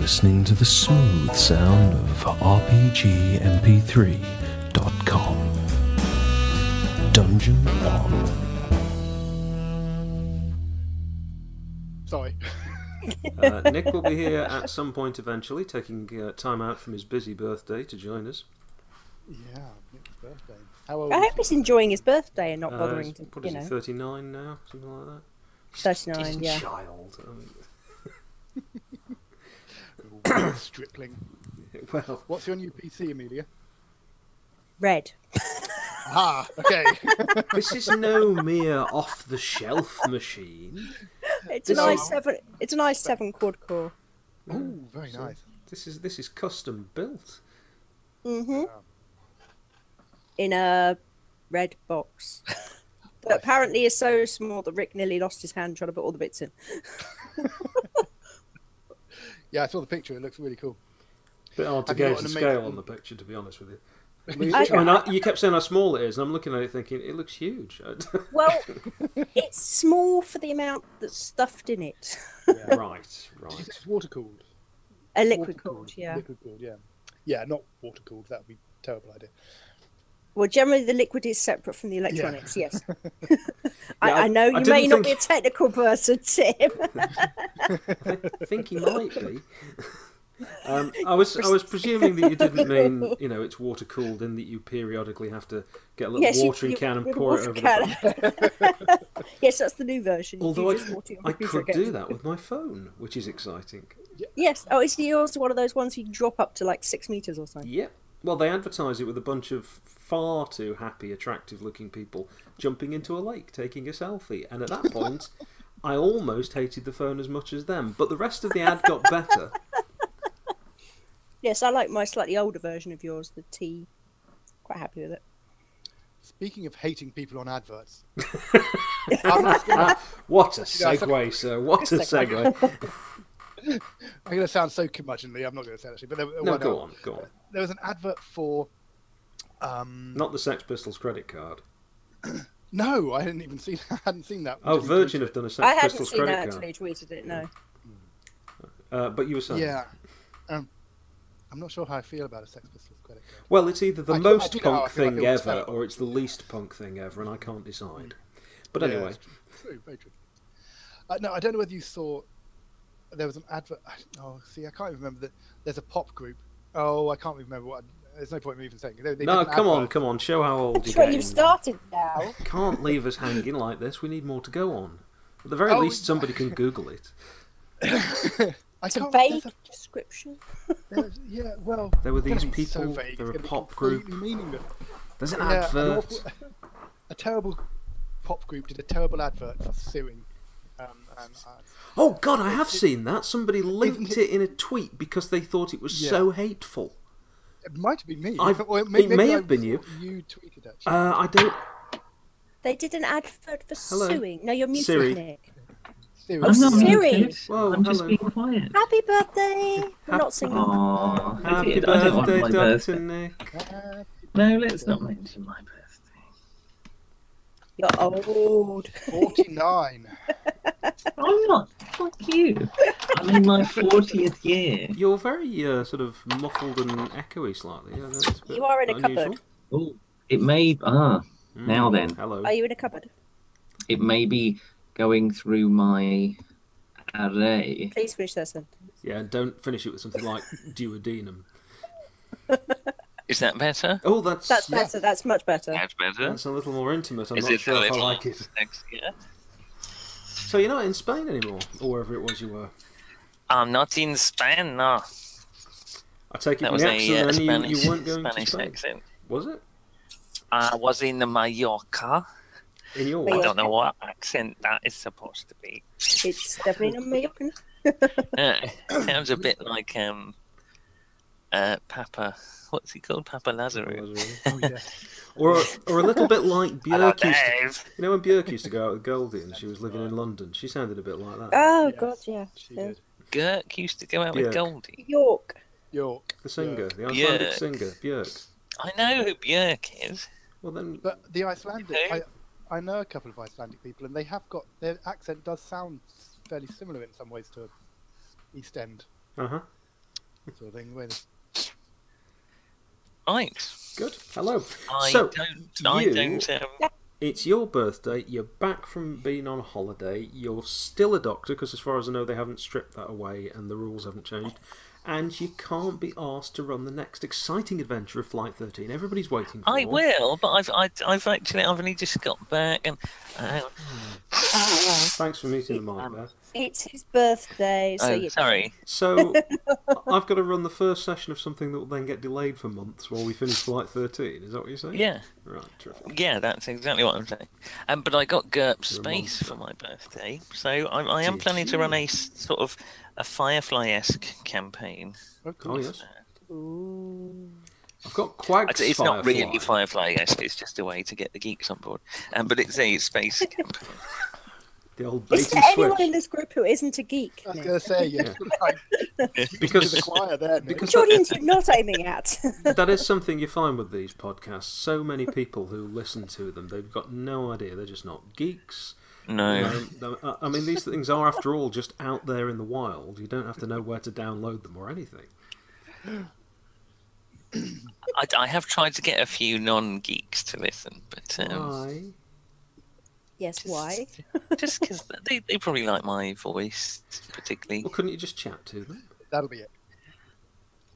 listening to the smooth sound of RPGMP3.com. Dungeon on. Sorry. Uh, Nick will be here at some point eventually, taking uh, time out from his busy birthday to join us. Yeah, Nick's birthday. How old? I is hope he's enjoying his birthday and not Uh, bothering he's- to, what you is know, he, 39 now? Something like that? 39, yeah. child. um, I mean, he? Oh, Stripling. well, What's your new PC, Amelia? Red. Ah, okay. this is no mere off the shelf machine. It's an This is- i7 it's an i7 quad core. oh, very So- nice. This is this is custom built. Mhm. In a red box. that apparently is so small that Rick nearly lost his hand trying to put all the bits in. Yeah, I saw the picture. It looks really cool. Bit hard to Have you gauge got the an scale amazing- on the picture, to be honest with you. I I- mean, I- you kept saying how small it is, and I'm looking at it thinking it looks huge. Well, it's small for the amount that's stuffed in it. right, Did you say right. it's water cooled? A liquid cooled, yeah. Liquid cooled, yeah. Yeah, not water cooled. That would be a terrible idea. Well, generally the liquid is separate from the electronics, yes. I, Yeah, I- I know I you didn't may not think- be a technical person, Tim. I think he might be. Um, I was I was presuming that you didn't mean you know it's water cooled in that you periodically have to get a little Yes, you- watering you- can and with a pour it water over the can. bottom. yes, that's the new version. You Although I, just water your I computer could again. do that with my phone, which is exciting. Yes. Oh, is he also one of those ones you can drop up to like six meters or something? Yep. Well, they advertise it with a bunch of far too happy, attractive looking people jumping into a lake, taking a selfie. And at that point, I almost hated the phone as much as them. But the rest of the ad got better. Yes, I like my slightly older version of yours, the T. Quite happy with it. Speaking of hating people on adverts, Ah, what a know, I thought- segue, sir. What a segue. I'm going to sound so curmudgeonly. I'm not going to say it actually, but there, No, well, go on, go on. there was an advert for. Um, Not the Sex Pistols credit card. no, I hadn't even seen. I hadn't seen that. Oh, until you Virgin have done a I Sex hadn't Pistols seen credit that card. until you tweeted it. No. Uh, but you were saying, Yeah. Um, I'm not sure how I feel about a Sex Pistols credit card. well, it's either the I do- I most do know, I punk feel like thing it was ever, terrible. or it's the least punk thing ever, and I can't decide. But Yeah, anyway, it's true. True, very true. Uh, no, I don't know whether you saw. There was an advert. I- Oh, see, I can't even remember that. There's a pop group. Oh, I can't remember what. There's no point in me even saying. it. They, they no, did an come on, advert. come on, show how old That's you're where you've getting. started now. Can't leave us hanging like this. We need more to go on. At the very Oh, least, somebody can Google it. I It's a can't. vague there's a- description. there's- yeah, well. There were it's gonna these be so people, vague, there it's were gonna be pop group. completely Meaningless. There's an Yeah, an advert. awful- a terrible pop group did a terrible advert for suing. Um, and, uh, Oh God, I have seen that. Somebody linked it in a tweet because they thought it was Yeah. so hateful. it might have been me. I've- or it may maybe I have been you. saw You tweeted actually. Uh, I don't. They did an advert for Hello. suing. No, you're muted, Siri. Nick. I'm not Siri. muted. Whoa, I'm just hello. being quiet. Happy birthday! We're not singing. Aww, Happy I don't want birthday, my Doctor birthday. Nick. Uh, No, let's not mention my birthday. You're old. 49. I'm not. Fuck you. I'm in my 40th year. You're very uh, sort of muffled and echoey slightly. Yeah, that's a bit You are in a unusual. cupboard. Oh, it may. Ah, Mm. Now then. Hello. Are you in a cupboard? it may be going through my array. Please finish that sentence. Yeah, and don't finish it with something like duodenum. Is that better? Oh, that's That's yeah, better. That's much better. That's better. That's a little more intimate. I'm Is not it sure still if I little? like it. Thanks. Yeah. So you're not in Spain anymore, or wherever it was you were. I'm not in Spain. No, I take it that from was the a uh, accent, then Spanish, you, you weren't going Spanish to Spain. accent. Was it I was in Mallorca. in your? I Yeah. don't know what accent that is supposed to be. It's definitely not Mallorcan. Yeah, it sounds a bit like um, uh, Papa. What's he called? Papa Lazarus. Oh, yes. or or a little bit like Hello, Björk used to, Dave. you know when Björk used to go out with Goldie and she was living in London she sounded a bit like that Oh Yes. god, yeah. She yeah. did. Girk used to go out Björk. with Goldie. York. York. the singer Yeah. the Icelandic Björk. singer Björk I know who Björk is. well then But the Icelandic, Who? I, I know a couple of Icelandic people, and they have got their accent does sound fairly similar in some ways to East End. uh huh sort of thing. Wins. Right. Good. Hello. I so don't. I you- don't. Um, it's your birthday. You're back from being on holiday. You're still a doctor because, as far as I know, they haven't stripped that away and the rules haven't changed. And you can't be asked to run the next exciting adventure of Flight 13. Everybody's waiting for I one. will, but I've, I, I've actually, I've only just got back, and uh, Thanks for muting the mic Um, there. It's his birthday, so oh, you sorry. So I've got to run the first session of something that will then get delayed for months while we finish Flight 13. Is that what you're saying? Yeah, Right. Terrific. yeah, that's exactly what I'm saying. Um, but I got GURP You're a Space monster. for my birthday, so I, I am Did planning to run you? a s- sort of a Firefly-esque campaign. Oh, Oh cool. yes. Ooh. I've got Quags. It's, it's not really Firefly. Firefly-esque; it's just a way to get the geeks on board. Um, but it's a space campaign. The old bait Is there and switch. anyone in this group who isn't a geek? I was Nick? going to say, you Yeah. like, to the Because choir there. Nick. because Which audience you're not aiming at? that is something you find with these podcasts. So many people who listen to them, they've got no idea. They're just not geeks. No, Um, I- I mean, these things are, after all, just out there in the wild. You don't have to know where to download them or anything. I, I have tried to get a few non-geeks to listen, but um, Why? yes, why? just because they, they probably like my voice particularly. Well, couldn't you just chat to them? That'll be it.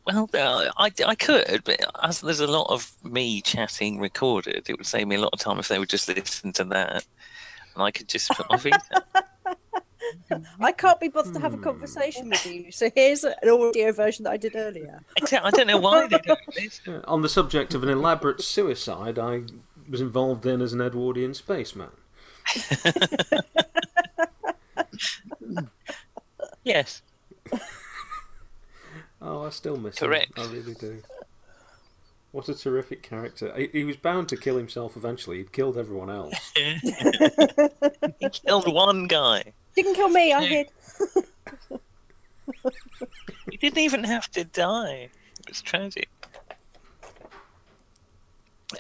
Well, uh, I, I could, but as there's a lot of me chatting recorded, it would save me a lot of time if they would just listen to that. And I could just put my feet up. I can't be bothered to have a Hmm. conversation with you, so here's an audio version that I did earlier. Except I don't know why they don't listen. Yeah. On the subject of an elaborate suicide I was involved in as an Edwardian spaceman. Yes. Oh, I still miss him. Correct. I really do. What a terrific character. He, he was bound to kill himself eventually. He'd killed everyone else. He killed one guy. Didn't kill me, I Yeah. did. He didn't even have to die. It's tragic.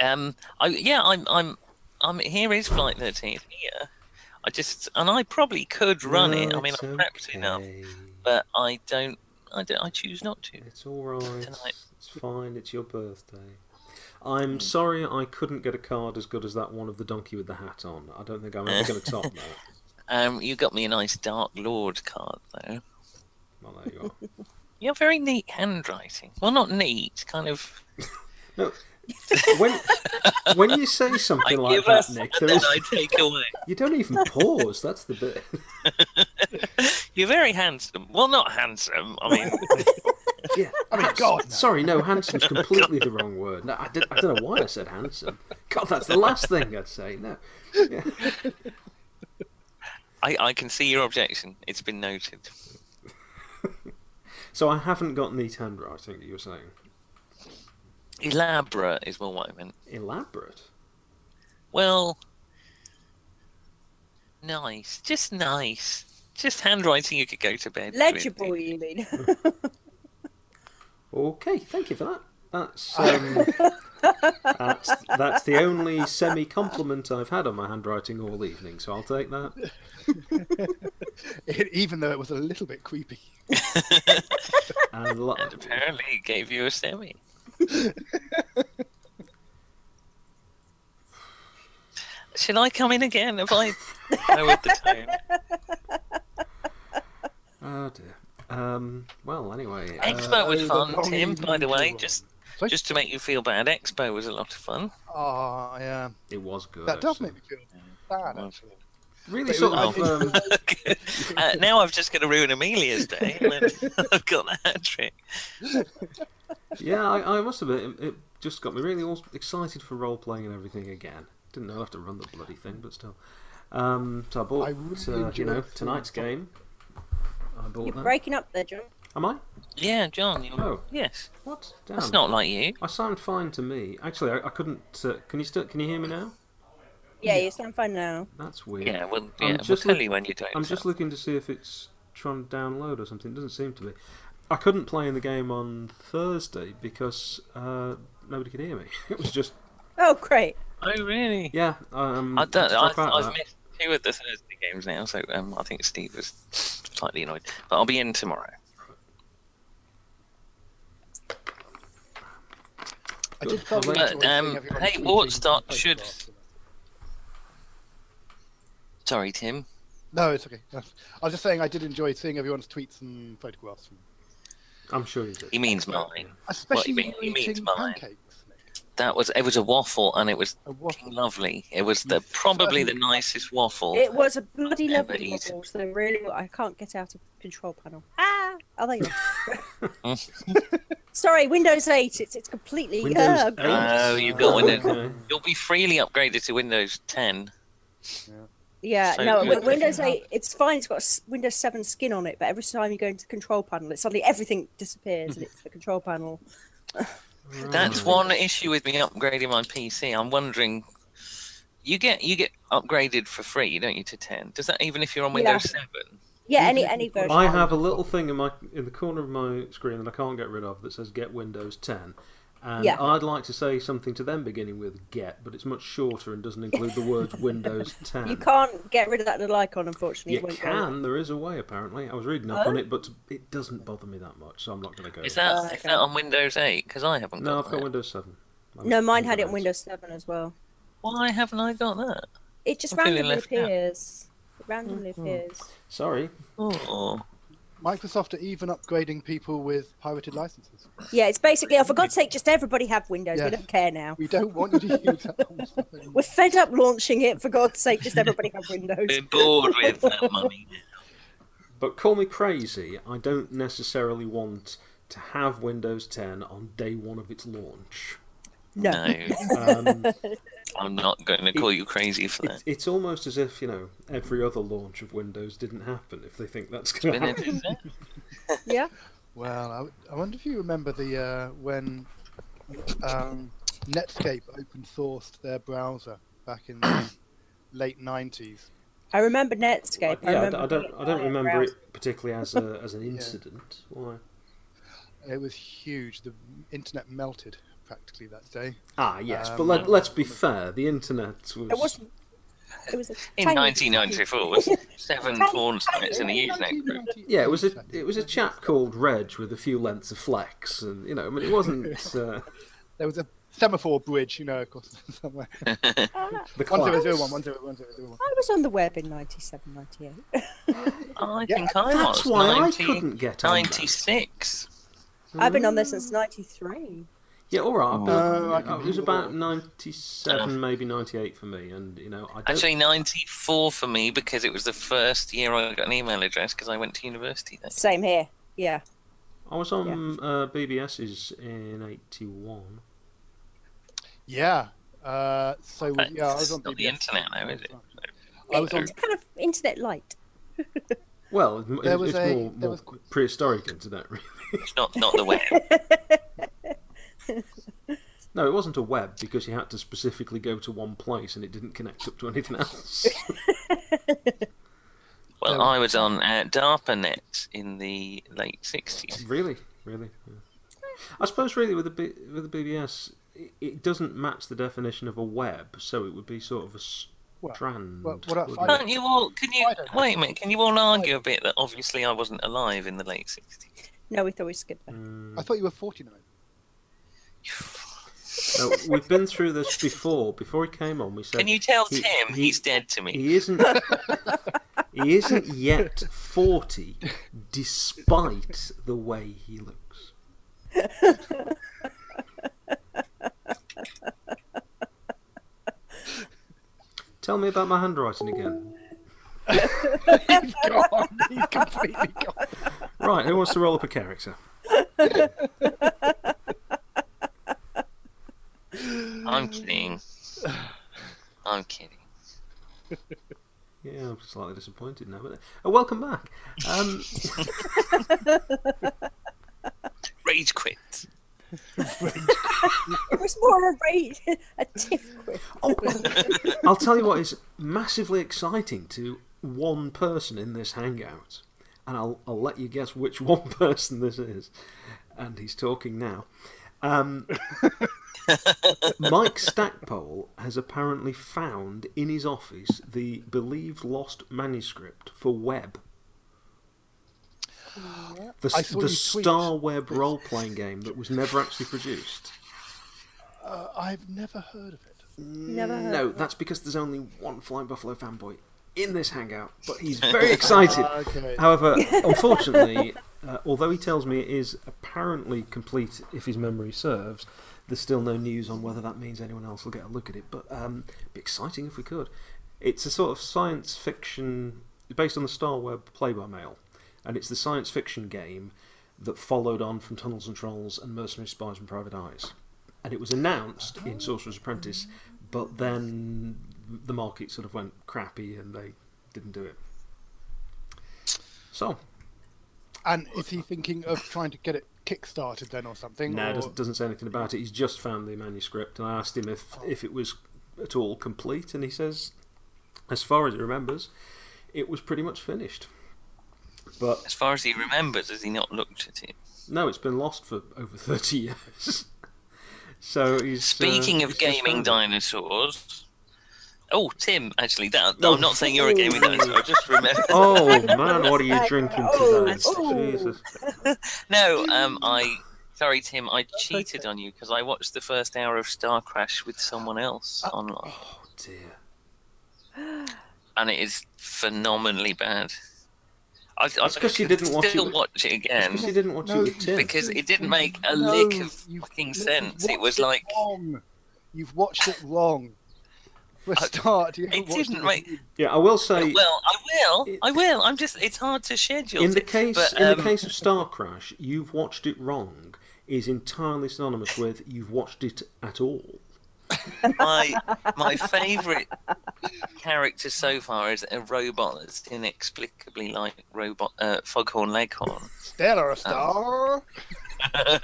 Um, I yeah, I'm I'm I'm here is flight thirteen here. I just and I probably could run it. I No, mean, it's I'm prepped enough, okay. but I don't. I don't. I choose not to. It's all right. Tonight. Hmm. It's fine. It's your birthday. I'm sorry I couldn't get a card as good as that one of the donkey with the hat on. I don't think I'm ever going to top that. Um, you got me a nice Dark Lord card, though. Well, there you are. You have very neat handwriting. Well, not neat, kind of. When, when you say something I like give that, us Nick, there and then is, I take away. you don't even pause. That's the bit. You're very handsome. Well, not handsome. I mean, Yeah. I mean, Hans- Oh, God, no. Sorry, no, handsome's completely the wrong word. No, I, did, I don't know why I said handsome. God, that's the last thing I'd say. No. Yeah. I, I can see your objection. It's been noted. So I haven't got neat handwriting, you were saying. Elaborate is more what I meant. Elaborate. Well, nice. Just nice. Just handwriting you could go to bed. with. Legible, you mean? Okay, thank you for that. That's um, that's, that's the only semi compliment I've had on my handwriting all evening, so I'll take that. Even though it was a little bit creepy. And lo- And apparently it gave you a semi. Should I come in again? Have I lowered the tone? oh dear. Um, well, anyway, uh, Expo was oh, the fun, wrong Tim. By the way, one. just Sorry? just to make you feel bad, Expo was a lot of fun. Oh, yeah. it was good. That does actually. make me feel bad, actually. really sort of. Um, uh, now I'm just going to ruin Amelia's day. when I've got that hat trick. yeah, I, I must admit, it, it just got me really all excited for role playing and everything again. Didn't know I'd have to run the bloody thing, but still. Um, so I bought, I really uh, you enjoyed know, seeing tonight's some- game. I bought You're that. breaking up there, John. Am I? Yeah, John. You're... Oh. Um, Yes, What? Damn. that's not like you. I sound fine to me. Actually, I, I couldn't. Uh, can you still? Can you hear me now? Yeah, you sound fine now. That's weird. Yeah, well, I'm yeah, we'll just tell look- you when you don't. I'm just looking to see if it's trying to download or something. It doesn't seem to be. I couldn't play in the game on Thursday because uh, nobody could hear me. It was just Oh, great. Oh, really? yeah. Um, I don't, stuff I've, about I've that. missed two of the Thursday games now, so um, I think Steve was slightly annoyed. But I'll be in tomorrow. I did thoroughly But, enjoy um, seeing everyone hey, tweeting Wartstock and should- photographs and- Sorry, Tim. No, it's okay. No. I was just saying I did enjoy seeing everyone's tweets and photographs, from... I'm sure you did. He means mine. especially mean- you you mean eating mine? pancakes. Nick. That was it was a waffle and it was A waffle. lovely. It was the probably the nicest waffle. It was a bloody Never lovely eat. model, so really, I can't get out of control panel. Ah, oh, there you are. Sorry, Windows 8. It's it's completely Windows uh, 8. Oh, you got one that- Okay. You'll be freely upgraded to Windows 10. yeah. So no, good. but Windows 8. It's fine. It's got a s- Windows 7 skin on it, but every time you go into the control panel, it suddenly everything disappears and it's the control panel. That's one issue with me upgrading my PC. I'm wondering, you get you get upgraded for free, don't you, to 10? Does that even if you're on Yeah. Windows 7? Yeah, any any version. I have a little thing in my in the corner of my screen that I can't get rid of that says "Get Windows 10," and Yeah. I'd like to say something to them beginning with "Get," but it's much shorter and doesn't include the words "Windows 10." You can't get rid of that little icon, unfortunately. You It won't go. can. There is a way, apparently. I was reading up on it, but it doesn't bother me that much, so I'm not going to go. Is there. that Oh, is okay. that on Windows 8? Because I haven't No, got I've got that. Windows 7. I've- No, mine I've had it got on Windows 7 as well. Why haven't I got that? It just I'm feeling randomly left out. appears. It randomly Mm-hmm. appears. Sorry. Oh, Microsoft are even upgrading people with pirated licenses. Yeah, it's basically, oh, for God's sake, just everybody have Windows. We Yes. don't care now. We don't want you to use that. on something. We're fed up launching it. For God's sake, just everybody have Windows. we're bored with that money. But call me crazy, I don't necessarily want to have Windows 10 on day one of its launch. No. No, Um, I'm not going to call you crazy for it's, that. it's almost as if, you know, every other launch of Windows didn't happen, if they think that's going Been to a happen. disaster. Yeah. Well, I, I wonder if you remember the uh, when um, Netscape open sourced their browser back in the late nineties. I remember Netscape. I Yeah, I d- remember I don't, being I don't on remember browser. it particularly as, a, as an incident. Why? It was huge. The internet melted practically that day. Ah, yes, but Um, let, let's be fair, the internet was. It was. It was a In tiny- 1994, was seven porn sites in a Usenet group. Yeah, it was a it was a chap called Reg with a few lengths of flex, and you know, I mean, it wasn't uh, There was a semaphore bridge, you know, of course, somewhere. the One zero class. zero one, one zero one zero zero one. I was on the web in 97, 98. I Yeah, think I that's was. why I 90 couldn't get on that. 96. I've been on there since 93. Yeah, all right. but, Oh, I can uh, it was remember about that. ninety-seven, maybe ninety-eight for me, and you know, I don't. Actually, 94 for me because it was the first year I got an email address because I went to university then. Same here. Yeah. I was on uh, BBS's in eighty-one. Yeah. Uh, so That's yeah, I was on not the BBS. internet now, is it? I was on It's kind of internet light. Well, it, There was it's a- more, there more was- prehistoric internet, really. It's not, not the web. No, it wasn't a web because you had to specifically go to one place, and it didn't connect up to anything else. Well, No. I was on uh, DARPANET in the late 60s. Really, really. yeah. I suppose really with the B, with the BBS, it, it doesn't match the definition of a web, so it would be sort of a Well, strand. well, what I wouldn't find- it? Can't you all? Can you I don't know. wait a minute? Can you all argue a bit that obviously I wasn't alive in the late sixties? No, we thought we skipped that. I thought you were forty nine. No, we've been through this before. Before he came on, we said. Can you tell he- Tim he- he's dead to me? He isn't. he isn't yet forty, despite the way he looks. Mm. Tell me about my handwriting again. He's gone. He's completely gone. Right, who wants to roll up a character? I'm Mm. kidding. I'm kidding. Yeah, I'm slightly disappointed now. But uh, welcome back. Um, Rage quit. It was more of a rage, a tiff quiz. oh, I'll tell you what is massively exciting to one person in this hangout, and I'll I'll let you guess which one person this is. And he's talking now. Um, Mike Stackpole has apparently found in his office the believed lost manuscript for Web. The, I saw the you tweet Star Web role playing game that was never actually produced. Uh, I've never heard of it. Never heard No, of it. that's because there's only one Flying Buffalo fanboy in this hangout, but he's very excited. Okay. However, unfortunately, uh, although he tells me it is apparently complete if his memory serves, there's still no news on whether that means anyone else will get a look at it. But um, it'd be exciting if we could. It's a sort of science fiction based on the Star Web play by mail, and it's the science fiction game that followed on from Tunnels and Trolls and Mercenary Spies and Private Eyes. And it was announced in Sorcerer's Apprentice, but then the market sort of went crappy and they didn't do it. So, And is he thinking of trying to get it kickstarted then or something? No, or... doesn't, doesn't say anything about it. He's just found the manuscript, and I asked him if if it was at all complete, and he says, as far as he remembers, it was pretty much finished. But As far as he remembers, has he not looked at it? no, it's been lost for over thirty years. so he's Speaking uh, of he's just gaming found it. dinosaurs. Oh, Tim, actually, that, No. I'm not saying you're a gaming dinosaur. I just remember. Oh man, what are you drinking Oh, today? oh. Jesus. No, um, I. Sorry, Tim, I cheated on you because I watched the first hour of Star Crash with someone Uh, else online, Oh dear. and it is phenomenally bad. I, I That's 'cause you didn't watch it still with- watch it again Because you didn't watch No, it with Tim. Um, because it didn't make a No, lick of you've- fucking you've sense. It watched was like wrong. You've watched it wrong. For a I- start, you haven't it watched with didn't make. me. Yeah, I will say. Well, I will. It- I will. I'm just. It's hard to schedule. in the it, case but, in the um, case of Star Crash, you've watched it wrong is entirely synonymous with you've watched it at all. my my favourite character so far is a robot that's inexplicably like robot uh, Foghorn Leghorn. Stellar a star. Oh.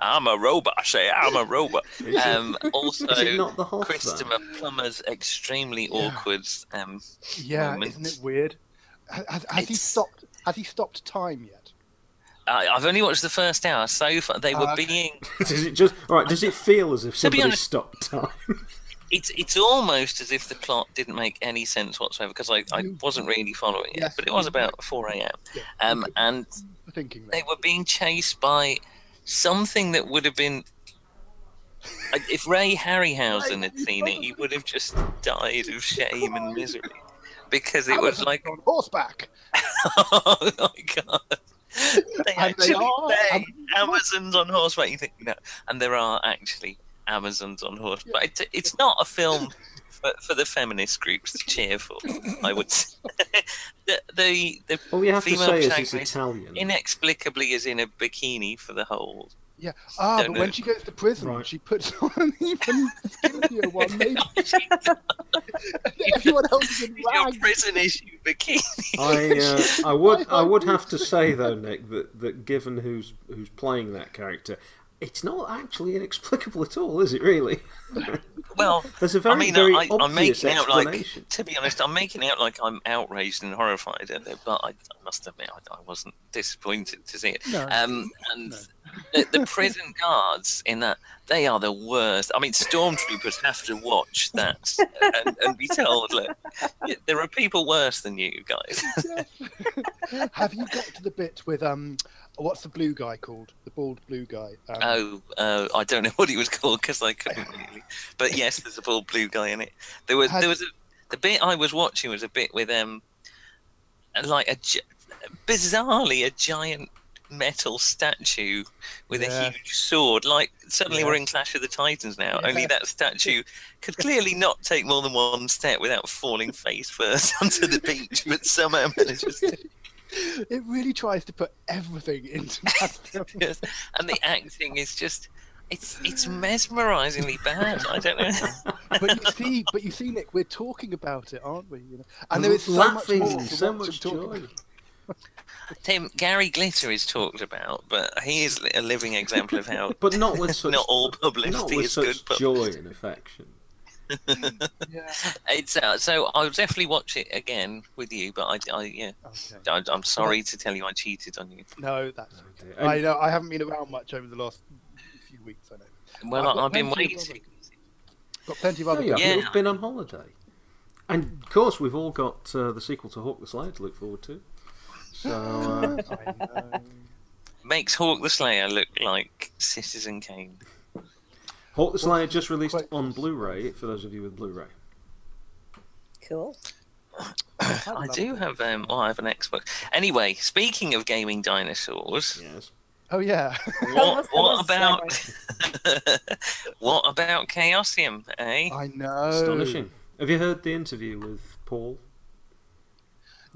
I'm a robot. I say I'm a robot. Is it- Um, also, is it not the half Christopher Plummer's extremely awkward. Um, yeah, moment. isn't it weird? Ha- Has, has he It's- stopped? Has he stopped time yet? I, I've only watched the first hour so far. They were Ah, okay. being. Does it just all right? Does it feel as if To be somebody honest- stopped time? It's it's almost as if the plot didn't make any sense whatsoever because I, I You- wasn't really following it. Mm. Yes, but it was you- about four a.m. Yeah. Um, and I'm Thinking they that. were being chased by something that would have been. uh, If Ray Harryhausen had seen it, he would have just died of shame and misery because it was like, on horseback. oh my god, they And they actually are say Amazons on horseback. You think no, and there are actually Amazons on horseback. It's, it's not a film for, for the feminist groups to cheer for. I would. Say. the the, the All you have to female say is it's protagonist Italian. inexplicably is in a bikini for the whole. Yeah. Ah, Don't but know. when she goes to prison, Right. she puts on an even skinnier one. Maybe everyone else is in Your rags. prison issue bikini. I uh, I would I would have to say though, Nick, that, that given who's who's playing that character, it's not actually inexplicable at all, is it? Really, Well, there's a very I mean, very I, I'm obvious making out like, explanation. to be honest, I'm making out like I'm outraged and horrified at it, but I, I must admit I, I wasn't disappointed to see it. No. Um, and the, the prison guards in that they are the worst. I mean, stormtroopers have to watch that uh, and, and be told, look, there are people worse than you guys. Have you got to the bit with um, what's the blue guy called? The bald blue guy. Um, Oh, uh, I don't know what he was called because I couldn't really. But yes, there's a bald blue guy in it. There was Had- there was a, the bit I was watching was a bit with um, like a gi- bizarrely a giant metal statue with Yeah. a huge sword. Like suddenly we're Yeah. in Clash of the Titans now. Yeah. Only that statue could clearly not take more than one step without falling face first onto the beach, but somehow manages to. Oh. It really tries to put everything into that film. Yes, and the acting is just it's it's mesmerizingly bad. I don't know. but you see, but you see, Nick, we're talking about it, aren't we? You know, and there is so laughing, much more to so watch much and talk joy. about. Tim Gary Glitter is talked about, but he is a living example of how But not with such not all not publicity with is good. such But joy and affection. Yeah. it's uh, so I'll definitely watch it again with you. But I, I yeah, Okay. I, I'm sorry to tell you I cheated on you. No, that's. Oh, dear. I know. I haven't been around much over the last few weeks. I know. Well, I've I've, got been plenty of waiting. Got plenty of No, other. you haven't. Yeah. We've been on holiday. And of course, we've all got uh, the sequel to Hawk the Slayer to look forward to. So, uh, I know. Makes Hawk the Slayer look like Citizen Kane. Hawk the Slayer just released Quite- on Blu-ray for those of you with Blu-ray. Cool. I do have um, well, I have an Xbox. Anyway, speaking of gaming dinosaurs, Yes. Oh yeah. Tell what, us- tell what us, about what about Chaosium? Eh? I know. Astonishing. Have you heard the interview with Paul?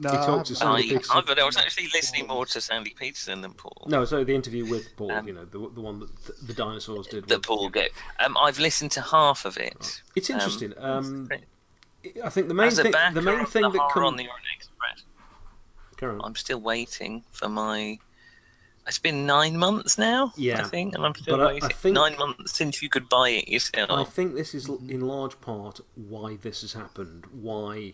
No, He talked I haven't. to some- Sandy I, Peterson. I, but I was actually listening more to Sandy Peterson than Paul. No, so the interview with Paul, Um, you know, the, the one that th- the dinosaurs did. That with- Paul go. Um, I've listened to half of it. It's Um, interesting. Um, I think the main As a thing, backer the main of thing the that horror on comes. the Orient Express, Karen, I'm still waiting for my. It's been nine months now, Yeah. I think, and I'm still But I- I waiting. think- Nine months since you could buy it yourself. I think this is Mm-hmm. l- in large part why this has happened. Why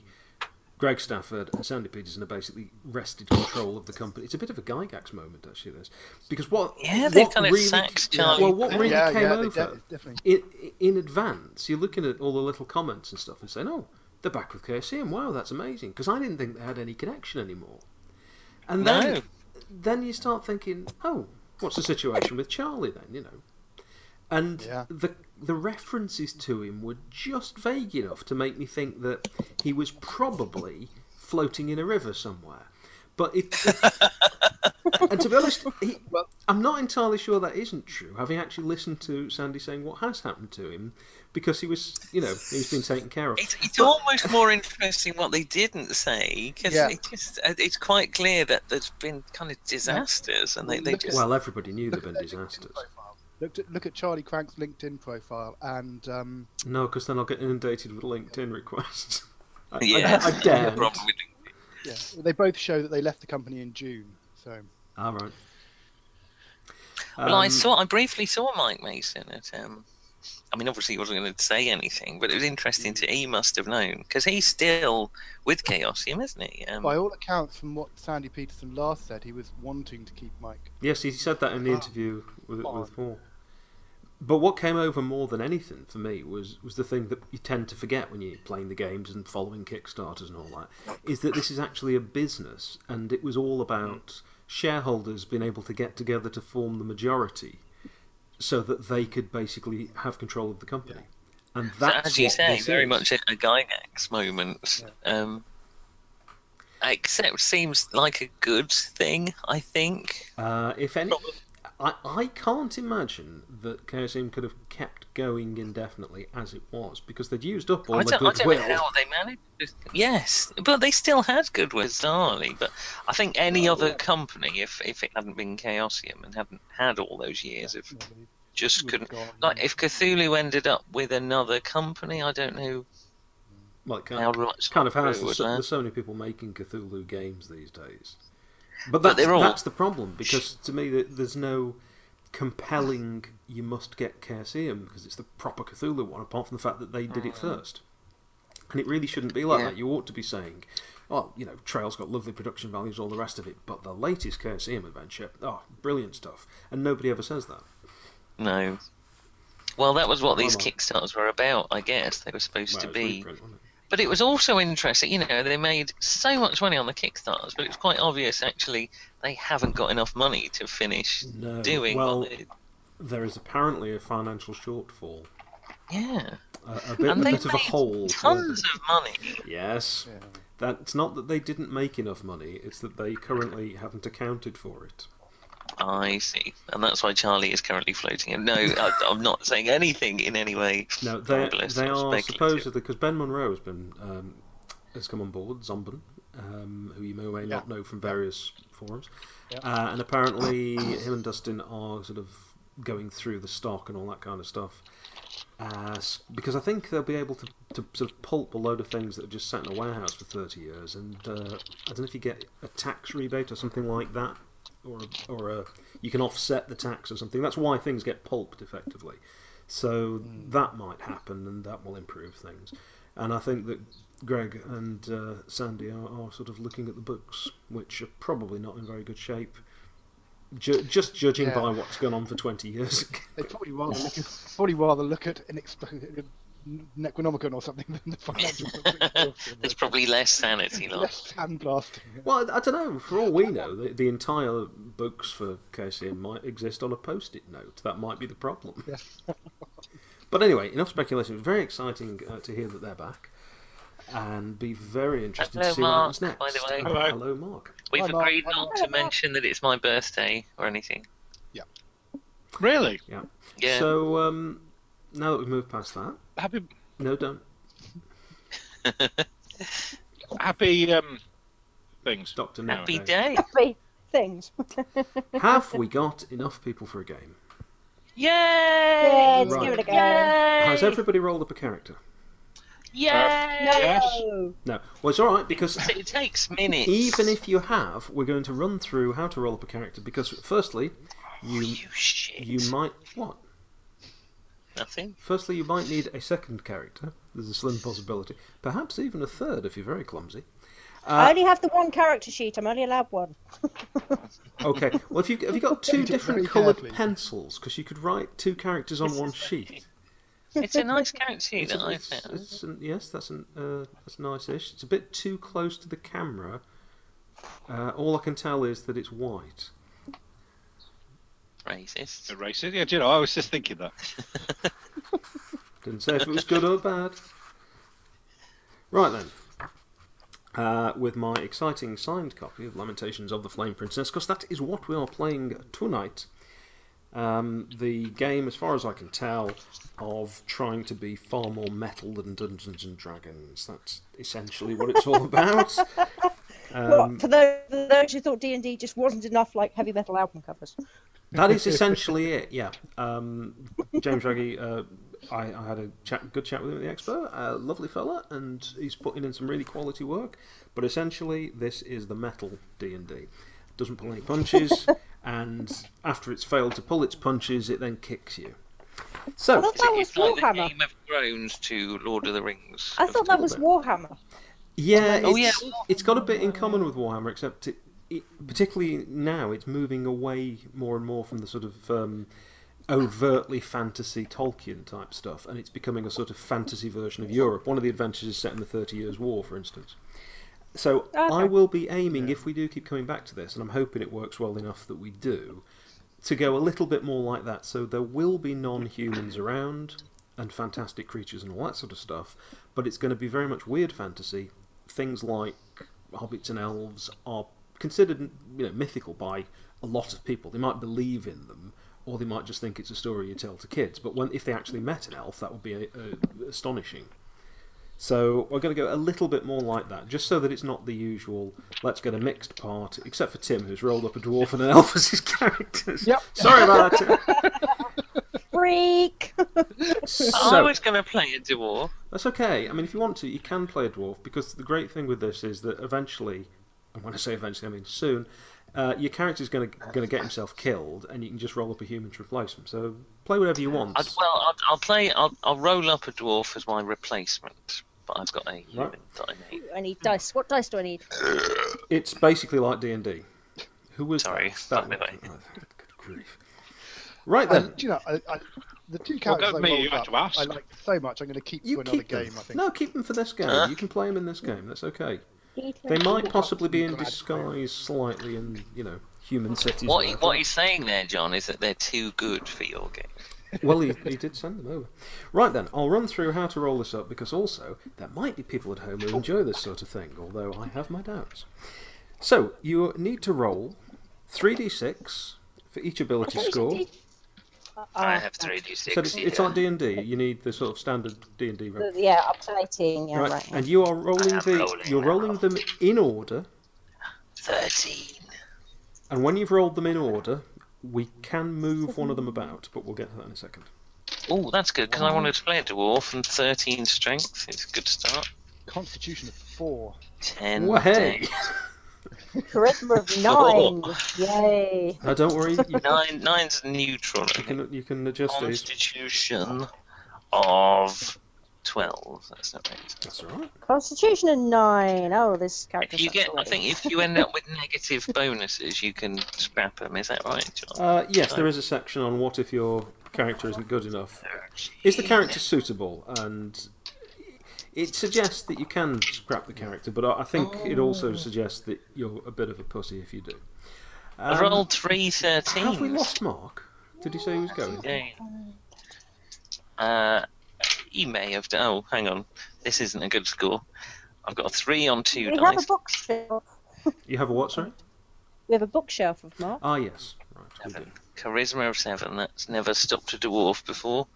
Greg Stafford and Sandy Peterson are basically wrested control of the company. It's a bit of a Gygax moment, actually. This because what Yeah, they've what kind of really, sacked yeah, Charlie Well, what really yeah, came yeah, they over de- definitely. in, in advance, you're looking at all the little comments and stuff and saying, "Oh, they're back with KCM. Wow, that's amazing." Because I didn't think they had any connection anymore. And No. then, then you start thinking, "Oh, what's the situation with Charlie?" Then you know, and Yeah. the the references to him were just vague enough to make me think that he was probably floating in a river somewhere. But it, and to be honest, he, Well- I'm not entirely sure that isn't true. Having actually listened to Sandy saying what has happened to him, because he was, you know, he's been taken care of. It's, it's almost more interesting what they didn't say because Yeah. it just uh, it's quite clear that there's been kind of disasters and they, they Look at- just Well, everybody knew there'd Look been at their LinkedIn disasters. profile. Look at, look at Charlie Crank's LinkedIn profile, and um, No, because then I'll get inundated with LinkedIn requests. I, I- yeah I, dare. problem with yeah, they both show that they left the company in June. So All right. Well, I Um, saw. I briefly saw Mike Mason at. Um, I mean, obviously, he wasn't going to say anything, but it was interesting Mm. to. He must have known because he's still with Chaosium, isn't he? Um, by all accounts, from what Sandy Peterson last said, he was wanting to keep Mike. Yes, he said that in the Ah. interview with, on. with Paul. But what came over more than anything for me was, was the thing that you tend to forget when you're playing the games and following Kickstarters and all that is that this is actually a business, and it was all about shareholders being able to get together to form the majority, so that they could basically have control of the company. And so that's as you what say, this very is. much a, a Gygax moment. Um, except seems like a good thing. I think. Uh, if any, I, I can't imagine that KSM could have kept going indefinitely as it was because they'd used up all I the don't, I don't know goodwill. how they managed. to- Yes, but they still had goodwill, bizarrely. But I think Oh, any other company, if if it hadn't been Chaosium and hadn't had all those years of Nobody just would've couldn't. gone. Like if Cthulhu ended up with another company, I don't know Well, it how kind, much. kind of has. it would There's so, have. there's so many people making Cthulhu games these days. But, But that's, they're all- that's the problem because to me th- there's no compelling you must get KSM because it's the proper Cthulhu one apart from the fact that they did it first. And it really shouldn't be like Mm. Yeah. that. You ought to be saying, well, you know, Trail's got lovely production values, all the rest of it, but the latest KSM adventure, oh, brilliant stuff. And nobody ever says that. No. Well, that was what these on. kickstarters were about, I guess. They were supposed uh, Well, to it's be. reprint, wasn't it? But it was also interesting, you know, they made so much money on the Kickstarters, but it's quite obvious actually they haven't got enough money to finish No, doing Mm-hmm. well- what they, There is apparently a financial shortfall, Yeah. a, a bit, a and they bit of a made hole. tons of money. Yes. Yeah. That's not that they didn't make enough money, it's that they currently haven't accounted for it. I see. And that's why Charlie is currently floating. And no, I, I'm not saying anything in any way. No, they, libelous they or are speculative. supposedly because Ben Monroe has been um, has come on board, Zomban, um, who you may or may not know from various forums, uh, and apparently him and Dustin are sort of going through the stock and all that kind of stuff. Uh, s- because I think they'll be able to, to sort of pulp a load of things that have just sat in a warehouse for 30 years, and uh, I don't know if you get a tax rebate or something like that, or a, or a, you can offset the tax or something. That's why things get pulped effectively. So Mm. that might happen, and that will improve things. And I think that Greg and uh, Sandy are, are sort of looking at the books, which are probably not in very good shape. Ju- just judging Yeah. by what's gone on for twenty years. They probably rather look at, probably rather look at an exp- Necronomicon or something than the financial. There's probably less sanity lost. Less sandblasting. well, I don't know. For all we know, the, the entire books for KCM might exist on a post-it note. That might be the problem. Yeah. But anyway, enough speculation. It was very exciting uh, to hear that they're back, and be very interested Hello, to see Mark, what happens by next. the way. Hello. Mark. We've Hi, Mark. agreed Hi, not Mark. to mention that it's my birthday or anything. Really? Yeah. Yeah. So um, now that we've moved past that, Happy, no, don't happy um, things. Doctor No. Happy no. day. Happy things. Have we got enough people for a game? Yay! Yeah, let's Right. give it a go. Has everybody rolled up a character? Yay! Yes. No. No. Well, it's all right because So It takes minutes. even if you have, we're going to run through how to roll up a character because firstly, you you shit. you might what? Nothing. Firstly, you might need a second character. There's a slim possibility, perhaps even a third if you're very clumsy. Uh, Uh, I only have the one character sheet. I'm only allowed one. Okay. Well, if you have you got two did different very coloured carefully. pencils because you could write two characters on one sheet. It's a nice character It's, that I it's- found. it's an- yes, that's an, uh, that's nice-ish. It's a bit too close to the camera. Uh, all I can tell is that it's white. Racist. Erase it. Yeah, do you know, I was just thinking that. Didn't say if it was good or bad. Right then. Uh, with my exciting signed copy of Lamentations of the Flame Princess, because that is what we are playing tonight. Um, the game, as far as I can tell, of trying to be far more metal than Dungeons and Dragons. That's essentially what it's all about. Um, what, for, those, for those who thought D&D just wasn't enough like heavy metal album covers. That is essentially it. Yeah. Um, James Raggy, uh, I, I had a chat, good chat with him at the expo. Uh, lovely fella, and he's putting in some really quality work. But essentially, this is the metal D and D. Doesn't pull any punches, and after it's failed to pull its punches, it then kicks you. I So thought that was it's like the Warhammer. Game of Thrones to Lord of the Rings. I thought that was Warhammer. yeah, it's, Oh, yeah. it's got a bit in common with Warhammer, except it, it, particularly now it's moving away more and more from the sort of um, overtly fantasy Tolkien type stuff, and it's becoming a sort of fantasy version of Europe. One of the adventures is set in the Thirty Years' War, for instance. So Ah, I will be aiming, if we do keep coming back to this, and I'm hoping it works well enough that we do, to go a little bit more like that. So there will be non humans around and fantastic creatures and all that sort of stuff, but it's going to be very much weird fantasy. Things like hobbits and elves are considered you know, mythical by a lot of people. They might believe in them, or they might just think it's a story you tell to kids. But when, if they actually met an elf, that would be uh uh astonishing. So we're going to go a little bit more like that, just so that it's not the usual. Let's get a mixed part, except for Tim, who's rolled up a dwarf and an elf as his characters. Yep. Sorry about that. Tim. Freak! I So was going to play a dwarf. that's okay. I mean, if you want to, you can play a dwarf because the great thing with this is that eventually, and when I say eventually, I mean soon, uh, your character's going to going to get himself killed, and you can just roll up a human to replace him. So play whatever you want. I'd, well, I'll, I'll play. I'll, I'll roll up a dwarf as my replacement, but I've got a human that I need. I need dice. What dice do I need? It's basically like D and D. Who was Sorry, That, by the was- way. oh, good grief. Right then. Um, And, do you know, I, I, the two Well, characters don't I me, rolled you have up, to ask. I like so much. I'm going to keep to another game. them. I think. No, keep them for this game. Huh? You can play them in this game. That's okay. They might possibly be in disguise slightly in, you know, human cities. What, or he- whatever. what he's saying there, John, is that they're too good for your game. Well, he, he did send them over. Right then, I'll run through how to roll this up because also there might be people at home who enjoy this sort of thing, although I have my doubts. So, you need to roll 3d6 for each ability score. Ah, Uh, I have three d six. So it's, it's on D&D. You need the sort of standard D&D roll. uh, Yeah, up to 18. Yeah, Right, right. and you are rolling am the rolling you're now. rolling them in order thirteen. And when you've rolled them in order, we can move one of them about, but we'll get to that in a second. Oh, that's good because I wanted to play a dwarf and thirteen strength. It's a good start. Constitution of four. Ten. Well, hey! dex. Charisma Oh. of 9. Yay. No, don't worry. You can, Nine. Nine's neutral. you can, you can adjust these. Constitution of twelve. That's not right. That's all right. Constitution of 9. Oh, this character If you get, I think, if you end up with negative bonuses, you can scrap them. Is that right, John? Uh, yes, there is a section on what if your character isn't good enough. Is the character suitable? And it suggests that you can scrap the character, but I I think it also suggests that you're a bit of a pussy if you do. I Um, rolled three have we thirteens. lost Mark? Did he say he was going? Yeah. Uh, he may have done. Oh, hang on. This isn't a good score. I've got a three on two we have a dice. bookshelf. You have a what, sorry? We have a bookshelf of Mark. Ah, yes. Right, we do. Charisma of seven. That's never stopped a dwarf before.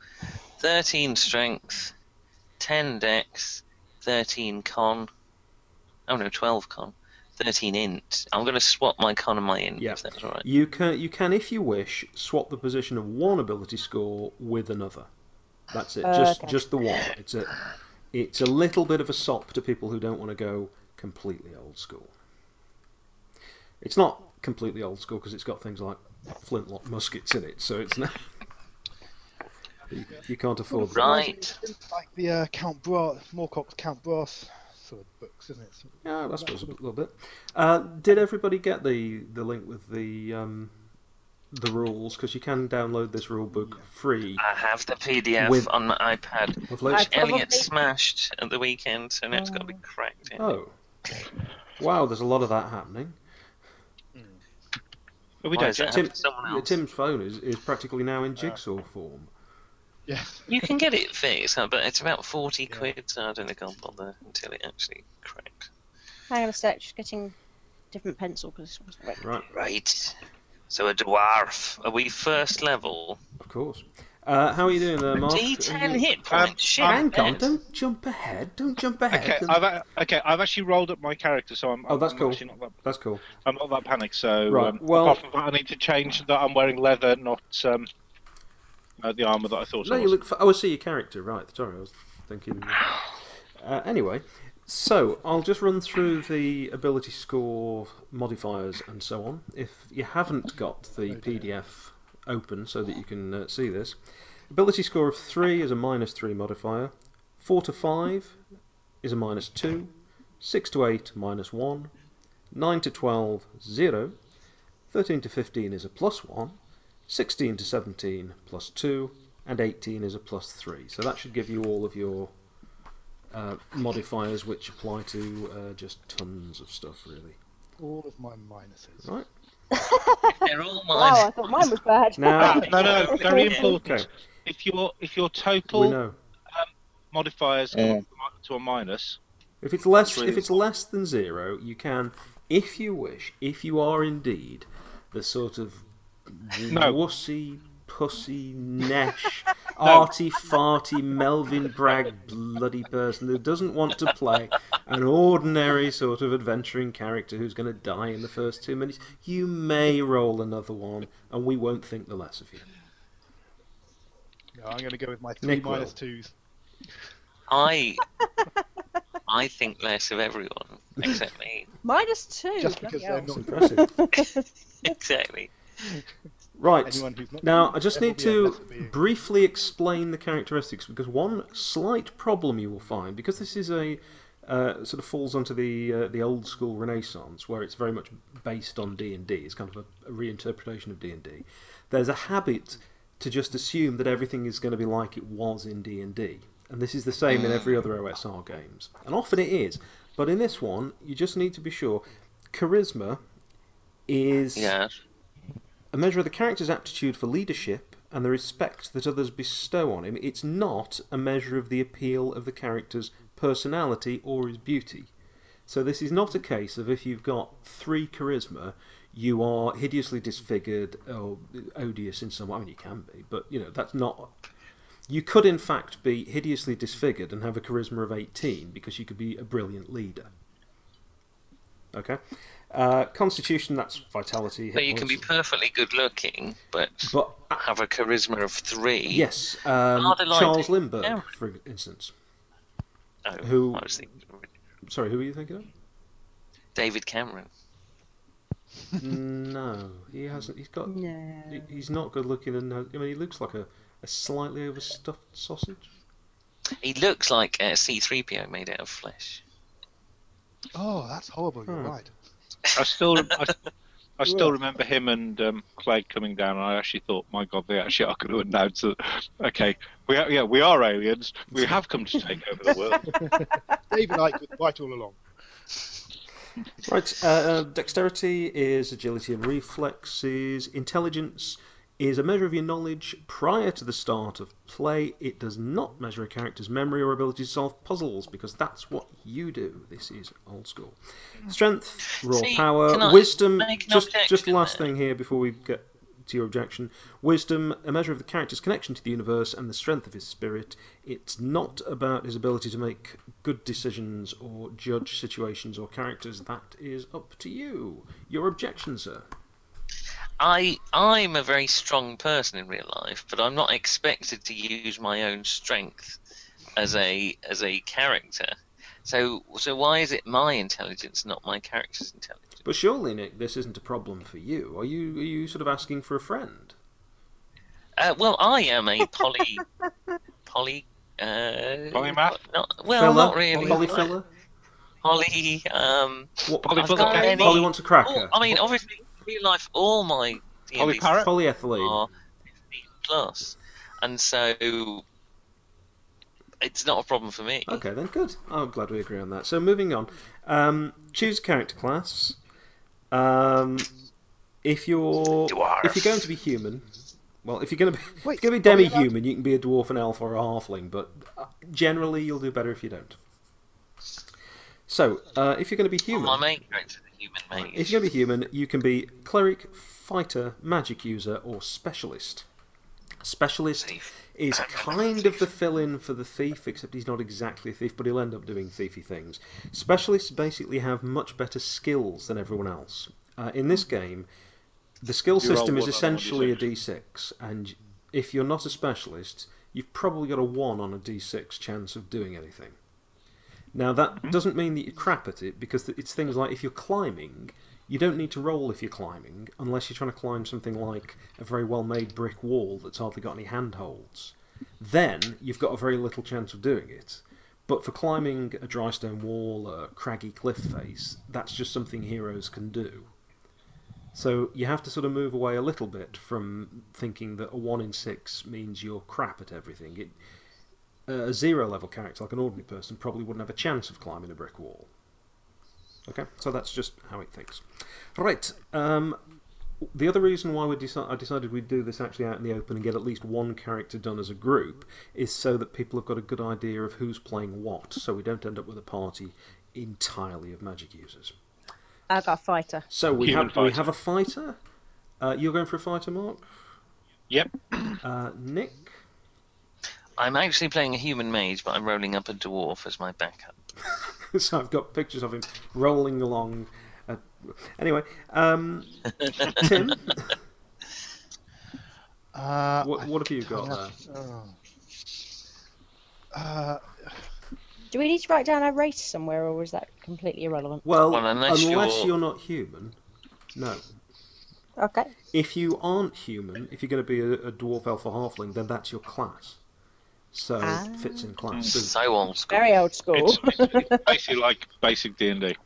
13 strength, 10 dex, 13 con. Oh no, 12 con. 13 int. I'm going to swap my con and my int, Yeah. if that's all right. You can, you can, if you wish, swap the position of one ability score with another. That's it. Just, Okay. just the one. It's a, it's a little bit of a sop to people who don't want to go completely old school. It's not completely old school because it's got things like flintlock muskets in it, so it's not. You, you can't afford that. Right. Like the uh, Count Brass, Moorcock's Count Brass sort of books, isn't it? So- Yeah, I suppose a bit- little bit. Uh, did everybody get the, the link with the um, the rules? Because you can download this rule book free. I have the PDF With- on my iPad. Lovely. I probably- Elliot smashed at the weekend, so now it's got to be cracked in. Oh. Wow, there's a lot of that happening. But we Why don't is that get Tim, happening to someone yeah, else? Tim's phone is, is practically now in jigsaw form. Yeah. You can get it fixed, huh, but it's about 40 quid, so I don't think I'll bother until it actually cracked. Hang on a sec, just getting different pencil because this one's red. Right, Right. So a dwarf. Are we first level? of course. Uh, how are you doing there, Mark? Are D10 you- hit points. Um, Shit. Mm. Hang on, yes. don't jump ahead. Don't jump ahead. Okay, Don't- I've a- okay, I've actually rolled up my character, so I'm. Oh, that's I'm cool. actually Not that, That's cool. I'm not that panicked. So Right, um, well- apart from that, I need to change that I'm wearing leather, not um, uh, the armor that I thought No, I you was. look. For, oh, I see your character. Right. Sorry, I was thinking. Uh, anyway, so I'll just run through the ability score modifiers and so on. If you haven't got the PDF open so that you can uh, see this, ability score of three is a minus three modifier. Four to five is a minus two. Six to eight minus one. Nine to twelve zero. Thirteen to fifteen is a plus one. 16 to 17 plus 2, and 18 is a plus 3. So that should give you all of your uh, modifiers, which apply to uh, just tons of stuff, really. All of my minuses. Right? They're all mine. Wow, Oh, I thought mine was bad. Now, Ah, No, no, very important. okay, If your if your we total know. modifiers Yeah. go up to a minus, If it's less, Really- if it's less than zero, you can, if you wish, if you are indeed the sort of No. wussy, pussy, nesh, arty, farty, Melvin Bragg bloody person who doesn't want to play an ordinary sort of adventuring character who's going to die in the first two minutes, you may roll another one, and we won't think the less of you. No, I'm going to go with my three Nick will. minus twos. I I think less of everyone except me. Minus two. Just bloody because they're hell. It's not impressive, exactly. right? anyone who's not. Now, I just there will need be a to lesser being. briefly explain the characteristics because one slight problem you will find, because this is a uh, sort of falls onto the uh, the old school Renaissance, where it's very much based on D and D. It's kind of a, a reinterpretation of D and D. There's a habit to just assume that everything is going to be like it was in D and D, and this is the same in every other OSR games, and often it is. But in this one, you just need to be sure. Charisma is Yeah. a measure of the character's aptitude for leadership and the respect that others bestow on him. It's not a measure of the appeal of the character's personality or his beauty. So this is not a case of if you've got three charisma, you are hideously disfigured or odious in some way. I mean, you can be, but you know that's not. You could, in fact, be hideously disfigured and have a charisma of 18 because you could be a brilliant leader. Okay? Uh, constitution, that's vitality. hit But you can be points. perfectly good looking, but But uh, have a charisma of three. yes, um, Are they like- Charles Lindbergh, Yeah. for instance. Oh, Who- I was thinking of Sorry, who were you thinking of? David Cameron. no, he hasn't. He's got. No. he- He's not good looking, and no- I mean, he looks like a, a slightly overstuffed sausage. He looks like uh, C3PO made out of flesh. Oh, that's horrible. You're Hmm. right. I still I, st- I still remember him and um, Clegg coming down, and I actually thought, my God, they actually are going to announce that. Okay, we are, yeah, we are aliens. We have come to take over the world. David Icke was right all along. Right, uh, uh, dexterity is agility and reflexes. Intelligence is a measure of your knowledge prior to the start of play. It does not measure a character's memory or ability to solve puzzles because that's what you do. This is old school. Strength, raw See, can power, I wisdom. make an Just, objection just the last there? thing here before we get to your objection. Wisdom, a measure of the character's connection to the universe and the strength of his spirit. It's not about his ability to make good decisions or judge situations or characters. That is up to you. Your objection, sir. I I'm a very strong person in real life, but I'm not expected to use my own strength as a as a character. So so why is it my intelligence, not my character's intelligence? But surely, Nick, this isn't a problem for you. Are you are you sort of asking for a friend? Uh, well, I am a poly poly. Uh, Polymath? Not, well, not really. Polyfiller? Poly. Um, What, Poly- I've got Polycake? many. Polly wants a cracker. all- I mean, obviously, in real life, all my D&D Polyparrot? Polyethylene. are 15 plus, and so it's not a problem for me. Okay, then good. I'm glad we agree on that. So moving on, um, choose a character class. Um, if you're Dwarf. if you're going to be human, well, if you're going to be if Wait, you're going to are be we allowed- demi-human, you can be a dwarf, an elf, or a halfling. But uh, generally, you'll do better if you don't. So, uh, if you're going to be human, My main character, the human mage. If you're going to be human, you can be cleric, fighter, magic user, or specialist. Specialist is kind of the fill in for the thief, except he's not exactly a thief, but he'll end up doing thiefy things. Specialists basically have much better skills than everyone else. Uh, in this game, the skill You roll system is one on a essentially a d6, and if you're not a specialist, you've probably got a 1 on a d6 chance of doing anything. Now, Mm-hmm. that doesn't mean that you're crap at it, because it's things like if you're climbing, you don't need to roll if you're climbing, unless you're trying to climb something like a very well made brick wall that's hardly got any handholds. Then you've got a very little chance of doing it. But for climbing a dry stone wall, a craggy cliff face, that's just something heroes can do. So you have to sort of move away a little bit from thinking that a one in six means you're crap at everything. It, a zero level character, like an ordinary person, probably wouldn't have a chance of climbing a brick wall. Okay, so that's just how it thinks. Right. Um, the other reason why we deci- I decided we'd do this actually out in the open and get at least one character done as a group is so that people have got a good idea of who's playing what, so we don't end up with a party entirely of magic users. I've got a fighter. So we Human have we fighter. have a fighter. Uh, you're going for a fighter, Mark. Yep. Uh, Nick. I'm actually playing a human mage, but I'm rolling up a dwarf as my backup. so I've got pictures of him rolling along. Uh, anyway, um, Tim, Uh, what, what have you got there? I- oh. Uh, Do we need to write down our race somewhere, or is that completely irrelevant? Well, Well, unless, unless you're... you're- not human, no. Okay. If you aren't human, if you're going to be a, a dwarf, elf, or halfling, then that's your class. So Ah. it fits in class. Mm. So old school. Very old school. It's, it's basically like basic D and D,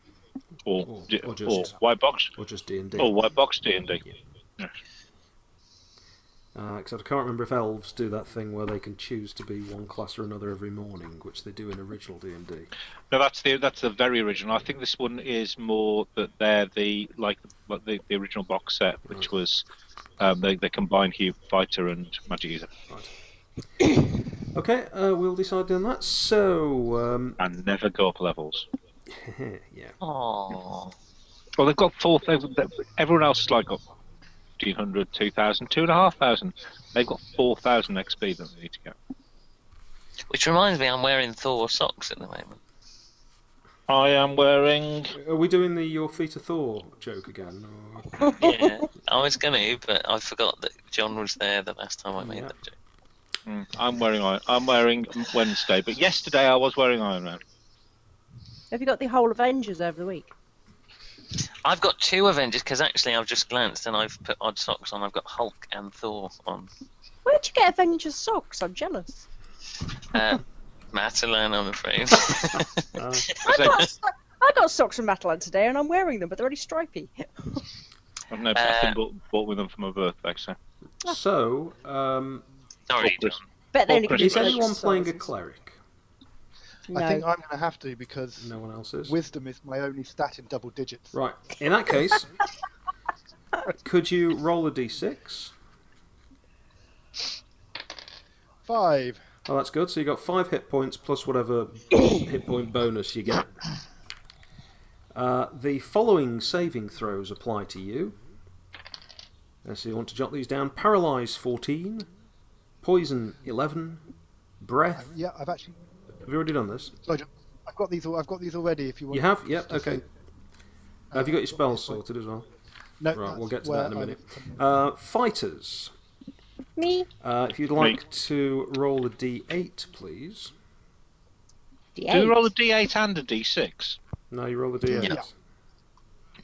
or Or- d- or or, just- white box, or just D and D. or white box D and D. Uh, except I can't remember if elves do that thing where they can choose to be one class or another every morning, which they do in original D and D. No, that's the that's the very original. I think this one is more that they're the like like the, the original box set, which was um, they they combine Hugh Fighter and Magic User Okay, uh, we'll decide on that. So um, and never go up levels. yeah, Aw. Well, they've got four. They've, they everyone else has like got 1,500, 2,000, 2,500. They've got four thousand XP that they need to get. Which reminds me, I'm wearing Thor socks at the moment. I am wearing. are we doing the your feet are Thor joke again? Or... Yeah, I was gonna, but I forgot that John was there the last time I made Yeah. that joke. mm, I'm wearing. Iron- I'm wearing Wednesday, but yesterday I was wearing Iron Man. Have you got the whole Avengers over the week? I've got two Avengers because actually I've just glanced and I've put odd socks on. I've got Hulk and Thor on. Where'd you get Avengers socks? I'm jealous. Uh, Matt alone, I'm afraid. Uh, I got, so- I got socks from Matalan today, and I'm wearing them, but they're really stripy. I've never Uh, I've been bought, bought with them for my birthday. So so, um, Sorry, John. Bet they only Well, give is you anyone six playing a sizes. cleric? No. I think I'm going to have to because No one else is. wisdom is my only stat in double digits. Right. In that case, could you roll a d6? Five. Oh, that's good. So you got five hit points plus whatever hit point bonus you get. Uh, the following saving throws apply to you. Uh, So you want to jot these down: paralyze fourteen, poison eleven, breath. Yeah, I've actually. Have you already done this? Sorry, John, I've got these. al- I've got these already. If you want. You have. Yep. Okay. Have you got your spells Sorry. sorted as well? No, Right, we'll that's get to that in a where I- minute. Uh, fighters. Me. Uh, if you'd like to roll a d8, please. Do we roll a D8 and a D6? No, you roll a d8. Yeah.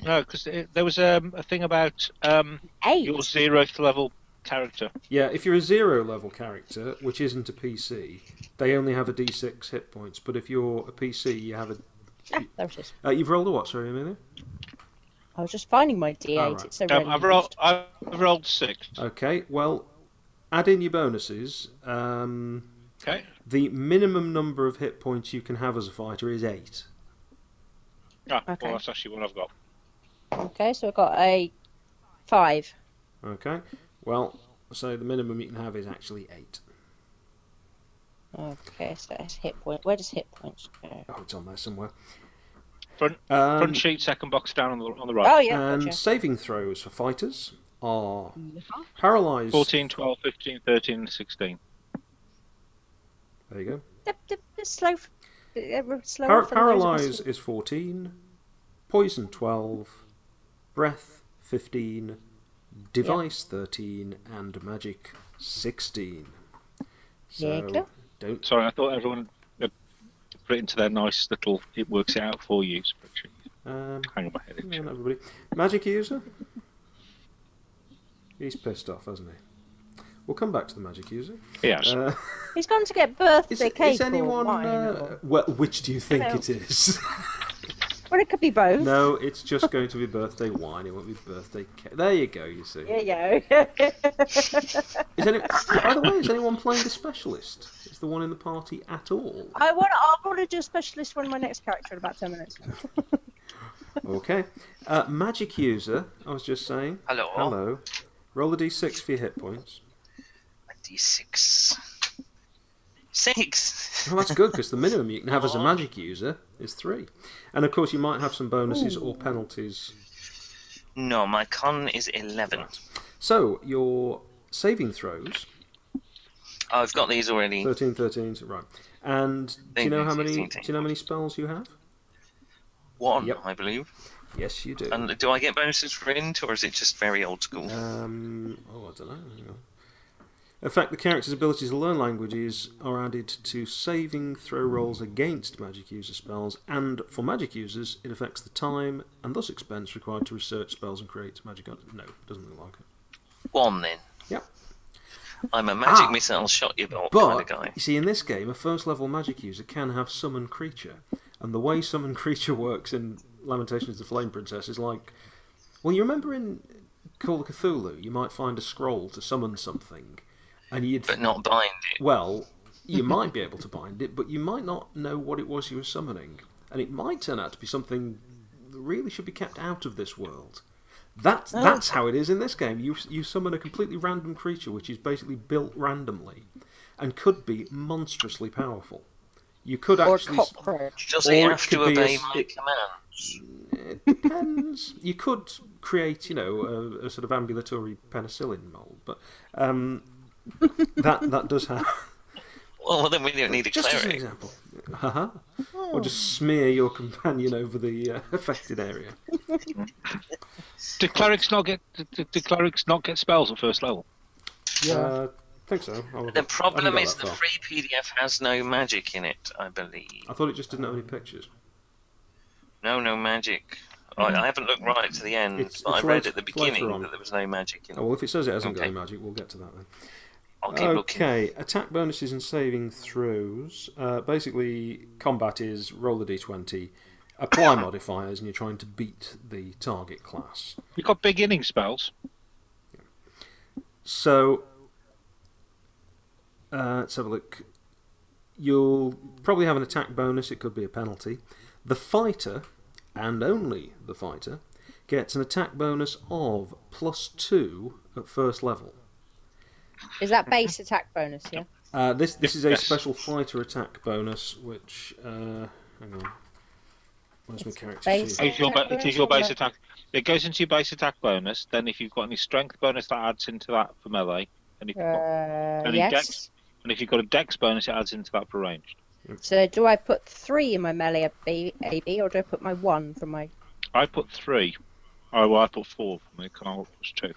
No, because there was um, a thing about um, Eight. your zeroth level character. Yeah, if you're a zero level character, which isn't a PC, they only have a D6 hit points. But if you're a PC, you have a. Ah, there it is. Uh, you've rolled a what? Sorry, Amelia. I was just finding my D8. Alright. It's so Um, I've, relevant. rolled, I've rolled six. Ah, Okay. Well, add in your bonuses. Um, Okay. the minimum number of hit points you can have as a fighter is eight. Ah, Okay. Well, that's actually what I've got. Okay, so I got a five. Okay. Well, so the minimum you can have is actually eight. Okay, so that's hit point. Where does hit points go? Oh, it's on there somewhere. Front- um, Front sheet, second box down on the, on the Oh right. yeah, And gotcha. saving throws for fighters are paralyzed. 14, 12, 15, 13, 16. There you go. Dip, dip, dip, slow, f- uh, r- slow Par- for the rest of us. paralyze is 14, poison 12, breath 15, device 13, and magic 16. Yeah, So cool. don't. Sorry, I thought everyone had put it into their nice little it works it out for you spreadsheet. Um, Hang on, my head. hang on, everybody. Magic user? He's pissed off, hasn't he? We'll come back to the magic user. Yes. Uh, He's gone to get birthday is, cake. is or anyone. wine Uh, or- well, which do you think Hello. it is? Well, it could be both. no, it's just going to be birthday wine. It won't be birthday cake. There you go, you see. Yeah, yeah. Is any, by the way, is anyone playing the specialist? Is the one in the party at all? I want. I want to do a specialist one of my next character in about ten minutes. Okay. Uh, magic user, I was just saying. Hello. Hello. Roll a d6 for your hit points. D6. Six. Well, that's good because the minimum you can have as a magic user is three. And of course, you might have some bonuses or penalties. No, my con is 11. So, your saving throws Oh, I've got these already. 13, 13, right. And do you know how many? Do you know how many spells you have? One, Yep. I believe. Yes, you do. And do I get bonuses for int, or is it just very old school? Um, oh, I don't know. Hang on. In fact, the character's ability to learn languages are added to saving throw rolls against magic user spells, and for magic users, it affects the time and thus expense required to research spells and create magic. art- No, doesn't look like it. One, then. Yep. I'm a magic Ah. missile shot you bolt kind of guy. But you see, in this game, a first level magic user can have summon creature, and the way summon creature works in Lamentations of the Flame Princess is like, well, you remember in Call of Cthulhu, you might find a scroll to summon something, and you'd But not bind it. well, you might be able to bind it, but you might not know what it was you were summoning, and it might turn out to be something that really should be kept out of this world. That's that's how it is in this game. You you summon a completely random creature which is basically built randomly, and could be monstrously powerful. You could Or actually s- cockroach. Does Or it it have could to be a obey s- my it- commands? it depends. you could create, you know, a, a sort of ambulatory penicillin mold, but um, that that does have. Well, well, then we don't need a Just as an cleric. example. Haha. Or just smear your companion over the uh, affected area. Do clerics not get do- do, do clerics not get spells at first level? Yeah. Uh, think so. I wasn't- I The haven't problem got is that the far. free PDF has no magic in it, I believe. I thought it just didn't have any pictures. No, no magic. I, I haven't looked right to the end, Hmm. It's- but it's I read later- at the it's later beginning on. that there was no magic in it. Oh well, if it says it hasn't got Okay. any magic, we'll get to that then. I'll Oh, keep looking. okay, attack bonuses and saving throws. Uh, basically, combat is roll the d20, apply modifiers, and you're trying to beat the target class. You've got beginning spells. So, uh, let's have a look. You'll probably have an attack bonus, it could be a penalty. The fighter, and only the fighter, gets an attack bonus of plus two at first level. Is that base attack bonus? Yeah. Uh, this this is a Yes. special fighter attack bonus, which uh, hang on. Where's my character Base. sheet? Attack It's your, ba- it bonus is your or base the- attack. It goes into your base attack bonus. Then, if you've got any strength bonus, that adds into that for melee. And if, you've got, Uh, and, in yes. dex, and if you've got a dex bonus, it adds into that for ranged. So do I put three in my melee AB, AB or do I put my one from my? I put three. Oh, well, I put four for me. Can I push two?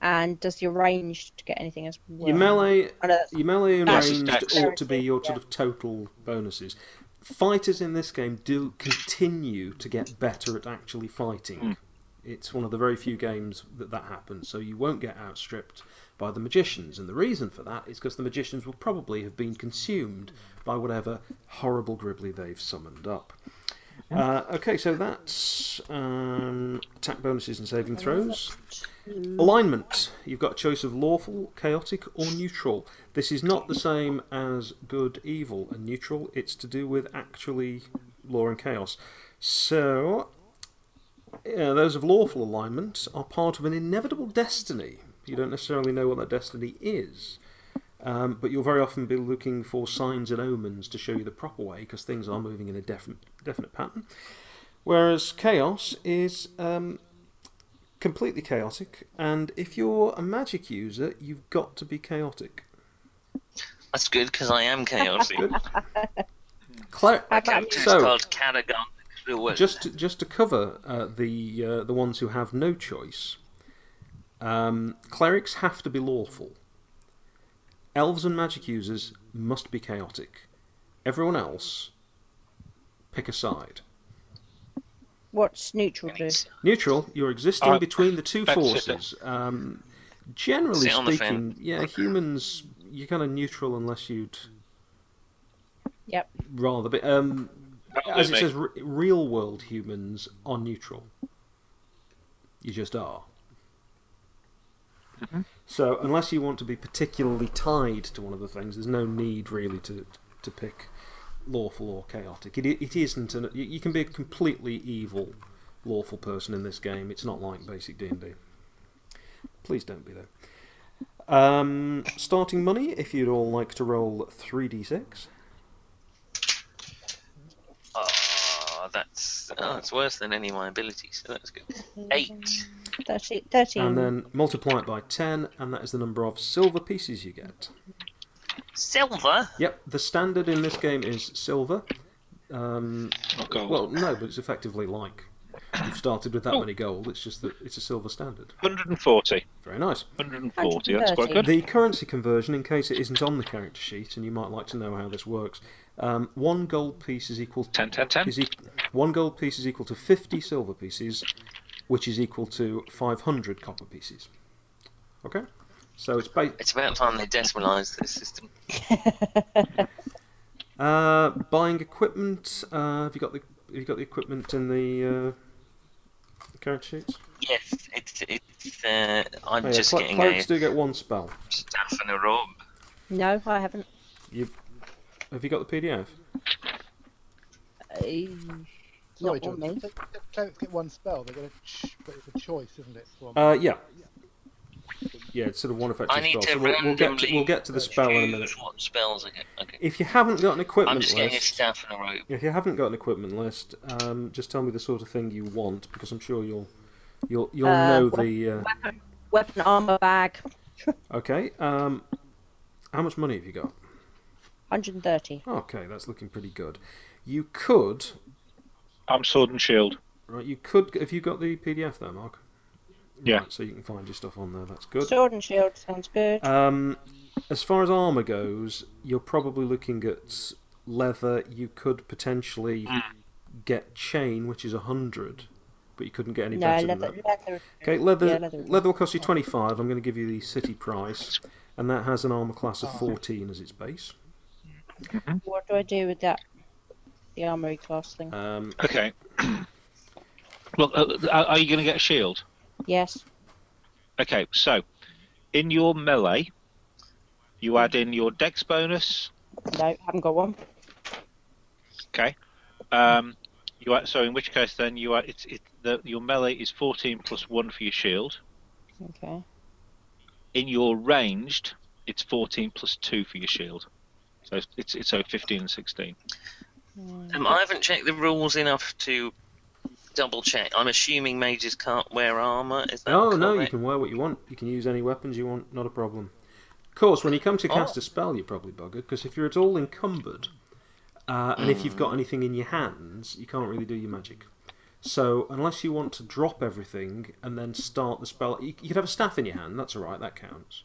And does your range get anything as well? Your melee, I know that's- your melee and That's ranged dex. ought to be your sort of total bonuses. Fighters in this game do continue to get better at actually fighting. It's one of the very few games that that happens, so you won't get outstripped by the magicians. And the reason for that is because the magicians will probably have been consumed by whatever horrible gribbly they've summoned up. Uh, okay, so that's um, attack bonuses and saving throws. Alignment. You've got a choice of lawful, chaotic, or neutral. This is not the same as good, evil, and neutral. It's to do with actually law and chaos. So, yeah, those of lawful alignment are part of an inevitable destiny. You don't necessarily know what that destiny is, um, but you'll very often be looking for signs and omens to show you the proper way because things are moving in a definite, definite pattern. Whereas chaos is um, completely chaotic, and if you're a magic user, you've got to be chaotic. That's good because I am chaotic. Good. Cler- How about Character is so, called Caragon. the Wizard. just to, just to cover uh, the uh, the ones who have no choice, um, clerics have to be lawful. Elves and magic users must be chaotic. Everyone else, pick a side. What's neutral do? Neutral, you're existing Uh, between the two that's it. forces. Um, generally Sit on the speaking, yeah, humans, you're kind of neutral unless you'd Yep. rather be. Um, That'll as do it me. says, r- real world humans are neutral. You just are. So, unless you want to be particularly tied to one of the things, there's no need really to, to pick lawful or chaotic. It, i- it isn't. An, you you can be a completely evil, lawful person in this game. It's not like basic D and D. Please don't be though. Um, starting money, if you'd all like to roll three d six. Oh, that's oh, that's worse than any of my abilities, so that's good. Eight. 13, 13. and then multiply it by 10, and that is the number of silver pieces you get. Silver? Yep, the standard in this game is silver. Um, Not gold. well, no, but it's effectively like you've started with that many gold, it's just that it's a silver standard. 140. Very nice. 140. That's quite good. The currency conversion, in case it isn't on the character sheet, and you might like to know how this works, um, one gold piece is equal to 10, 10, 10. is equ- one gold piece is equal to 50 silver pieces, which is equal to 500 copper pieces. Okay, so it's ba- It's about time they decimalised this system. Uh, buying equipment. Uh, have you got the have you got the equipment in the uh, character sheets? Yes, it's it's. Uh, I'm Oh, yeah, just cler- getting a clerics do get one spell. staff and a robe. No, I haven't. Have you got the PDF? Uh, Sorry, Not on George. me. Don't- don't Clerics get one spell. They get a, ch- but it's a choice, isn't it? From Uh, yeah. Yeah, it's sort of one effective I spell. need to So we'll, we'll get to, randomly we'll get to the spell in a minute. Choose What spells I get? Okay. If you haven't got an I'm equipment just getting a list, staff and a robe. if you haven't got an equipment list, um, just tell me the sort of thing you want because I'm sure you'll you'll you'll Uh, know what- the. Uh, Weapon, weapon armor bag, okay. Um, how much money have you got? 130. Okay, that's looking pretty good. You could I'm sword and shield. Right, you could. Have you got the PDF there, Mark? Yeah. Right, so you can find your stuff on there. That's good. Sword and shield sounds good. Um, as far as armor goes, you're probably looking at leather. You could potentially get chain, which is a hundred, but you couldn't get any no, better leather, than that. leather. Okay, leather. yeah, leather, leather. will cost you twenty-five. I'm going to give you the city price, and that has an armor class Oh. of fourteen as its base. What do I do with that? The armory class thing. Um, Okay. Look, uh, are are you going to get a shield? yes. Okay, so in your melee, you add in your dex bonus. No, haven't got one. Okay. Um, you add, so in which case then you are it's it the, your melee is 14 plus one for your shield. Okay. In your ranged, it's 14 plus 2 for your shield. So it's, it's so 15 and 16. Um, I haven't checked the rules enough to double check. I'm assuming mages can't wear armor. Is that No, no, you correct? can wear what you want. You can use any weapons you want, not a problem. Of course, when you come Oh. to cast a spell, you're probably buggered, because if you're at all encumbered, uh, and if you've got anything in your hands, you can't really do your magic. So, unless you want to drop everything and then start the spell, you, you could have a staff in your hand, that's alright, that counts.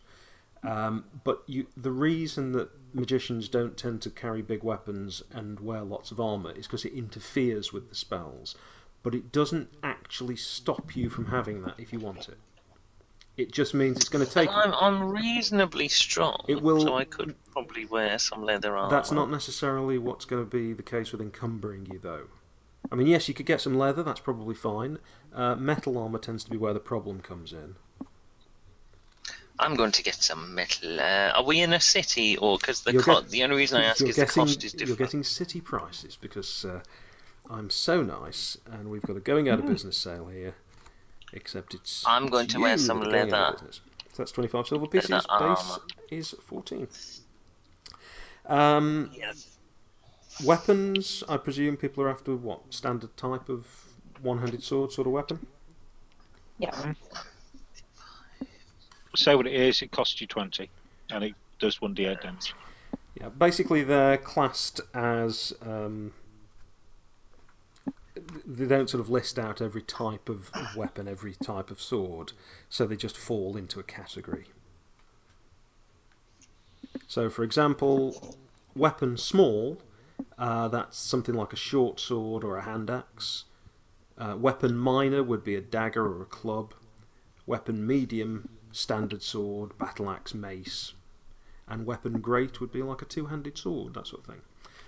Um, but you, the reason that magicians don't tend to carry big weapons and wear lots of armour is because it interferes with the spells. But it doesn't actually stop you from having that if you want it. It just means it's going to take. I'm, I'm reasonably strong, It will- so I could probably wear some leather armor. That's not necessarily what's going to be the case with encumbering you, though. I mean, yes, you could get some leather, that's probably fine. Uh, metal armour tends to be where the problem comes in. I'm going to get some metal. Uh, are we in a city, or because the You're co- get- the only reason I ask you're is the getting, cost is You're different. getting city prices because uh, I'm so nice, and we've got a going out of business sale here. Except it's. I'm going it's to wear you some that are going out of leather. business. So that's 25 silver pieces. Base armour. is 14. Um, Yes. weapons, I presume people are after what? Standard type of one handed sword sort of weapon? Yeah. Say what it is, it costs you 20, and it does 1d8 damage. Yeah, basically they're classed as um, they don't sort of list out every type of weapon, every type of sword, so they just fall into a category. So, for example, weapon small, uh, that's something like a short sword or a hand axe. Uh, weapon minor would be a dagger or a club. Weapon medium, standard sword, battle axe, mace, and weapon great would be like a two-handed sword, that sort of thing.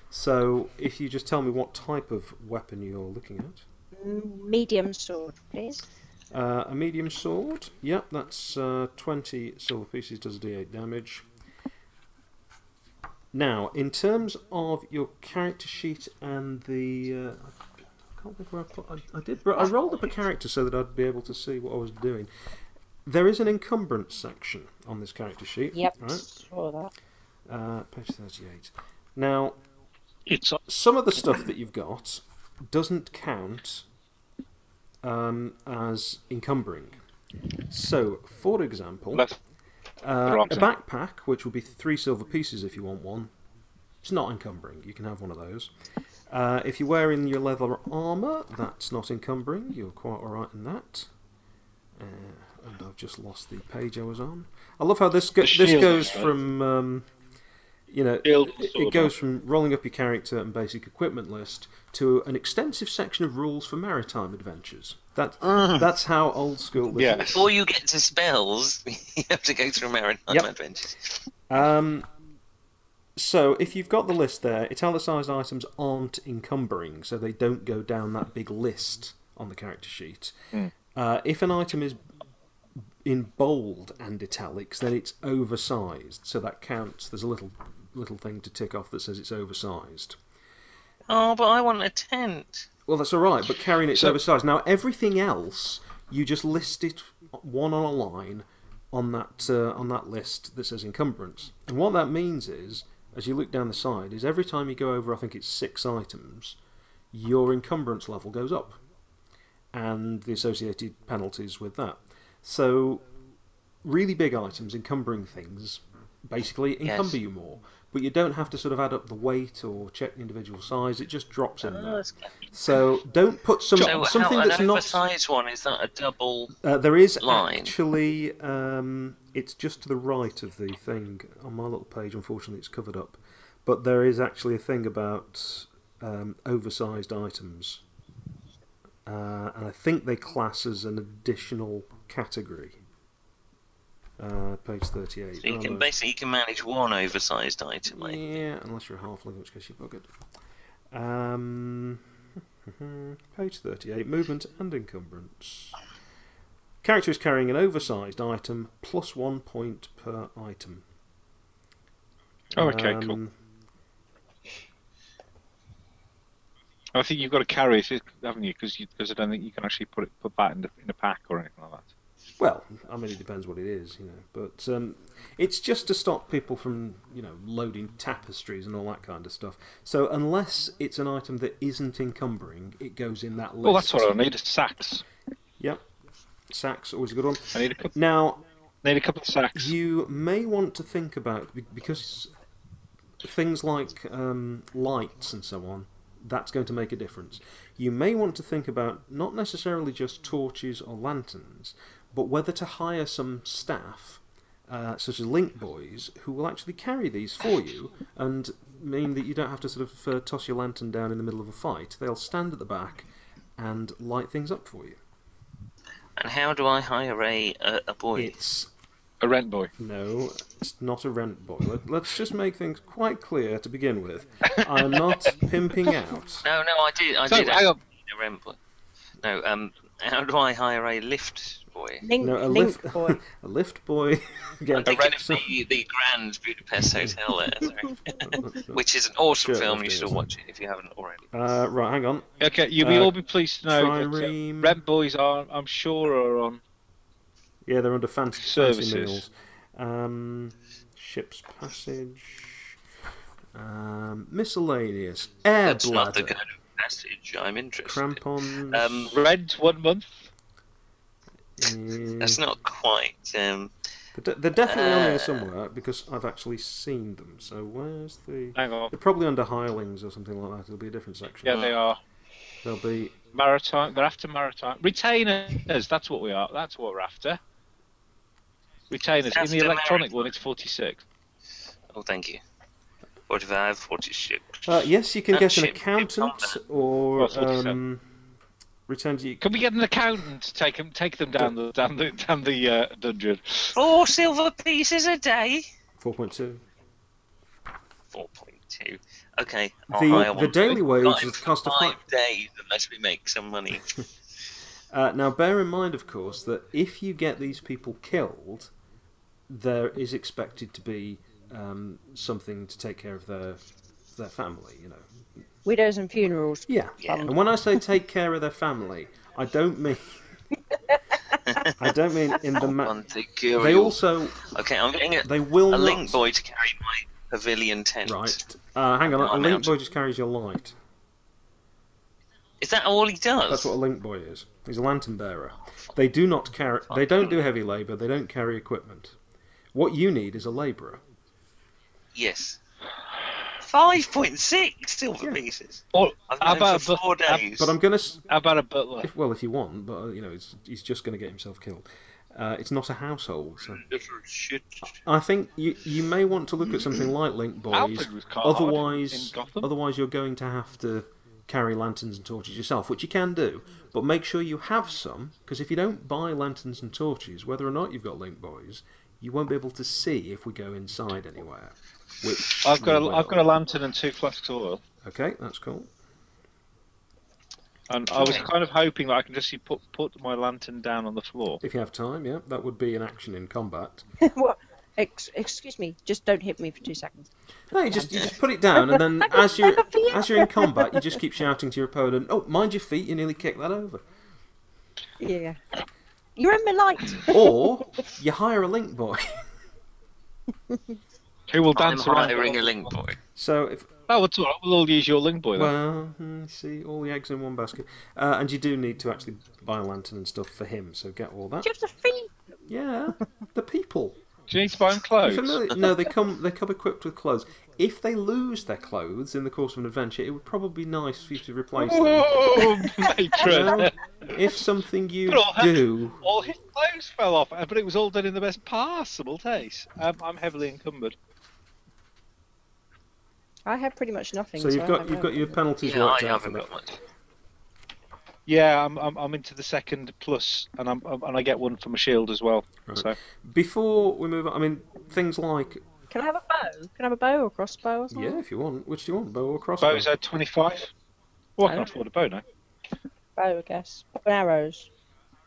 So, if you just tell me what type of weapon you're looking at, Mm, Medium sword, please. uh, a medium sword. Yep, that's uh, twenty silver pieces. Does d8 damage. Now, in terms of your character sheet and the, uh, I can't think where I put. I, I did. I rolled up a character so that I'd be able to see what I was doing. There is an encumbrance section on this character sheet. Yep. Right. Saw that. Uh, page thirty-eight. Now, It's some of the stuff that you've got doesn't count um, as encumbering. So, for example, left. uh, wrong a thing. backpack, which will be three silver pieces if you want one, it's not encumbering. You can have one of those. Uh, if you're wearing your leather armour, that's not encumbering. You're quite alright in that. Uh, and I've just lost the page I was on. I love how this go- The this shield, goes right? from um, you know Shield it, sword, it goes from rolling up your character and basic equipment list to an extensive section of rules for maritime adventures. That that's how old school this Mm. Yeah. is. Before you get to spells, you have to go through maritime Yep. adventures. Um, so if you've got the list there, italicised items aren't encumbering, so they don't go down that big list on the character sheet. Uh, if an item is in bold and italics, then it's oversized, so that counts. There's a little little thing to tick off that says it's oversized. Oh, but I want a tent. Well, that's all right, but carrying it's So- oversized. Now everything else, you just list it one on a line on that uh, on that list that says encumbrance. And what that means is, as you look down the side, is every time you go over, I think it's six items, your encumbrance level goes up, and the associated penalties with that. So, really big items encumbering things basically Yes. encumber you more. But you don't have to sort of add up the weight or check the individual size. It just drops in there. So don't put some So something how, that's an not. oversized one is that a double? Uh, there is line. actually. Um, it's just to the right of the thing on my little page. Unfortunately, it's covered up. But there is actually a thing about um, oversized items, uh, and I think they class as an additional category. Uh, page thirty-eight. So you Oh, can no. basically you can manage one oversized item. Like. Yeah, unless you're a halfling, in which case you're buggered. Um, page 38 Movement and Encumbrance. Character is carrying an oversized item, plus one point per item. Oh, okay, cool. Um, I think you've got to carry it, haven't you? Because I don't think you can actually put it put that in, the, in a pack or anything like that. Well, I mean, it depends what it is, you know. But um, it's just to stop people from, you know, loading tapestries and all that kind of stuff. So unless it's an item that isn't encumbering, it goes in that list. Well, Oh, that's what I need. A sax. Yep. Sacks always a good one. I need a couple. Now Need a couple of sacks. you may want to think about be- because things like um, lights and so on. That's going to make a difference. You may want to think about not necessarily just torches or lanterns, but whether to hire some staff, uh, such as link boys, who will actually carry these for you and mean that you don't have to sort of uh, toss your lantern down in the middle of a fight. They'll stand at the back and light things up for you. And how do I hire a a, a boy? It's A rent boy. No, it's not a rent boy. Let, let's just make things quite clear to begin with. I'm not pimping out. No, no, I did. I So, did. hang on. actually need A rent boy. No, um, how do I hire a lift boy? Link, No, a link lift, boy. a lift boy. I'm Again, thinking of so- the, the Grand Budapest Hotel there, sorry. which is an awesome Sure, film. You let's do should this. watch it if you haven't already. uh, right, hang on. Okay, you'll be Uh, all be pleased to know that uh, trireme. rent boys are, I'm sure, are on. Yeah, they're under fancy, Services. fancy meals. Um, ship's passage. Um, miscellaneous. Air That's not the bladder. kind of passage I'm interested. in. Crampons. Um, Rent one month. yeah. That's not quite. Um, But de- They're definitely on Uh, there somewhere because I've actually seen them. So where's the? Hang on. They're probably under hirelings or something like that. It'll be a different section. Yeah, they are. They'll be Maritime. They're after maritime retainers. That's what we are. That's what we're after. Retainers in After the electronic maritime. one. It's forty-six. oh, thank you. 45, 46. Uh, yes, you can And get an ship accountant combat. or That's what she said. um, return to you. Can we get an accountant to take them take them down the down the down the uh, dungeon? Four silver pieces a day. 4.2. 4.2. Okay. The- hire the one. daily We've wage got him is for cost of five fi- days unless we make some money. Uh, now, bear in mind, of course, that if you get these people killed, there is expected to be um, something to take care of their their family. You know. Widows and funerals. Yeah. Yeah. And when I say take care of their family, I don't mean I don't mean in the ma- One to cure they you. also Okay, I'm getting a, they will a not link boy to carry my pavilion tent. right. Uh, hang on, No, a I'm link out. boy just carries your light. Is that all he does? That's what a link boy is. He's a lantern bearer. They do not carry. They don't do heavy labour. They don't carry equipment. What you need is a labourer. Yes. 5.6 silver Yeah. pieces. Or I've how known about a for but- four how- days. But I'm gonna. s- how about a butler? If, well, if you want, but uh, you know, it's, he's just gonna get himself killed. Uh, it's not a household. So Shit. I think you you may want to look at something like link boys. Alfred was quite hard Otherwise, in Gotham. otherwise you're going to have to carry lanterns and torches yourself, which you can do. But make sure you have some, because if you don't buy lanterns and torches, whether or not you've got link boys, you won't be able to see if we go inside anywhere. Which I've got we a, will. I've got a lantern and two flasks of oil, Okay, that's cool. and I was kind of hoping that I can just put put my lantern down on the floor. If you have time, yeah, that would be an action in combat. what? Ex- excuse me. Just don't hit me for two seconds. No, you just you just put it down, and then as you're as you're in combat, you just keep shouting to your opponent, "Oh, mind your feet! You nearly kicked that over." Yeah. You're in my light. Or you hire a link boy. Who will I'm dance around? hiring a link boy. So if Oh, it's all right. We'll all use your link boy then. Well, mm, see, all the eggs in one basket. Uh, and you do need to actually buy a lantern and stuff for him, so get all that. Josephine. Yeah, the people. Do you need to buy him You clothes? familiar- No, they come. They come equipped with clothes. If they lose their clothes in the course of an adventure, it would probably be nice for you to replace them. Whoa, Well, matron! if something you Good old hat. do, all his clothes fell off, uh, but it was all done in the best possible taste. Um, I'm heavily encumbered. I have pretty much nothing. so you've I got don't you've know. got your penalties Yeah, I worked out for haven't that. got much. Yeah, I'm, I'm, I'm into the second plus, and I'm, I'm and I get one for my shield as well. Right. So Before we move on, I mean things like Can I have a bow? Can I have a bow or crossbow or something? yeah, if you want, which do you want, bow or crossbow? bows at 25. Well, I can Oh. afford a bow now. Bow, I guess. Bow and arrows.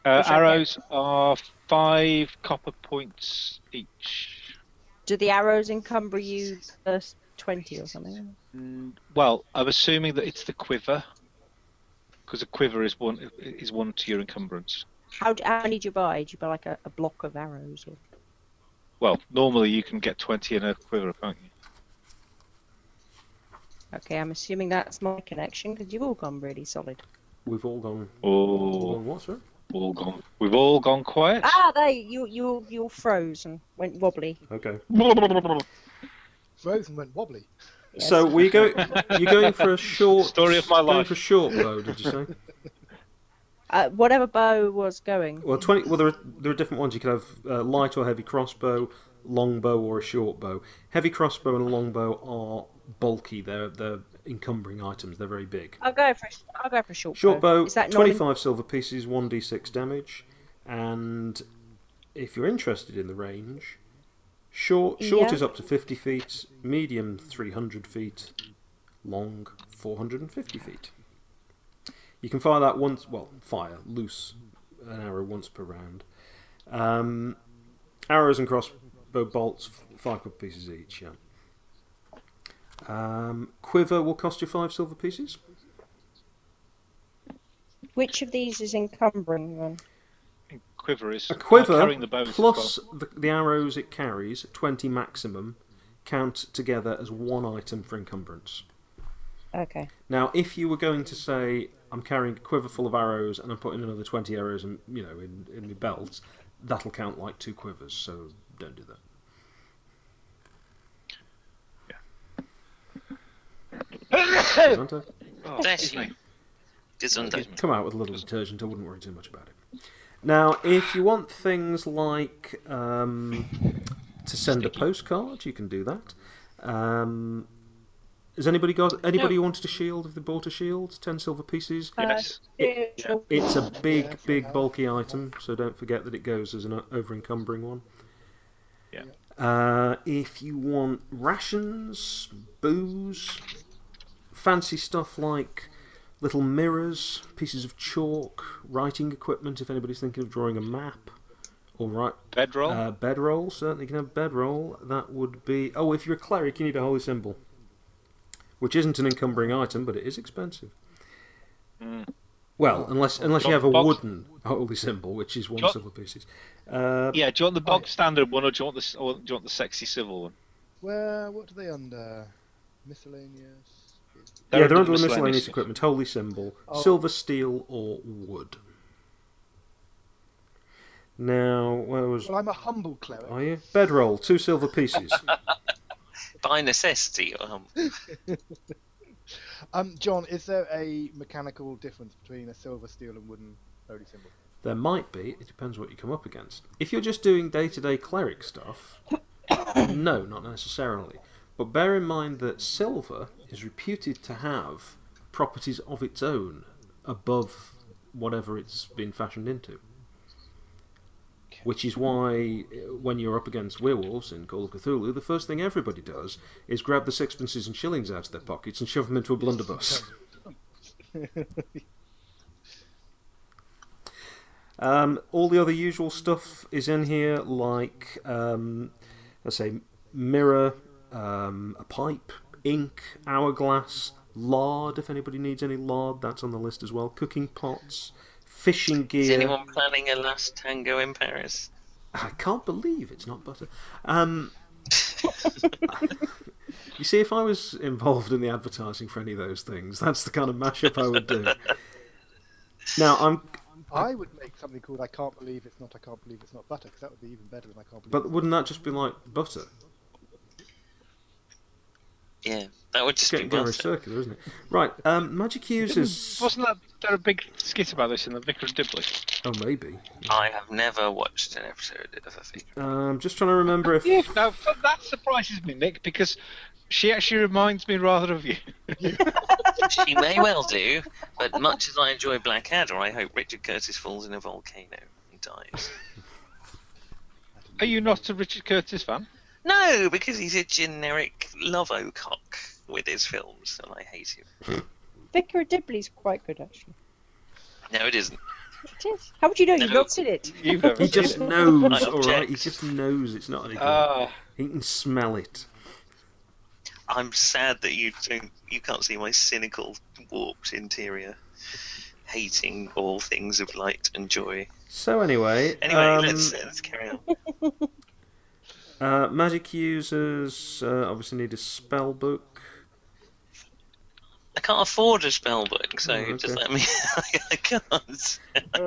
Uh, Which I get. arrows are five copper points each. Do the arrows encumber you first twenty or something? Mm, Well, I'm assuming that it's the quiver, because a quiver is one is one to your encumbrance. How, d- how many did you buy? Did you buy like a, a block of arrows? Or... Well, normally you can get 20 in a quiver, can't you? Okay, I'm assuming that's my connection because you've all gone really solid. We've all gone. All Oh, gone what, sir? all gone. We've all gone quiet. Ah, there you you you all froze and went wobbly. Okay. Frozen went wobbly. Yes. So we go. You're going for a short Story of my Going life. for short bow, did you say? Uh, whatever bow was going. Well, twenty. Well, there are there are different ones. You could have uh, light or heavy crossbow, long bow or a short bow. Heavy crossbow and a long bow are bulky. They're they're encumbering items. They're very big. I'll go for a- I'll go for a short, Short bow, Is that not in- twenty-five silver pieces, one d6 damage, and if you're interested in the range, short short Yeah. is up to fifty feet, medium three hundred feet, long four hundred and fifty feet. You can fire that once. Well, fire loose an arrow once per round. Um, arrows and crossbow bolts, f- five copper pieces each. Yeah. Um, quiver will cost you five silver pieces. Which of these is encumbering then? Quiver is A quiver carrying the bow is plus the, the arrows it carries, 20 maximum, count together as one item for encumbrance. Okay. Now, if you were going to say, I'm carrying a quiver full of arrows and I'm putting another 20 arrows in, you know, in, in my belt, that'll count like two quivers, so don't do that. well. Santa, Oh, Bless me. you. Gesundheit. Come out with a little detergent, I wouldn't worry too much about it. Now, if you want things like um, to send a postcard, you can do that. Um, has anybody got anybody who wanted a shield? If they bought a shield, ten silver pieces. Yes. Uh, It's a big, Yeah, fair big enough. bulky item, so don't forget that it goes as an over encumbering one. Yeah. Uh, if you want rations, booze, fancy stuff like little mirrors, pieces of chalk, writing equipment, if anybody's thinking of drawing a map, or write, Bedroll. uh, bedroll, certainly you can have bedroll. That would be. Oh, if you're a cleric, you need a holy symbol, which isn't an encumbering item, but it is expensive. Mm. Hmm. Well, unless unless you Bo- have a box- wooden holy symbol, which is one Bo- silver pieces. Uh, yeah, do you want the bog standard one or do you want the s- or do you want the sexy civil one? Where? What do they under? Miscellaneous. yeah, they're under the miscellaneous equipment. Holy symbol, Oh. silver, steel, or wood. Now, where was? Well, I'm a humble cleric. Are you bedroll? Two silver pieces. By necessity. Um, Um, John, is there a mechanical difference between a silver, steel, and wooden holy symbol? There might be. It depends what you come up against. If you're just doing day to day cleric stuff, no, not necessarily. But bear in mind that silver is reputed to have properties of its own above whatever it's been fashioned into. Which is why, uh, when you're up against werewolves in Call of Cthulhu, the first thing everybody does is grab the sixpences and shillings out of their pockets and shove them into a blunderbuss. Um, all the other usual stuff is in here, like um, let's say mirror, um, a pipe, ink, hourglass, lard. If anybody needs any lard, that's on the list as well. Cooking pots, fishing gear. Is anyone planning a last tango in Paris? I can't believe it's not butter. Um, you see, if I was involved in the advertising for any of those things, that's the kind of mashup I would do. Now I'm I would make something called "I can't believe it's not." I can't believe it's not butter because that would be even better than "I can't believe." But it's wouldn't that just be like butter? Yeah, that would It's just getting be very worth it. circular, isn't it? Right, um, magic users. Wasn't that there a big skit about this in the Vicar of Dibley? Oh, maybe. I have never watched an episode of a thing. Um, just trying to remember if. Yeah, now f- that surprises me, Nick, because she actually reminds me rather of you. She may well do, but much as I enjoy Blackadder, I hope Richard Curtis falls in a volcano and dies. Are you not a Richard Curtis fan? No, because he's a generic lovo cock with his films, and I hate him. Vicar of Dibley's quite good actually. No, it isn't. It is. How would you know? You've No. not seen it. You've never He seen just it. knows, I alright? He object. just knows it's not any good. Ah, he can smell it. I'm sad that you don't, you can't see my cynical, warped interior. hating all things of light and joy. So anyway, Anyway, um, let's uh, let's carry on. uh, magic users uh, obviously need a spell book. I can't afford a spell book, so Oh, does okay. that mean I can't?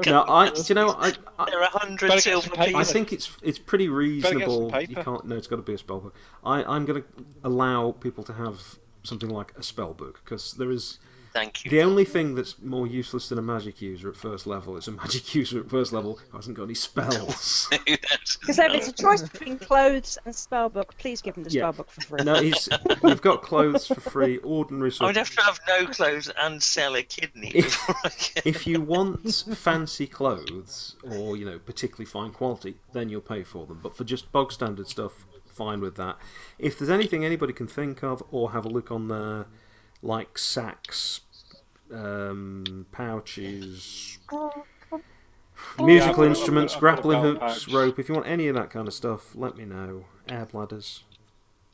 Now, I, do you know, I, I, There are a hundred Better get silver some paper. I pieces. think it's it's pretty get some reasonable. You paper. can't. No, it's got to be a spell book. I, I'm going to allow people to have something like a spell book because there is Thank you. the only thing that's more useless than a magic user at first level is a magic user at first level who hasn't got any spells. That's- Because if it's a choice between clothes and spellbook, please give him the Yeah. spellbook for free. no, he's we've got clothes for free, ordinary I sort. would have to have no clothes and sell a kidney before I get. If you want fancy clothes or you know particularly fine quality, then you'll pay for them. But for just bog standard stuff, fine with that. If there's anything anybody can think of, or have a look on there, like sacks, um, pouches, musical Oh, Yeah, I've got a- instruments, I've got a grappling belt hooks, pouch. rope. If you want any of that kind of stuff, let me know. Air bladders,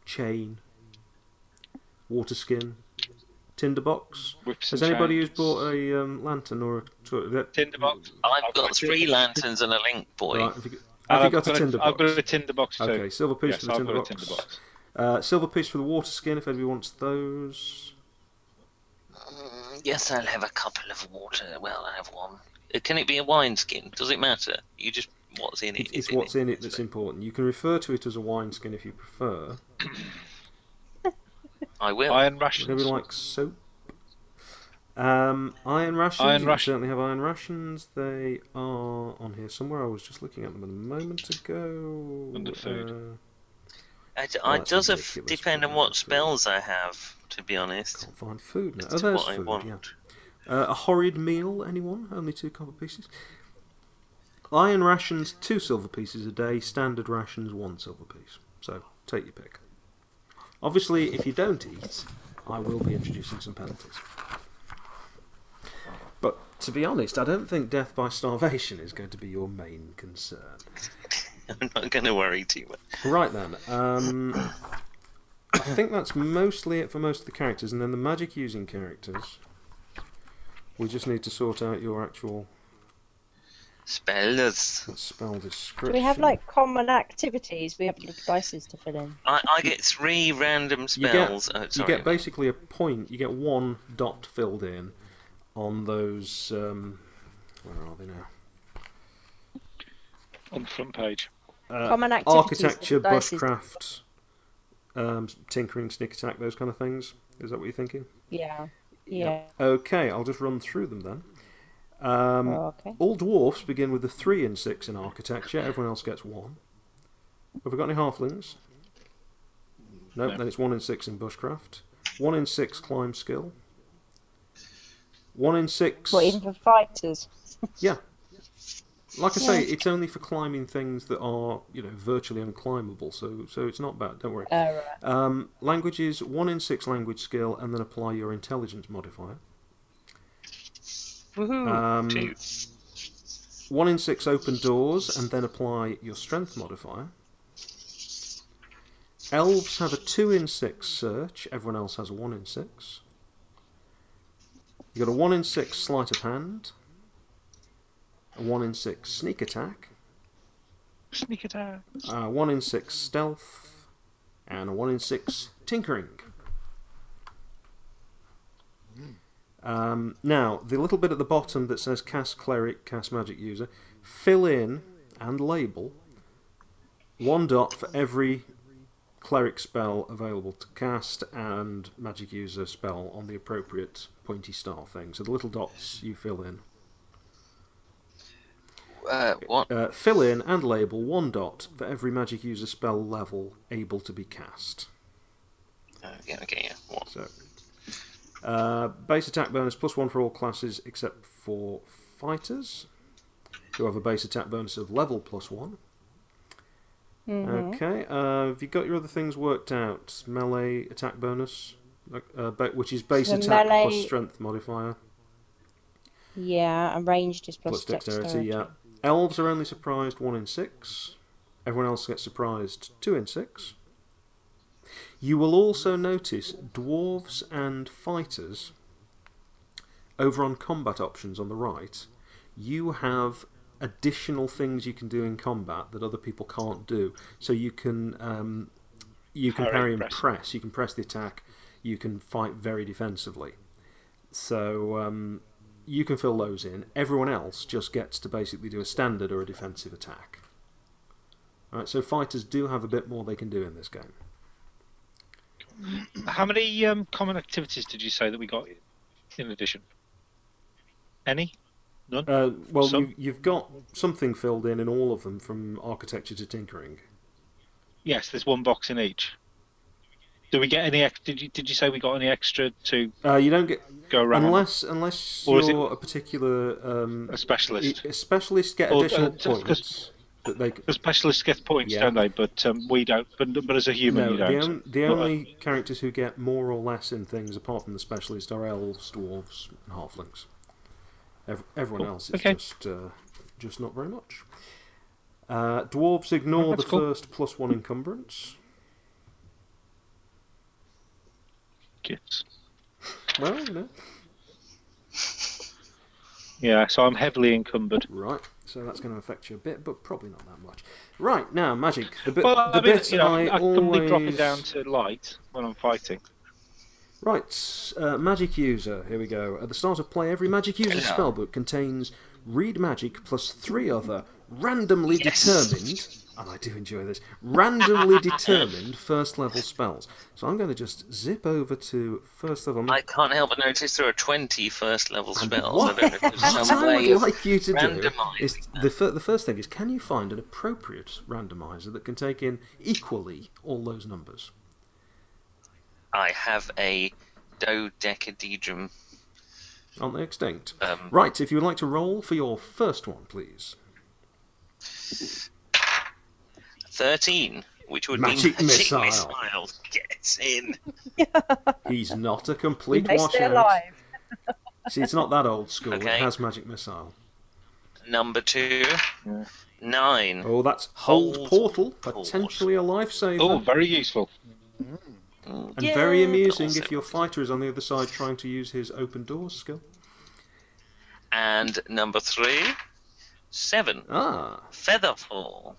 chain, water skin, tinderbox. Whips Has and anybody who's chains. bought a um, lantern or a torch? That, tinderbox? I've got three lanterns and a link boy. right, have you, And have you I've got a tinderbox? I've got a tinderbox too. okay, silver piece yes, for the I've got a tinderbox. tinderbox. Uh, silver piece for the water skin if anybody wants those. Mm, Yes, I'll have a couple of water. Well, I have one. Uh, Can it be a wineskin? Does it matter? You just what's in it. It's, it's is what's in it that's important. You can refer to it as a wineskin if you prefer. I will. Iron Maybe rations. like soap. Um, iron rations. Iron you ration- certainly have iron rations. They are on here somewhere. I was just looking at them a moment ago. Under food. Uh, It, Well, it that's does a af- ridiculous depend on one, what but- spells I have, to be honest. can't find food now. As Oh, to there's what I food. want. Yeah. Uh, a horrid meal, anyone? Only two copper pieces. Iron rations, two silver pieces a day. Standard rations, one silver piece. So take your pick. Obviously, if you don't eat, I will be introducing some penalties. But to be honest, I don't think death by starvation is going to be your main concern. I'm not going to worry too much. Right then. Um, I think that's mostly it for most of the characters, and then the magic using characters. We just need to sort out your actual Spells. spell Do description. we have like common activities? We have little devices to fill in. I, I get three random You get- spells. oh, you sorry. get basically a point. You get one dot filled in on those. Um, where are they now? On the front page. Uh, Common activities. Architecture, little dices. bushcraft, um, tinkering, sneak attack, those kind of things. Is that what you're thinking? Yeah. Yeah. Okay, I'll just run through them then. Um, Oh, okay. All dwarfs begin with a three and six in architecture. Everyone else gets one. Have we got any halflings? Nope. No. Then it's one in six in bushcraft. One in six climb skill. One in six. Well, even for fighters. Like I say, it's only for climbing things that are you know virtually unclimbable. So so it's not bad. Don't worry. Uh, right. Um, languages one in six language skill, and then apply your intelligence modifier. Um, One in six open doors, and then apply your strength modifier. Elves have a two in six search. Everyone else has a one in six. You got a one in six sleight of hand. A one in six sneak attack. Sneak it out. A one in six stealth, and a one in six tinkering. Um, now, the little bit at the bottom that says cast cleric, cast magic user, fill in and label one dot for every cleric spell available to cast and magic user spell on the appropriate pointy star thing. So the little dots you fill in. Uh, what? Uh, fill in and label one dot for every magic user spell level able to be cast. Uh, yeah, okay, yeah. What? So, uh, base attack bonus plus one for all classes except for fighters, who have a base attack bonus of level plus one. Mm-hmm. Okay, uh, have you got your other things worked out? Melee attack bonus, like, uh, ba- which is base The attack plus melee- strength modifier Yeah, and ranged is plus plus, dexterity. dexterity. Yeah, elves are only surprised one in six. Everyone else gets surprised two in six. You will also notice dwarves and fighters over on combat options on the right, you have additional things you can do in combat that other people can't do. So you can um, you can Parry, parry and press. press. You can press the attack. You can fight very defensively. So um, you can fill those in. Everyone else just gets to basically do a standard or a defensive attack. All right, so fighters do have a bit more they can do in this game. How many um, common activities did you say that we got in addition? Any? None? Uh, well, Some- you, you've got something filled in in all of them, from architecture to tinkering. yes, there's one box in each. Do we get any? Ex- did you did you say we got any extra to Uh, you don't get go around? unless unless Or is it- you're a particular um, a specialist. e- specialist get Or, uh, additional just 'cause- points that they. c- The specialists get points, Yeah. don't they? But um, we don't. But, but as a human, No, you the, don't. on, the But, uh, only characters who get more or less in things apart from the specialist are elves, dwarves, and halflings. Ev- everyone Cool. else is Okay. just uh, just not very much. Uh, dwarves ignore Oh, that's the cool. first plus one encumbrance. kids. Well, no. Yeah, so I'm heavily encumbered. Right, so that's going to affect you a bit, but probably not that much. Right now, magic. The bit, well, the I mean, bit you know, I, I, couldn't always be dropping down to light when I'm fighting. Right, uh, magic user. Here we go. At the start of play, every magic user's Yeah. spellbook contains read magic plus three other randomly Yes. determined, and I do enjoy this randomly determined first level spells. So I'm going to just zip over to first level. I can't help but notice there are 20 first level spells. what, I don't know if what there's some I way would of like you to do randomising is the, fir- the first thing is can you find an appropriate randomizer that can take in equally all those numbers? I have a dodecahedron. Aren't they extinct? Um, Right, if you would like to roll for your first one, please. 13, which would Magic be magic missile. missile. Gets in. He's not a complete They stay washout. alive. See, it's not that old school. It Okay. has magic missile. Number 2, Yeah. 9. Oh, that's hold, Hold portal, port. potentially a lifesaver, Oh, very useful. and very Yeah, amusing also- if your fighter is on the other side trying to use his open doors skill. And number 3, 7. Ah, Featherfall.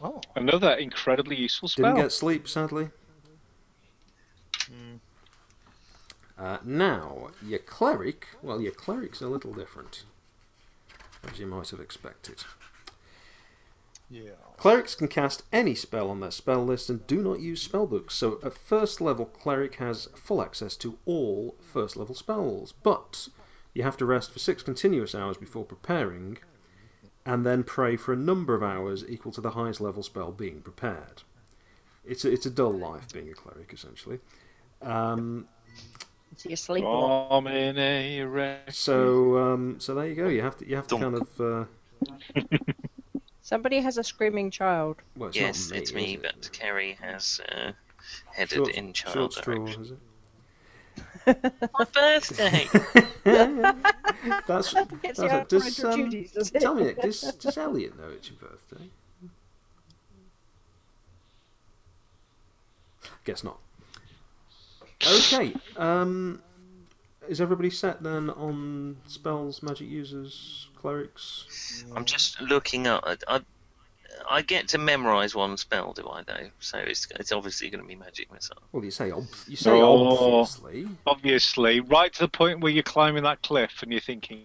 Oh, Another incredibly useful didn't spell. get sleep, sadly. Hmm. Uh, now, your cleric. Well, your cleric's a little different, as you might have expected. yeah. Clerics can cast any spell on their spell list and do not use spellbooks, so a first level cleric has full access to all first level spells, but you have to rest for six continuous hours before preparing, and then pray for a number of hours equal to the highest level spell being prepared. It's a, it's a dull life being a cleric, essentially. Um, So you sleep a Oh. lot. Domine Rex. so um, so there you go. You have to you have to kind of uh, Somebody has a screaming child. well, it's yes, not me, it's is me, it? but Kerry has uh, headed short, in short child straw, direction. is it? My birthday! That's, that's It's the it. Does, outrage of um, duties, is Tell it? me, does, does Elliot know it's your birthday? Guess not. Okay. Um, is everybody set then on spells, magic users, clerics? I'm just looking up. I, I, I get to memorize one spell, do I? Though, so it's it's obviously going to be magic missile. Well, you say ob- you say Oh. obviously. Obviously, right to the point where you're climbing that cliff and you're thinking,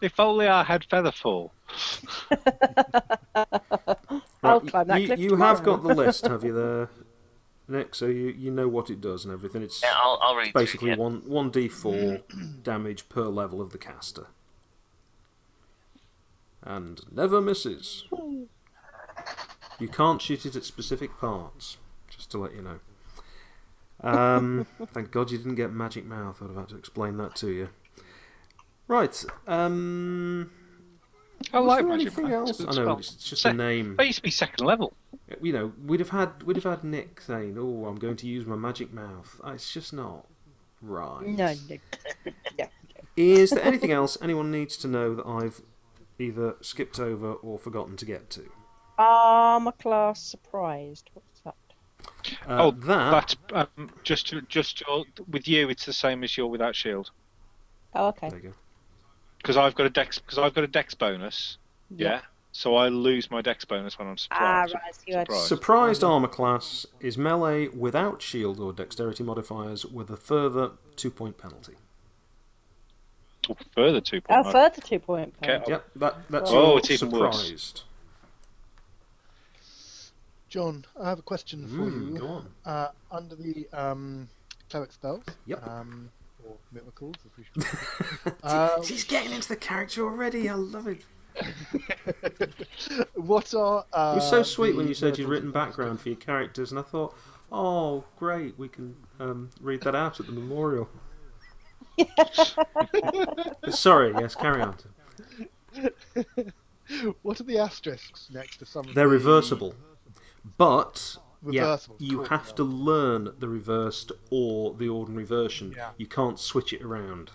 if only I had Featherfall. I'll Right, climb that you, cliff you have tomorrow. got the list, have you there, Nick? So you, you know what it does and everything. It's Yeah, I'll, I'll read. through, basically yeah. one one d four damage per level of the caster, and never misses. You can't shoot it at specific parts, just to let you know. Um, thank God you didn't get magic mouth. I'd have had to explain that to you. Right. Um, I was like there Magic anything Man. else? It's a I good know spell. it's it's just a Sec- name. They used to be second level. You know, we'd have had we'd have had Nick saying, "Oh, I'm going to use my magic mouth." Uh, It's just not right. No, no. Is there anything else anyone needs to know that I've either skipped over or forgotten to get to? Armor class surprised. What's that? Uh, oh, that that um, just to, just to, with you, it's the same as you're without shield. Oh, okay. There you go. because I've got a dex because I've got a dex bonus. Yeah. So I lose my dex bonus when I'm Ah, surprised. right. So you had Surprise. Surprised armor class is melee without shield or dexterity modifiers with a further two point penalty. Oh, further two oh, point. oh, further two point. Okay. penalty. Yep, that, that's Oh, your it's even worse. surprised. John, I have a question for Mm, you. go on. Uh, under the um, cleric spells, Yep. um, or miracles, if we should. Uh, She's getting into the character already. I love it. what are? Uh, It was so sweet when the you said you'd miracles written and spells? background for your characters, and I thought, oh, great, we can um, read that out at the memorial. But Sorry, yes, carry on. What are the asterisks next to some? of They're the- reversible, but yeah, Reversible. you cool. have to learn the reversed or the ordinary version. Yeah. You can't switch it around.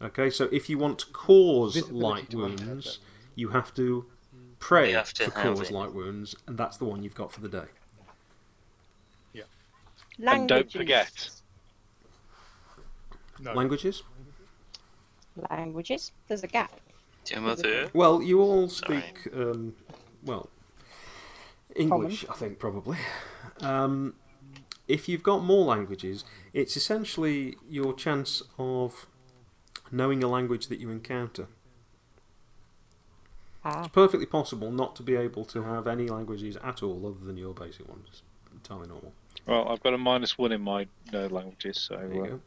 Okay, so if you want to cause Visibility light to undead, wounds, you have to pray You have to for have cause it. light wounds, and that's the one you've got for the day. And don't Languages. forget. No. Languages? Languages. There's a gap. Timothy. Well, you all Sorry. speak, um, well, English, I think, probably. Um, if you've got more languages, it's essentially your chance of knowing a language that you encounter. Ah. It's perfectly possible not to be able to have any languages at all other than your basic ones. It's entirely normal. Well, I've got a minus one in my no languages, so There you uh, go.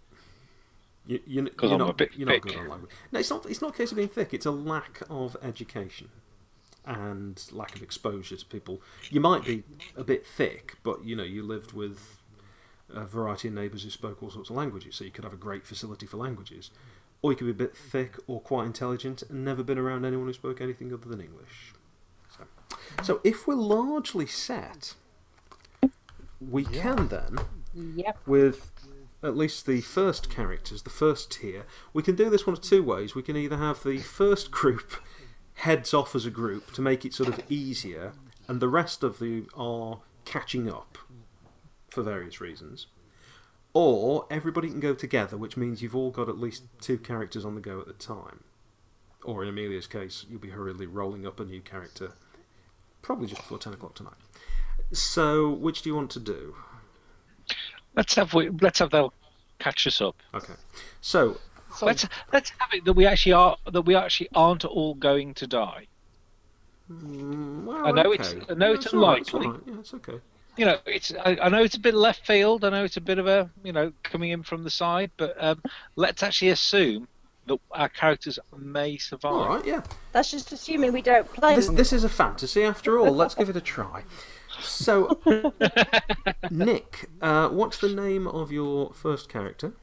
You, you, 'Cause you're I'm not, a bit you're not thick. good on language. No, it's not. It's not a case of being thick. It's a lack of education and lack of exposure to people. You might be a bit thick, but you know you lived with a variety of neighbours who spoke all sorts of languages, so you could have a great facility for languages. Or you could be a bit thick or quite intelligent and never been around anyone who spoke anything other than English. So, so if we're largely set, we can then Yep. with at least the first characters, the first tier. We can do this one of two ways. We can either have the first group heads off as a group to make it sort of easier, and the rest of them are catching up for various reasons. Or everybody can go together, which means you've all got at least two characters on the go at the time. Or in Amelia's case, you'll be hurriedly rolling up a new character, probably just before 10 o'clock tonight. So, which do you want to do? let's have we, let's have they'll catch us up. Okay. So, So, Let's let's have it that we actually are that we actually aren't all going to die. mm, well, I know okay. it's- I know No, it's all right, it's all unlikely. right. Yeah, it's okay. You know, it's I, I know it's a bit left field. I know it's a bit of a you know coming in from the side, but um, let's actually assume that our characters may survive. All right, yeah. That's just assuming we don't play. This, this is a fantasy after all. Let's give it a try. So, Nick, uh, what's the name of your first character?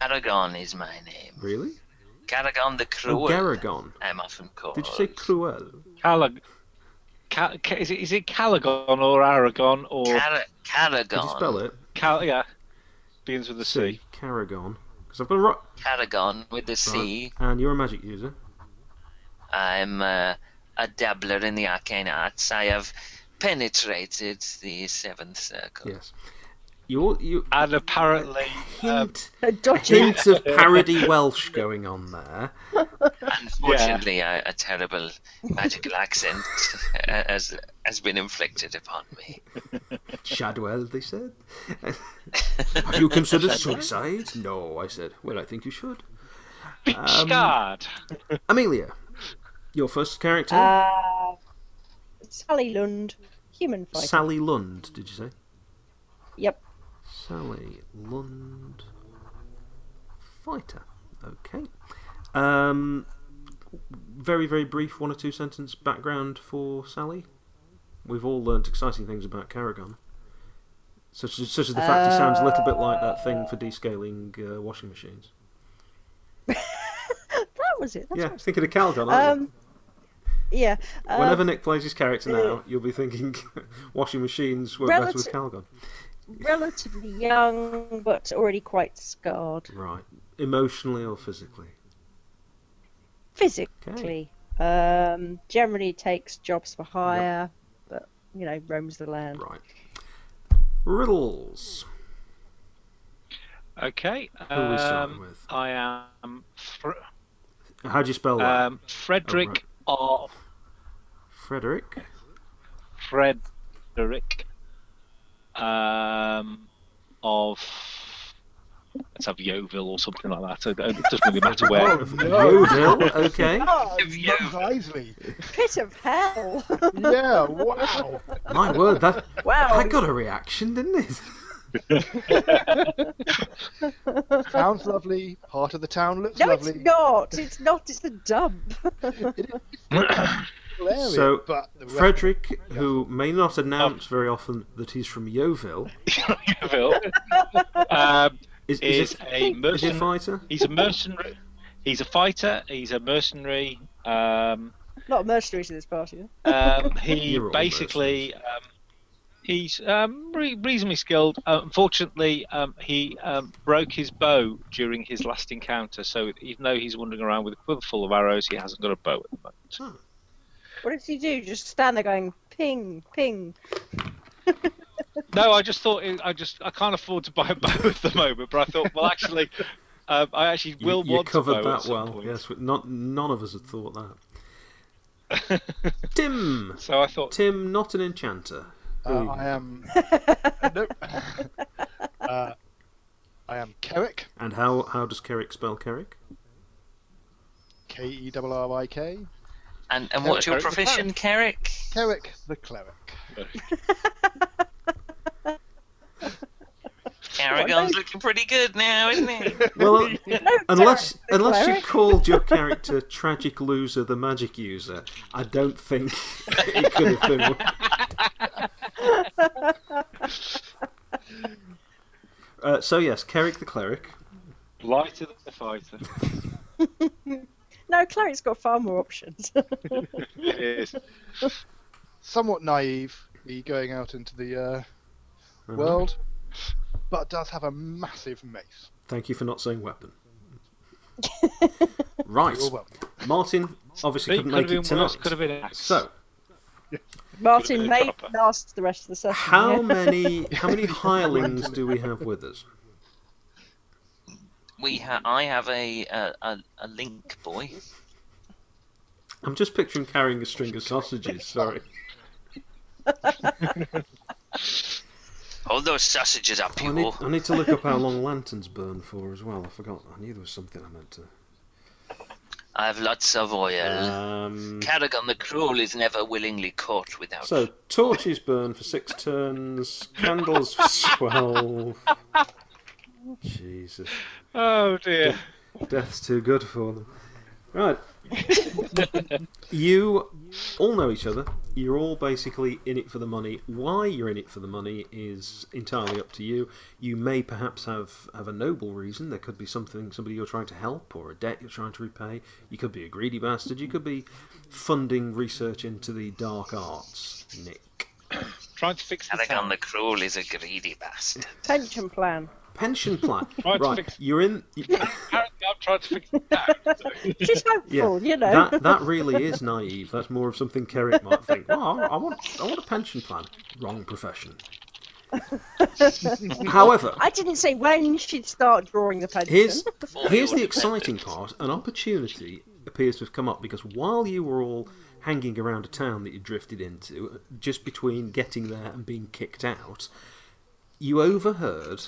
Caragon is my name. Really? Caragon the Cruel. Oh, Garagon. I'm often called. Did you say Cruel? Calag- Cal- Ca- is it is it Calagon or Aragon or Cara- Did you Caragon. spell it? Cal? Yeah, begins with a C. C. Caragon. Because I've got a right. Caragon with the C. And you're a magic user. I'm uh, a dabbler in the arcane arts. I have penetrated the seventh circle. Yes. You all, you And apparently, um, hint, A dodgy. hint of parody Welsh going on there. Unfortunately, a, a terrible magical accent has has been inflicted upon me. Shadwell, they said. Have you considered suicide? No, I said. Well, I think you should. Pishgard. Amelia, your first character, Uh, Sally Lund, human fighter. Sally Lund, did you say? Yep. Sally Lund, fighter. Okay. Um, very, very brief, one or two sentence background for Sally. We've all learnt exciting things about Carrigan. Such as, such as the fact he sounds a little bit like that thing for descaling uh, washing machines. That was it. That's yeah, right. thinking of Calgon, aren't you? Um. Yeah. Um, Whenever Nick plays his character now, you'll be thinking washing machines work better with Calgon. relatively young, but already quite scarred Right. Emotionally or physically? physically. Um, generally takes jobs for hire, but you know roams the land. Right. Riddles. Okay. Who are we starting um, with? I am Fr- How do you spell that? um, Frederick R. Frederick. Frederick um, of let's have Yeovil or something like that. It it doesn't really matter Oh, where. Yeovil. Okay. Ah, Yeah. Mum's Isley. Pit of hell. Yeah, wow. My word, that Wow. that got a reaction, didn't it? Sounds lovely. Part of the town looks No, lovely. it's not. It's not. It's the dump. Hilarious, So, but the rest- Frederick, who may not announce Um, very often that he's from Yeovil, Yeovil um, is, is, is it, a is he a mercenary. fighter? He's a mercenary. He's a fighter. He's a mercenary. Um, a lot of mercenaries in this party. huh? um, he You're all basically um, he's um, re- reasonably skilled. Uh, unfortunately, um, he um, broke his bow during his last encounter. So even though he's wandering around with a quiver full of arrows, he hasn't got a bow at the moment. What does he do? Just stand there going ping, ping. Hmm. No, I just thought it, I just I can't afford to buy a bow at the moment. But I thought, well, actually, um, I actually You- will you, want covered a bow at that some well. point. Yes, but not none of us had thought that. Tim, So I thought Tim, not an enchanter. Who Uh, are you? I am. nope. uh, I am Kerrick. And how how does Kerrick spell Kerrick? K E R R I K. And and what's your Kerrick the profession, Carrick? Kerrick the cleric. Carrigan's looking pretty good now, isn't he? Well, unless the unless you cleric. called your character tragic loser, the magic user, I don't think it could have been. Uh, so yes, Kerrick the cleric. lighter than the fighter. No, Clarence got far more options. It is. Somewhat naive, be going out into the uh, Uh-huh. world, but does have a massive mace. Thank you for not saying weapon. right, You're welcome. Martin obviously Could couldn't have make been it worse. tonight. Could have been an axe. So Martin Could've been may proper. last the rest of the session. how yeah. many how many hirelings do we have with us? We ha- I have a, a a a link boy. I'm just picturing carrying a string of sausages. Sorry. Hold those sausages up, I you need, all. I need to look up how long lanterns burn for as well. I forgot. I knew there was something I meant to. I have lots of oil. Um, Carrigan the Cruel is never willingly caught without. so torches burn for six turns. Candles for twelve. Jesus, Oh dear. death's too good for them. Right. you all know each other. You're all basically in it for the money. Why you're in it for the money is entirely up to you. You may perhaps have, have a noble reason. There could be something, somebody you're trying to help, or a debt you're trying to repay. You could be a greedy bastard. You could be funding research into the dark arts, Nick. Trying to fix the Carrigan town. the Cruel is a greedy bastard. pension plan? Pension plan. Right, right. fix- You're in. Apparently, I'm trying to fix the town. She's hopeful, you know. That that really is naive. That's more of something Kerrick might think. Oh, I want I want a pension plan. Wrong profession. However, I didn't say when she'd start drawing the pension. here's here's the exciting part. An opportunity appears to have come up because while you were all hanging around a town that you drifted into, just between getting there and being kicked out, you overheard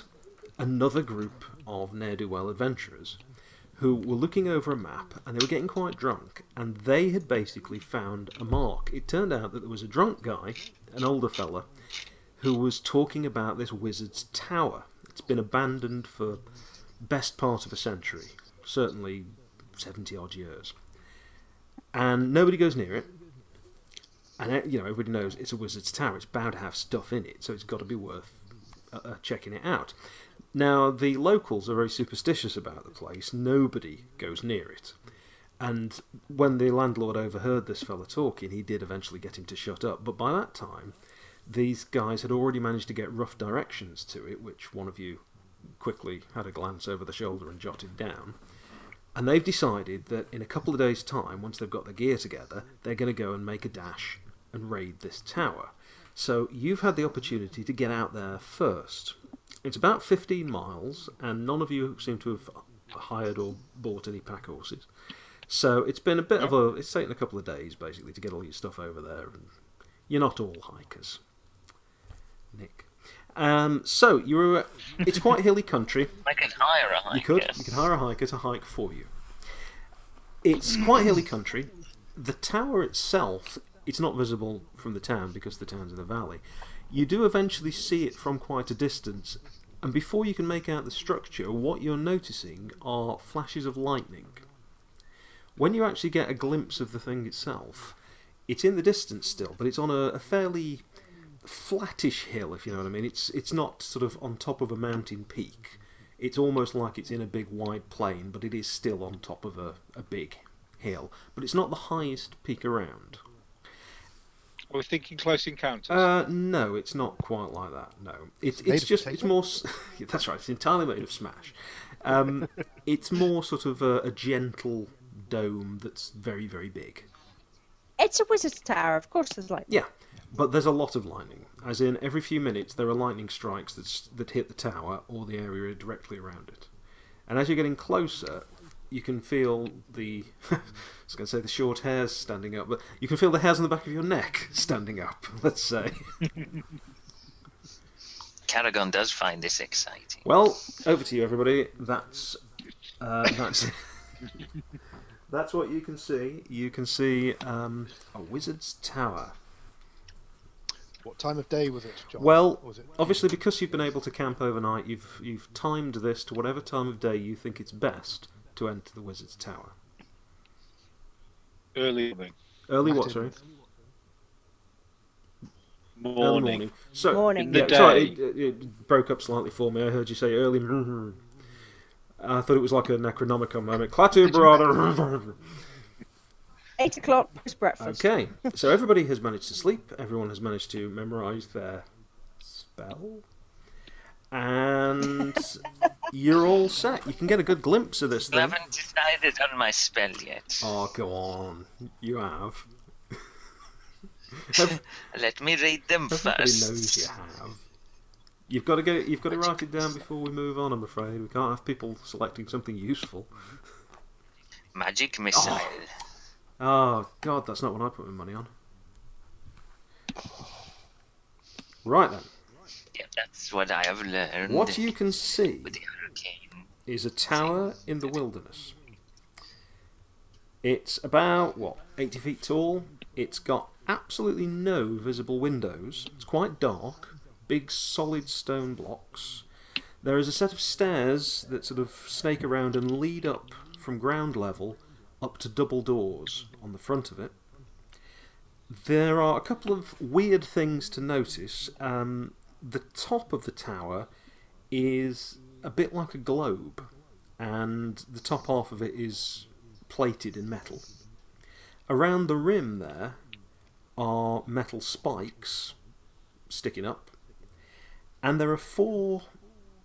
another group of ne'er do well adventurers who were looking over a map and they were getting quite drunk and they had basically found a mark. It turned out that there was a drunk guy, an older fella, who was talking about this wizard's tower. It's been abandoned for best part of a century, certainly 70 odd years. And nobody goes near it. And eh, you know everybody knows it's a wizard's tower. It's bound to have stuff in it, so it's got to be worth uh, uh, checking it out. Now, the locals are very superstitious about the place. Nobody goes near it. And when the landlord overheard this fella talking, he did eventually get him to shut up. But by that time, these guys had already managed to get rough directions to it, which one of you quickly had a glance over the shoulder and jotted down. And they've decided that in a couple of days' time, once they've got their gear together, they're going to go and make a dash and raid this tower. So you've had the opportunity to get out there first. It's about 15 miles, and none of you seem to have hired or bought any pack horses. So it's been a bit of a. It's taken a couple of days basically to get all your stuff over there, and you're not all hikers, Nick. Um, so you're. It's quite hilly country. I can hire a hiker. You could you could hire a hiker to hike for you. It's quite hilly country. The tower itself, it's not visible from the town because the town's in the valley. You do eventually see it from quite a distance, and before you can make out the structure, what you're noticing are flashes of lightning. When you actually get a glimpse of the thing itself, it's in the distance still, but it's on a, a fairly flattish hill, if you know what I mean. It's it's not sort of on top of a mountain peak. It's almost like it's in a big wide plain, but it is still on top of a, a big hill. But it's not the highest peak around. Are we thinking close encounters? Uh, no, it's not quite like that. No, it's made it's of just potato? it's more. s- yeah, that's right. It's entirely made of smash. Um, it's more sort of a, a gentle dome that's very very big. It's a wizard's tower, of course. There's like Yeah, but there's a lot of lightning. As in, every few minutes there are lightning strikes that s- that hit the tower or the area directly around it. And as you're getting closer, you can feel the I was going to say the short hairs standing up, but you can feel the hairs on the back of your neck standing up. Let's say. Caragon does find this exciting. Well, over to you, everybody. That's uh, that's that's what you can see. You can see um, a wizard's tower. What time of day was it, John? Well, Or was it? Obviously, because you've been able to camp overnight, you've you've timed this to whatever time of day you think it's best to enter the wizard's tower. Early morning. Early what, Active. sorry? Early morning. morning. So, Morning. In the yeah, day. sorry, it, it- it broke up slightly for me. I heard you say early. I thought it was like a Necronomicon moment. Klaatu, brother. eight o'clock post breakfast. Okay, so everybody has managed to sleep. Everyone has managed to memorise their spell, and you're all set. You can get a good glimpse of this I thing. haven't decided on my spell yet. Oh, go on, you have. Let me read them Everybody knows you first. have. You've got to get it. You've got to write it down before we move on. I'm afraid we can't have people selecting something useful. Magic missile. Oh God, that's not what I put my money on. Right then, Yeah, that's what I have learned. what you can see With the hurricane. is a tower in the wilderness. It's about, what, 80 feet tall. It's got absolutely no visible windows. It's quite dark, big solid stone blocks. There is a set of stairs that sort of snake around and lead up from ground level up to double doors on the front of it. There are a couple of weird things to notice. Um, the top of the tower is a bit like a globe, and the top half of it is plated in metal. Around the rim there are metal spikes sticking up, and there are four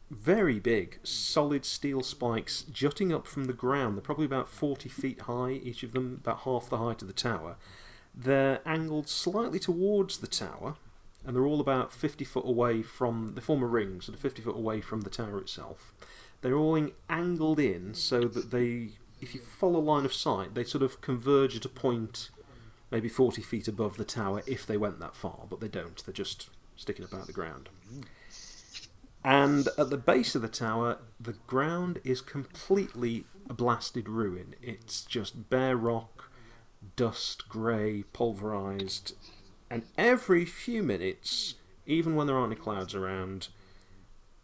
very big solid steel spikes jutting up from the ground. They're probably about 40 feet high, each of them about half the height of the tower. They're angled slightly towards the tower, and they're all about 50 foot away from the former ring, sort of 50 foot away from the tower itself. They're all in- angled in so that they, if you follow line of sight, they sort of converge at a point maybe 40 feet above the tower if they went that far, but they don't. They're just sticking about the ground. And at the base of the tower, the ground is completely a blasted ruin. It's just bare rock, dust, grey, pulverised, and every few minutes, even when there aren't any clouds around,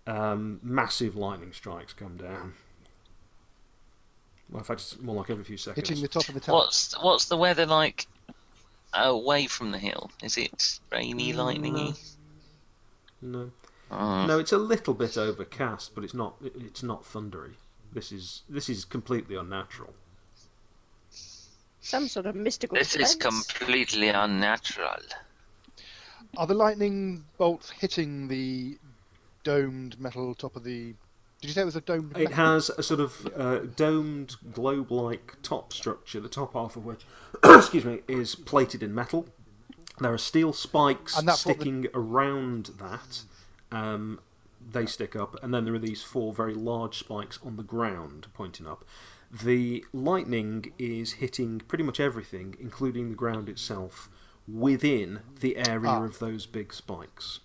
um, massive lightning strikes come down. Well, in fact, it's more like every few seconds. hitting the top of the tower. What's what's the weather like away from the hill? Is it rainy, lightningy? No, Oh, no, it's a little bit overcast, but it's not. it- It's not thundery. This is this is completely unnatural. Some sort of mystical. This is defense. completely unnatural. Are the lightning bolts hitting the domed metal top of the? Did you say it was a domed? It metal? has a sort of uh, domed globe-like top structure, the top half of which, excuse me, is plated in metal. There are steel spikes And that's what the- sticking around that, um, they stick up, and then there are these four very large spikes on the ground pointing up. The lightning is hitting pretty much everything, including the ground itself, within the area Ah. of those big spikes.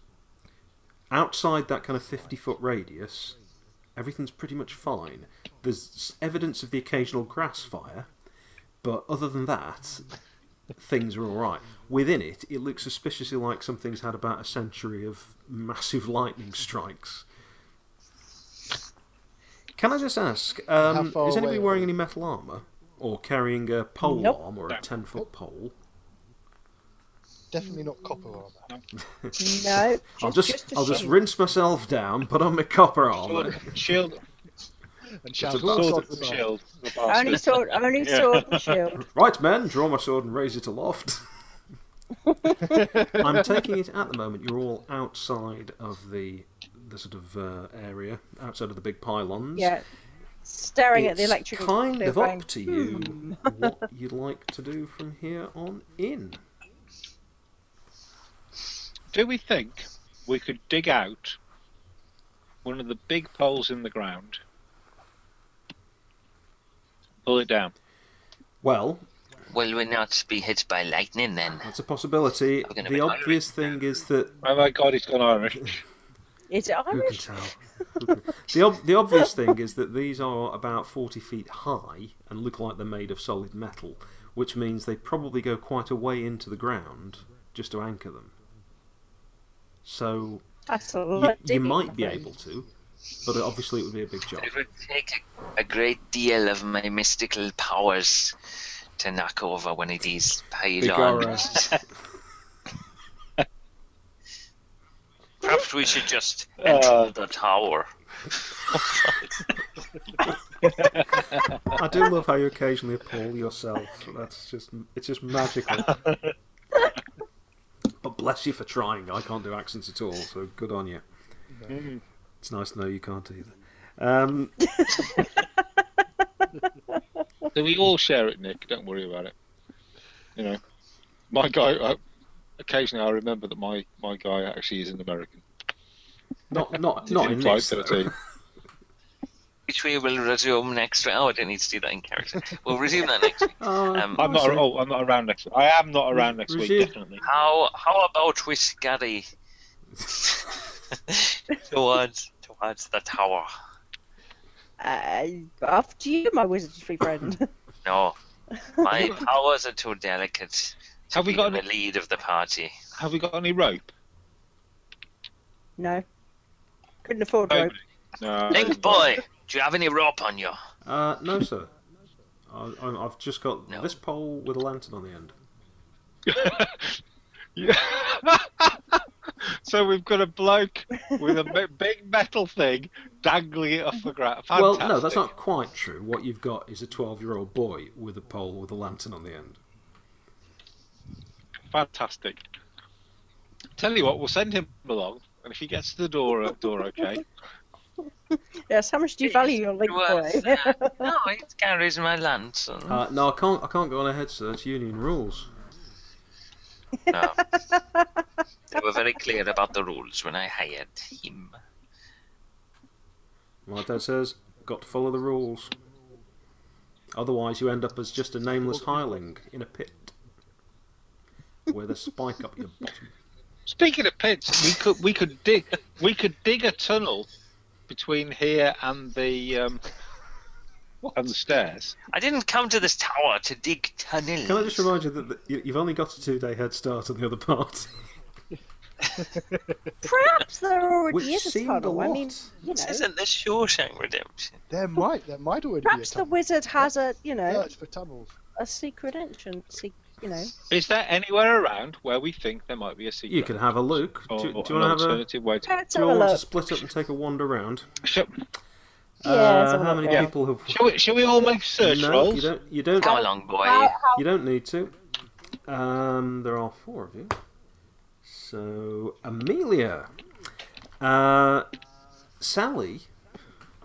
Outside that kind of 50 foot radius, everything's pretty much fine. There's s- evidence of the occasional grass fire, but other than that, things are all right. Within it, it looks suspiciously like something's had about a century of massive lightning strikes. Can I just ask, um, far is anybody away are wearing they? any metal armour? Or carrying a pole Nope. arm or a 10 foot pole? Definitely not copper armor. No, just, I'll just, a I'll just shin. rinse myself down, put on my copper armour. Sword, shield, And it's shout a all sword sorts and of stuff. shield. The Only bastard. sword, only Yeah. sword and shield. Right, men, draw my sword and raise it aloft. I'm taking it at the moment. You're all outside of the the sort of uh, area, outside of the big pylons. Yeah. Staring it's at the electric. kind clear of brain. up to you what you'd like to do from here on in. Do we think we could dig out one of the big poles in the ground, pull it down? Well, Will we not be hit by lightning then? that's a possibility. I'm gonna The be obvious thing is that Oh my god, he's gone Irish. Is it Who can Irish? tell? Who can- the, ob- the obvious thing is that these are about 40 feet high and look like they're made of solid metal, which means they probably go quite a way into the ground just to anchor them. So That's a you, lot. you might be able to, but obviously it would be a big job. It would take a, a great deal of my mystical powers to knock over one of these pylons. Perhaps we should just enter Uh. the tower. I do love how you occasionally appall yourself. That's just it's just magical. but bless you for trying. I can't do accents at all, so good on you. Mm-hmm. It's nice to know you can't either. Um, So we all share it, Nick. Don't worry about it. You know, my guy. I, occasionally, I remember that my my guy actually is an American. not not He's not in Flight this. though. 13. Which we will resume next round. Oh, I don't need to do that in character. We'll resume that next week. Oh, Um, I'm not. I see. Oh, I'm not around next. I am not around next Resume. week. Definitely. How how about we scurry towards towards the tower? Uh, after you, my wizardry friend. No, my powers are too delicate. To Have be we got in the any? lead of the party? Have we got any rope? no. Couldn't afford rope. No. Link boy, do you have any rope on you? Uh, no, sir. I, I- I've just got No. this pole with a lantern on the end. Yeah. so we've got a bloke with a me- big metal thing dangling it off the ground. Fantastic. Well, no, that's not quite true. What you've got is a twelve-year-old boy with a pole with a lantern on the end. fantastic. Tell you what, we'll send him along, and if he gets to the door, uh, door okay. Yes, how much do you value your link boy? Was, uh, no, it carries my lantern. Oh. Uh, no, I can't. I can't go on ahead, sir. It's union rules. No. they were very clear about the rules when I hired him. My dad says, got to follow the rules. Otherwise, you end up as just a nameless hireling in a pit with a spike up your bottom. Speaking of pits, we could we could dig we could dig a tunnel between here and the um, and the stairs. I didn't come to this tower to dig tunnels. Can I just remind you that that you- you've only got a two day head start on the other party? Perhaps there already Which is a seemed a tunnel. I lot. mean, you This know, isn't the Shawshank Redemption. There might, there might already perhaps be a the tunnel. wizard has a, you know, Search for tunnels. a secret entrance. se- You know, Is there anywhere around where we think there might be a secret? You could have a look. Do, or, do you or want to an have a? alternative way to. let's Do have you a all want to look. split up and take a wander round? Shall, Yeah, let's uh, have a how look many around. people have? shall, we, shall we all make search no, rolls? you don't. You don't. Come along, boy. How, how You don't need to. Um, there are four of you. So Amelia, uh, Sally,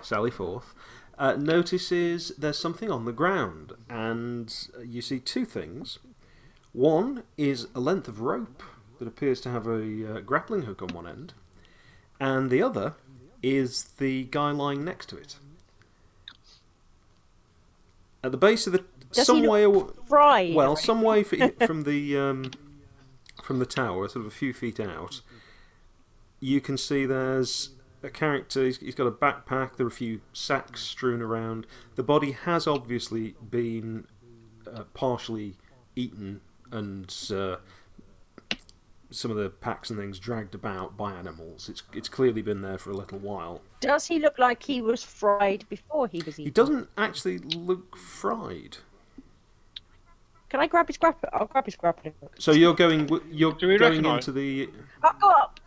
Sally Forth, uh, notices there's something on the ground, and you see two things. One is a length of rope that appears to have a uh, grappling hook on one end, and the other is the guy lying next to it. At the base of the Does some he way aw- look fried? well, some way for, from the um, from the tower, sort of a few feet out, you can see there's a character. He's, he's got a backpack. There are a few sacks strewn around. The body has obviously been uh, partially eaten, and uh, some of the packs and things dragged about by animals. It's it's clearly been there for a little while. Does he look like he was fried before he was eaten? He doesn't actually look fried. Can I grab his grappling? I'll grab his grappling. hook. So you're going w- you're Do we going recognise- into the I'll go up.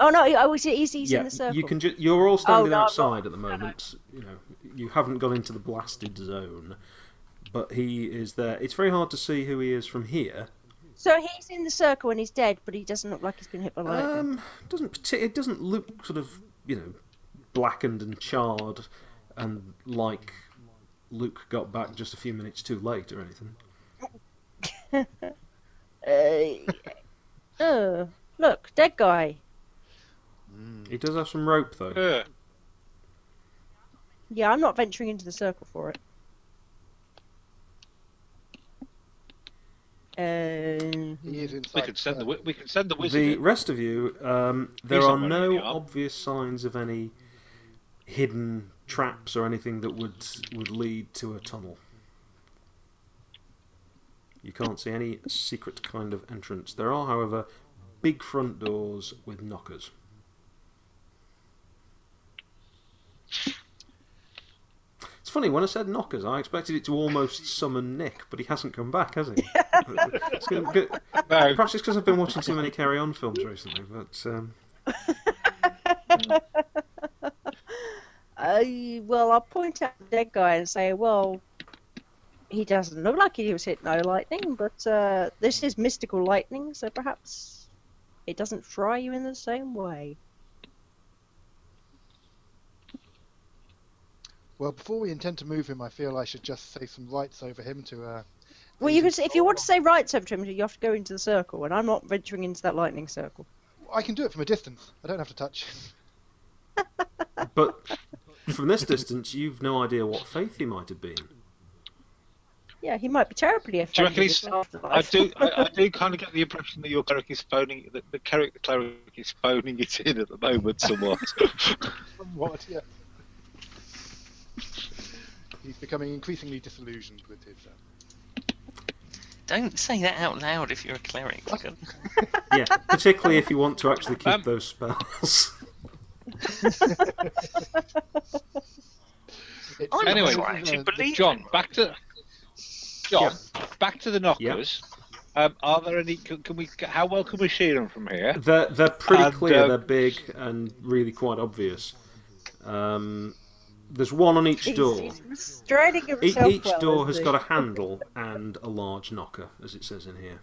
Oh no! he- Oh, he's, he's, he's in the circle. Oh, You can ju- you're all standing no, I'm not- outside at the moment. You know, you haven't gone into the blasted zone, but he is there. It's very hard to see who he is from here. So he's in the circle and he's dead, but he doesn't look like he's been hit by lightning. Um, doesn't parti- it doesn't look sort of you know blackened and charred and like Luke got back just a few minutes too late or anything. Um, Uh, oh, look, dead guy. He does have some rope though. Yeah. Yeah, I'm not venturing into the circle for it. Um, He is inside. We can send the wi- we can send the wizard. The in. rest of you, um, there He's are somewhere in no the yard. obvious signs of any hidden traps or anything that would would lead to a tunnel. You can't see any secret kind of entrance. There are, however, big front doors with knockers. It's funny when I said knockers, I expected it to almost summon Nick, but he hasn't come back, has he? It's gonna- good- No, Perhaps it's because I've been watching too many Carry On films recently, but um, I, well, I'll point out the dead guy and say, well, he doesn't look like he was hit by lightning, but uh, this is mystical lightning, so perhaps it doesn't fry you in the same way. Well, before we intend to move him, I feel I should just say some rights over him to. Uh, Well, you can, s- if you want to say right, Sir Trimmer, you have to go into the circle, and I'm not venturing into that lightning circle. I can do it from a distance. I don't have to touch. but from this distance, you've no idea what faith he might have been. Yeah, he might be terribly Do you reckon affected. he's- I do. I, I do kind of get the impression that your cleric is phoning that the cleric, the cleric is phoning it in at the moment somewhat. What? Yeah. He's becoming increasingly disillusioned with his. Uh, Don't say that out loud if you're a cleric. for God- Yeah, particularly if you want to actually keep Um, those spells. it's- I'm Anyway, not trying to uh, believe John, in back to John, back to the knockers. Um, are there any? Can, can we? How well can we see them from here? They're, they're pretty And, clear, uh, they're big, and really quite obvious. Um, there's one on each He's, door. he's restraining E- himself each well, door isn't has he? got a handle and a large knocker, as it says in here.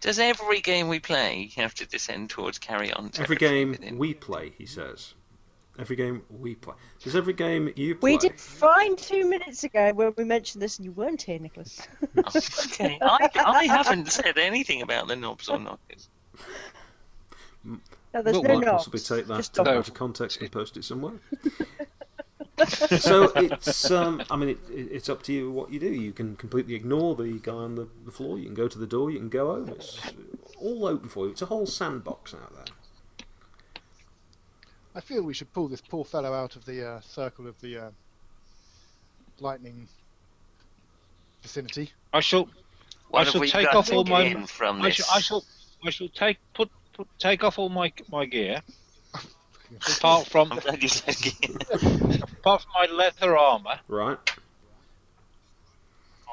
Does every game we play have to descend towards carry on? Every territory game within? we play, he says. Every game we play. Does every game you play? We did fine two minutes ago when we mentioned this, and you weren't here, Nicholas. okay, I, I haven't said anything about the knobs or knockers. No, there's Well, no might knobs. possibly take Just that knobs. out of context and post it somewhere. so it's, um, I mean, it, it, it's up to you what you do. You can completely ignore the guy on the, the floor. You can go to the door. You can go home. It's all open for you. It's a whole sandbox out there. I feel we should pull this poor fellow out of the uh, circle of the uh, lightning vicinity. I shall. What have shall we take got off all my- in from I this? shall. I shall. I shall take put, put take off all my my gear. Apart from I'm glad you said gear. apart from my leather armor, Right?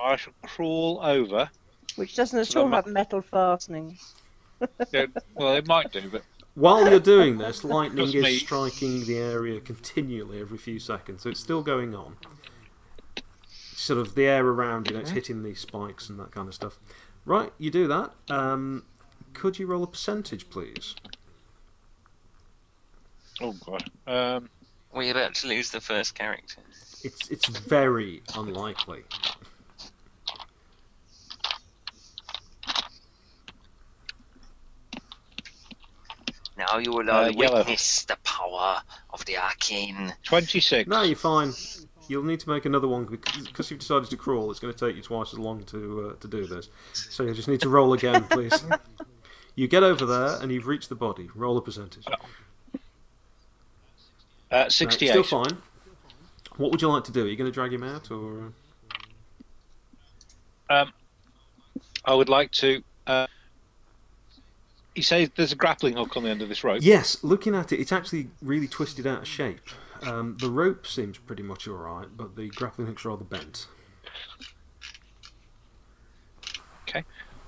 I shall crawl over. Which doesn't at So all mu- have metal fastenings. Yeah, well, it might do, but While you're doing this, lightning Just is me. striking the area continually every few seconds, so it's still going on. Sort of the air around you, know, it's hitting these spikes and that kind of stuff. Right, you do that. Um, could you roll a percentage, please? oh god. Um, We're about to lose the first character. It's it's very unlikely. No, Now you will Uh, all yellow. witness the power of the arcane. 26. No, you're fine. You'll need to make another one because you've decided to crawl. It's going to take you twice as long to uh, to do this. So you just need to roll again, please. You get over there and you've reached the body. Roll a percentage. No, Uh, 68. Still fine. What would you like to do? Are you going to drag him out or? uh, I would like to. Uh, you say there's a grappling hook on the end of this rope. Yes, looking at it, it's actually really twisted out of shape. Um, the rope seems pretty much all right, but the grappling hook's rather bent.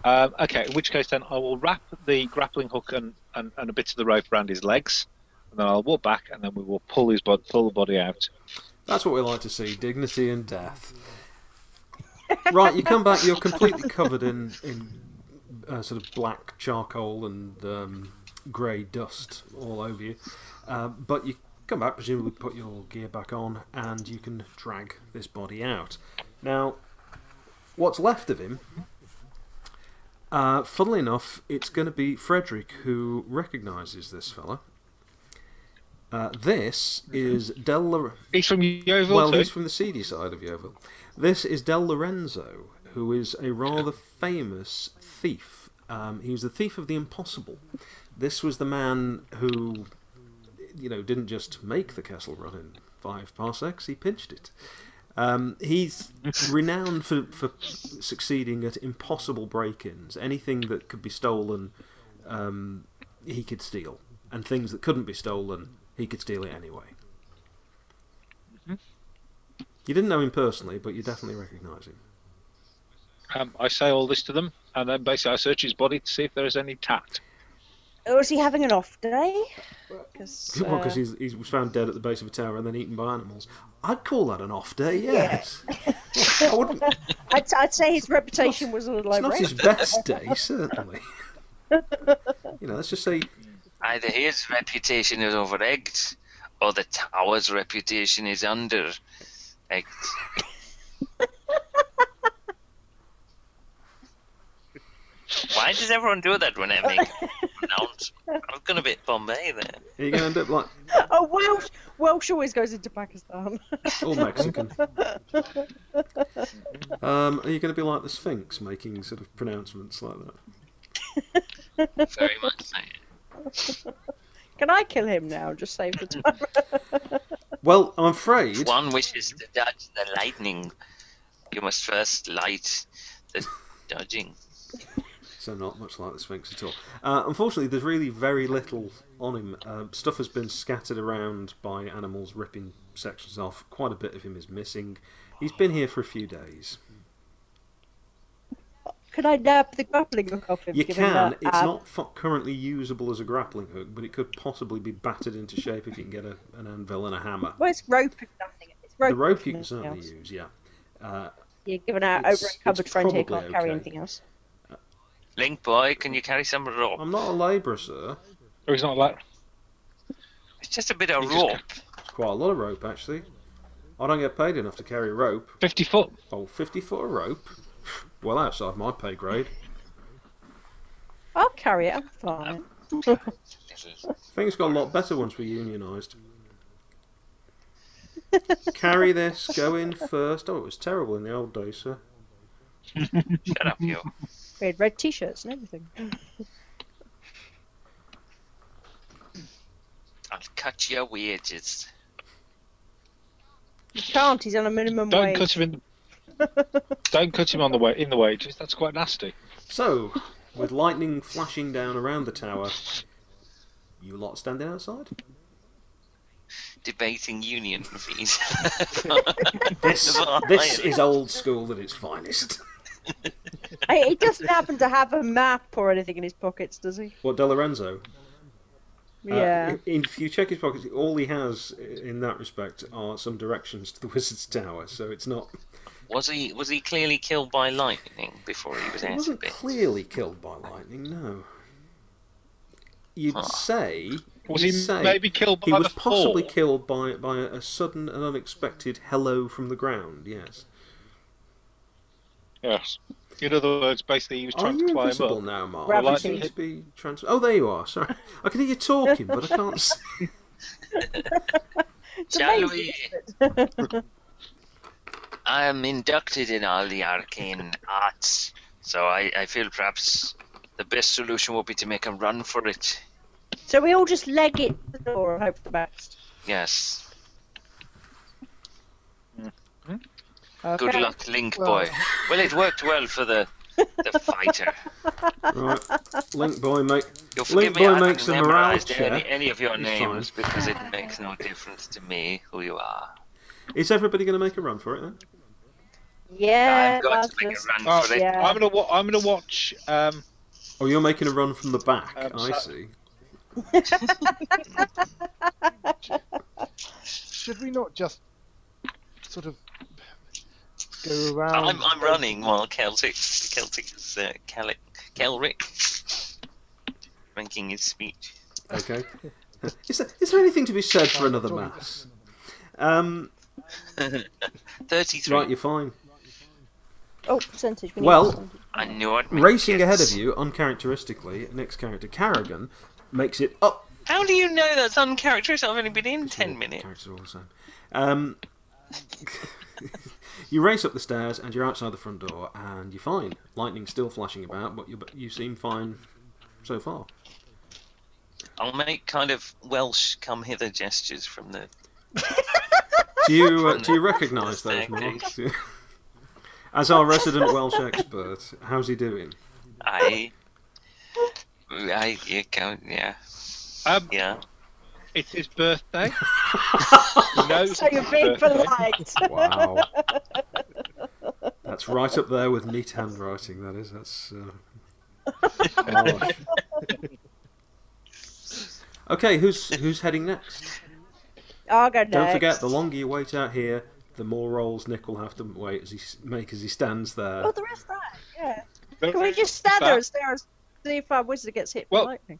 Um, okay, in which case then I will wrap the grappling hook and, and, and a bit of the rope around his legs, and then I'll walk back, and then we will pull his bod pull the body out. That's what we like to see: dignity and death. Right, you come back. You're completely covered in in uh, sort of black charcoal and um, grey dust all over you. Uh, but you come back, presumably put your gear back on, and you can drag this body out. Now, what's left of him? Uh, funnily enough, it's going to be Frederick who recognises this fella. Uh, this is Del. Lor- He's from Yeovil well, too. he's from the seedy side of Yeovil. This is Del Lorenzo, who is a rather famous thief. Um, he was the thief of the impossible. This was the man who, you know, didn't just make the castle run in five parsecs, he pinched it. Um, he's renowned for, for succeeding at impossible break ins. Anything that could be stolen, um, he could steal. And things that couldn't be stolen, he could steal it anyway. You didn't know him personally, but you definitely recognise him. Um, I say all this to them, and then basically I search his body to see if there is any tat. Or Oh, is he having an off day? Because Well, because he's, he's was found dead at the base of a tower and then eaten by animals. I'd call that an off day, yes. I wouldn't, it's uh, I'd, I'd say his reputation was a little low. not his best day, certainly. you know, let's just say Either his reputation is over eggs, or the tower's reputation is under eggs. Why does everyone do that when I make announcements? I've gone a bit Bombay there. you're going to end up like Oh, Welsh, Welsh always goes into Pakistan. all Mexican. Um, are you going to be like the Sphinx, making sort of pronouncements like that? Very much so. Can I kill him now? Just save the time. Well, I'm afraid. One wishes to dodge the lightning. You must first light the dodging. so not much like the Sphinx at all. Uh, unfortunately, there's really very little on him. Uh, stuff has been scattered around by animals ripping sections off. Quite a bit of him is missing. He's been here for a few days. Can I nab the grappling hook off him? You Give him can. a- It's a- not fu- currently usable as a grappling hook, but it could possibly be battered into shape if you can get a, an anvil and a hammer. Well, it's rope and nothing. It's rope The rope you and can certainly nothing else. use, yeah. Uh, You're given out It's- over a cupboard it's friend here, can't probably carry okay. anything else. Link boy, can you carry some rope? Um, I'm not a labourer, sir. Or he's not like It's just a bit of You just- rope. It's quite a lot of rope, actually. I don't get paid enough to carry rope. 50 foot. Oh, 50 foot of rope? Well, outside my pay grade. I'll carry it. I'm Um, fine. Things got a lot better once we unionised. Carry this, go in first. Oh, it was terrible in the old days, sir. Shut up, you. We had red t-shirts and everything. I'll cut your wages. You can't. He's on a minimum Don't wage. cut him in. don't cut him on the way in the wages. That's quite nasty. So, with lightning flashing down around the tower, you lot standing outside? Debating union fees. This, this is old school at its finest. Hey, he doesn't happen to have a map or anything in his pockets, does he? What, De Lorenzo? Uh, yeah. i- if you check his pockets, all he has i- in that respect are some directions to the Wizard's Tower, so it's not. was he was he clearly killed by lightning before he was He out of wasn't bit? clearly killed by lightning, no. You'd Huh. say Was you'd he say maybe killed by he was the possibly fall? killed by by a sudden and unexpected hello from the ground. Yes, Yes. In other words, basically, he was Are trying you to climb invisible up. now, Mark? Well, I you think- seem to be trans. Oh, there you are. Sorry, I can hear you talking, but I can't. See. It's Shall amazing, we? isn't it? I am inducted in all the arcane arts, so I, I feel perhaps the best solution would be to make a run for it. so we all just leg it to the door and hope for the best. Yes. Okay. Good luck, Link Boy. Well, it worked well for the the fighter. Right, Link Boy, mate. You'll Link forgive me, Boy I makes a haven't morale memorized check. any, any of your It's names because it makes no difference to me who you are. Is everybody going to make a run for it then? Yeah, I've got to that's make a Eh, just- run Oh, for it. yeah. I'm gonna wa- I'm gonna watch. Um, Oh, you're making a run from the back. Um, I so- see. Should we not just sort of go around? Um, I'm, I'm running while Celtic Celtic is uh, Calic, Kelric making his speech. Okay. is, there, is there anything to be said for another mass? Um, Thirty-three. right, you're fine. Oh, percentage. we need Well, percentage. I knew I'd make Racing it. ahead of you, uncharacteristically, next character Carrigan makes it up How do you know that's uncharacteristic? I've only been in ten minutes. Characters are all the same. Um, you race up the stairs and you're outside the front door and you're fine. Lightning's still flashing about, but you but you seem fine so far. I'll make kind of Welsh come hither gestures from the. Do you uh, do you recognise those marks? As our resident Welsh expert, how's he doing? I. I. You can't. Yeah. um, Yeah. it's his birthday. no, So you're being polite. Wow, that's right up there with neat handwriting. That is. That's. Uh... harsh. Okay, who's who's heading next? I'll go next. Don't forget, the longer you wait out here, the more rolls Nick will have to wait as he s- make as he stands there. Oh, there is that. Yeah. Can we just stand there and stare and see if our wizard gets hit Well- by lightning?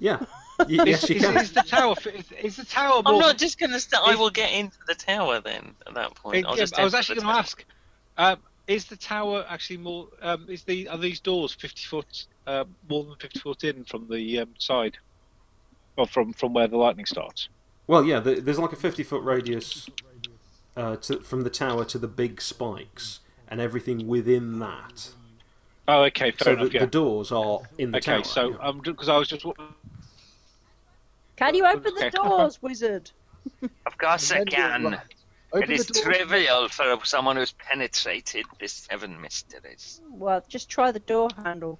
Yeah, Y- yes, Is, you is, can. is the tower? Is, is the tower? I'm more- not just going to st I will get into the tower then. At that point, I'll Yeah, just I was enter actually the going to tower. ask: um, Is the tower actually more? Um, is the are these doors fifty foot uh, more than fifty foot in from the um, side, or from from where the lightning starts? Well, yeah, the, there's like a 50 foot radius uh, to, from the tower to the big spikes and everything within that. Oh, okay, fair so enough. the, yeah. the doors are in the okay, tower. so yeah. um, because I was just Can you open the Okay. doors, wizard? Of course I And then we'll can. run. Open It is the door. trivial for someone who's penetrated the seven mysteries. Well, just try the door handle.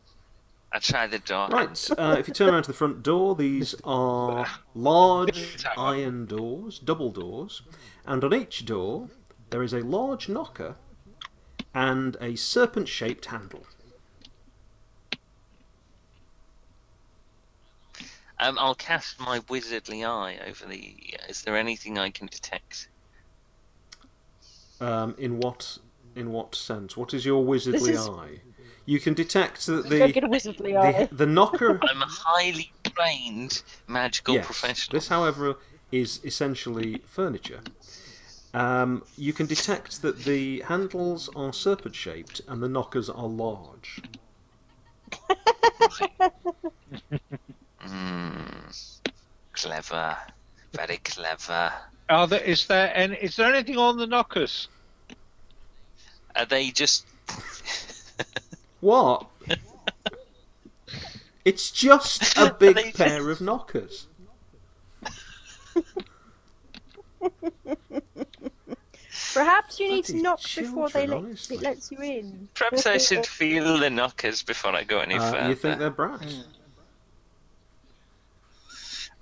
I try the door. Right, s- uh, if you turn around to the front door, these are large iron doors, double doors, and on each door there is a large knocker and a serpent shaped handle. Um, I'll cast my wizardly eye over the. uh, Is there anything I can detect? Um, in what in what sense? What is your wizardly is- eye? You can detect that Don't get the a wizardly the, eye. the knocker. I'm a highly trained magical yes, professional. this, however, is essentially furniture. Um, you can detect that the handles are serpent shaped and the knockers are large. Hmm. Clever. Very clever. are there is there and is there anything on the knockers? Are they just. What? it's just a big They just- pair of knockers. Perhaps you need to bloody knock before they children, let, honestly. it lets you in. Perhaps I should feel the knockers before I go any Uh, further. you think they're Hmm. brass?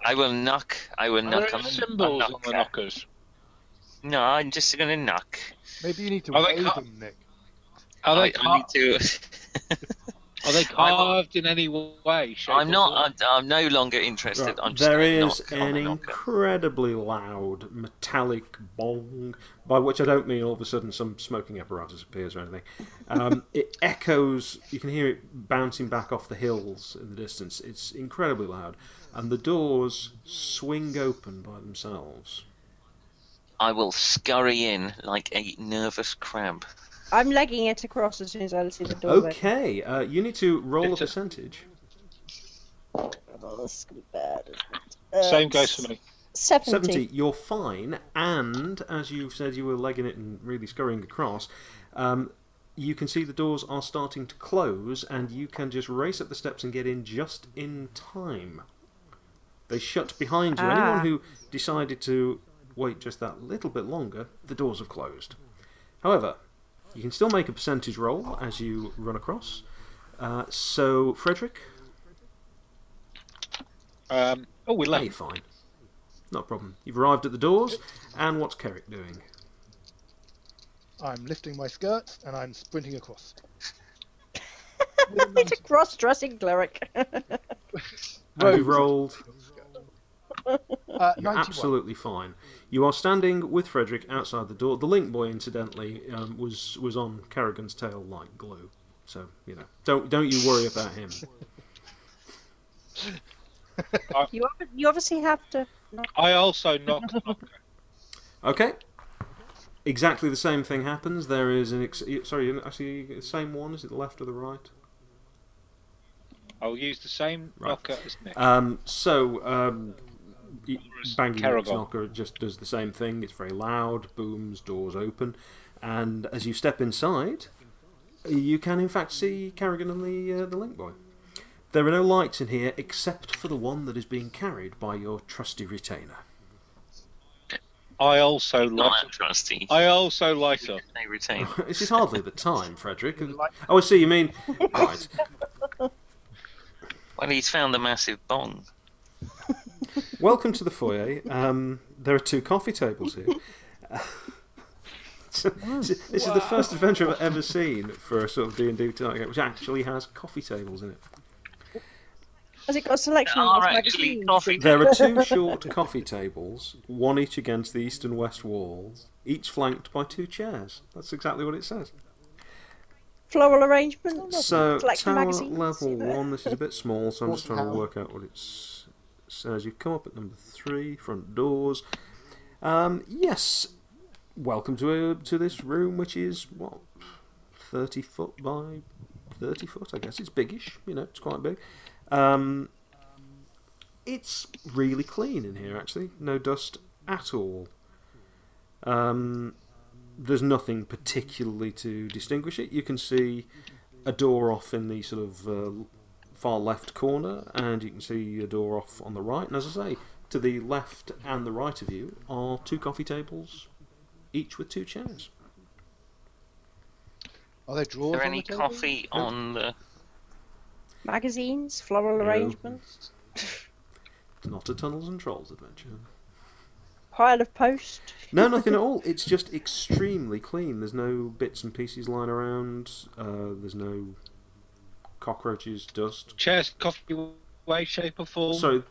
I will knock. I will Are knock there on any the, symbols on the knocker. knockers? No, I'm just going to knock. Maybe you need to Oh, they wave can't- them, Nick. Are I, they I car- need to. are they I'm- carved in any way? shape, I'm or not. form? I'm, I'm no longer interested. I'm Right. just There gonna is knock on an the knocker. incredibly loud metallic bong, by which I don't mean all of a sudden some smoking apparatus appears or anything. Um, it echoes, you can hear it bouncing back off the hills in the distance. It's incredibly loud. And the doors swing open by themselves. I will scurry in like a nervous crab. I'm legging it across as soon as I see the door. Okay. Okay, uh, you need to roll a It's a- percentage. Oh, this is gonna be bad. isn't it? Uh, Same goes for me. 70. 70, you're fine, and as you've said, you were legging it and really scurrying across. Um, you can see the doors are starting to close, and you can just race up the steps and get in just in time. They shut behind you. Ah. Anyone who decided to wait just that little bit longer, the doors have closed. However, you can still make a percentage roll as you run across. Uh, so, Frederick, Um, oh, hey, 11. fine. Not a problem. You've arrived at the doors, and what's Kerrick doing? I'm lifting my skirts and I'm sprinting across. it's a cross-dressing cleric. And you rolled. Uh, You're 91. absolutely fine. You are standing with Frederick outside the door. The link boy, incidentally, um, was was on Carrigan's tail like glue. So you know, don't don't you worry about him. you, ob- you obviously have to. I also knocked. knocked- Okay. Exactly the same thing happens. There is an ex- sorry, actually, the same one. Is it the left or the right? I'll use the same Right. knocker as Nick. Um, so um, y- banging Kerrigan. Nick's knocker just does the same thing. It's very loud. Booms. Doors open. And as you step inside, you can in fact see Carrigan and the uh, the link boy. There are no lights in here except for the one that is being carried by your trusty retainer. I also light Not up. trusty. I also light up. They retain. this is hardly the time, Frederick. Light- Oh, I see. You mean right? Well, he's found the massive bong. Welcome to the foyer. Um, there are two coffee tables here. So, this is- this is the first adventure I've ever seen for a sort of D and D game which actually has coffee tables in it. Has it got a selection There of are actually magazines? coffee. There are two short coffee tables, one each against the east and west walls, each flanked by two chairs. That's exactly what it says. Floral arrangements? So Select the tower magazines, level you know. one. This is a bit small, so I'm just Water trying to tower. work out what it s- says. You've come up at number three, front doors. Um, yes, welcome to uh, to this room, which is what thirty foot by thirty foot. I guess it's biggish. You know, it's quite big. Um, it's really clean in here, actually. No dust at all. Um, there's nothing particularly to distinguish it. You can see a door off in the sort of uh, far left corner, and you can see a door off on the right. And as I say, to the left and the right of you are two coffee tables, each with two chairs. Are there Are drawers? there on the any table? coffee on the? Magazines? Floral No. arrangements? It's not a Tunnels and Trolls adventure. Pile of post? No, nothing at all. It's just extremely clean. There's no bits and pieces lying around. Uh, there's no cockroaches, dust. Chairs, coffee, way, shape, or form. So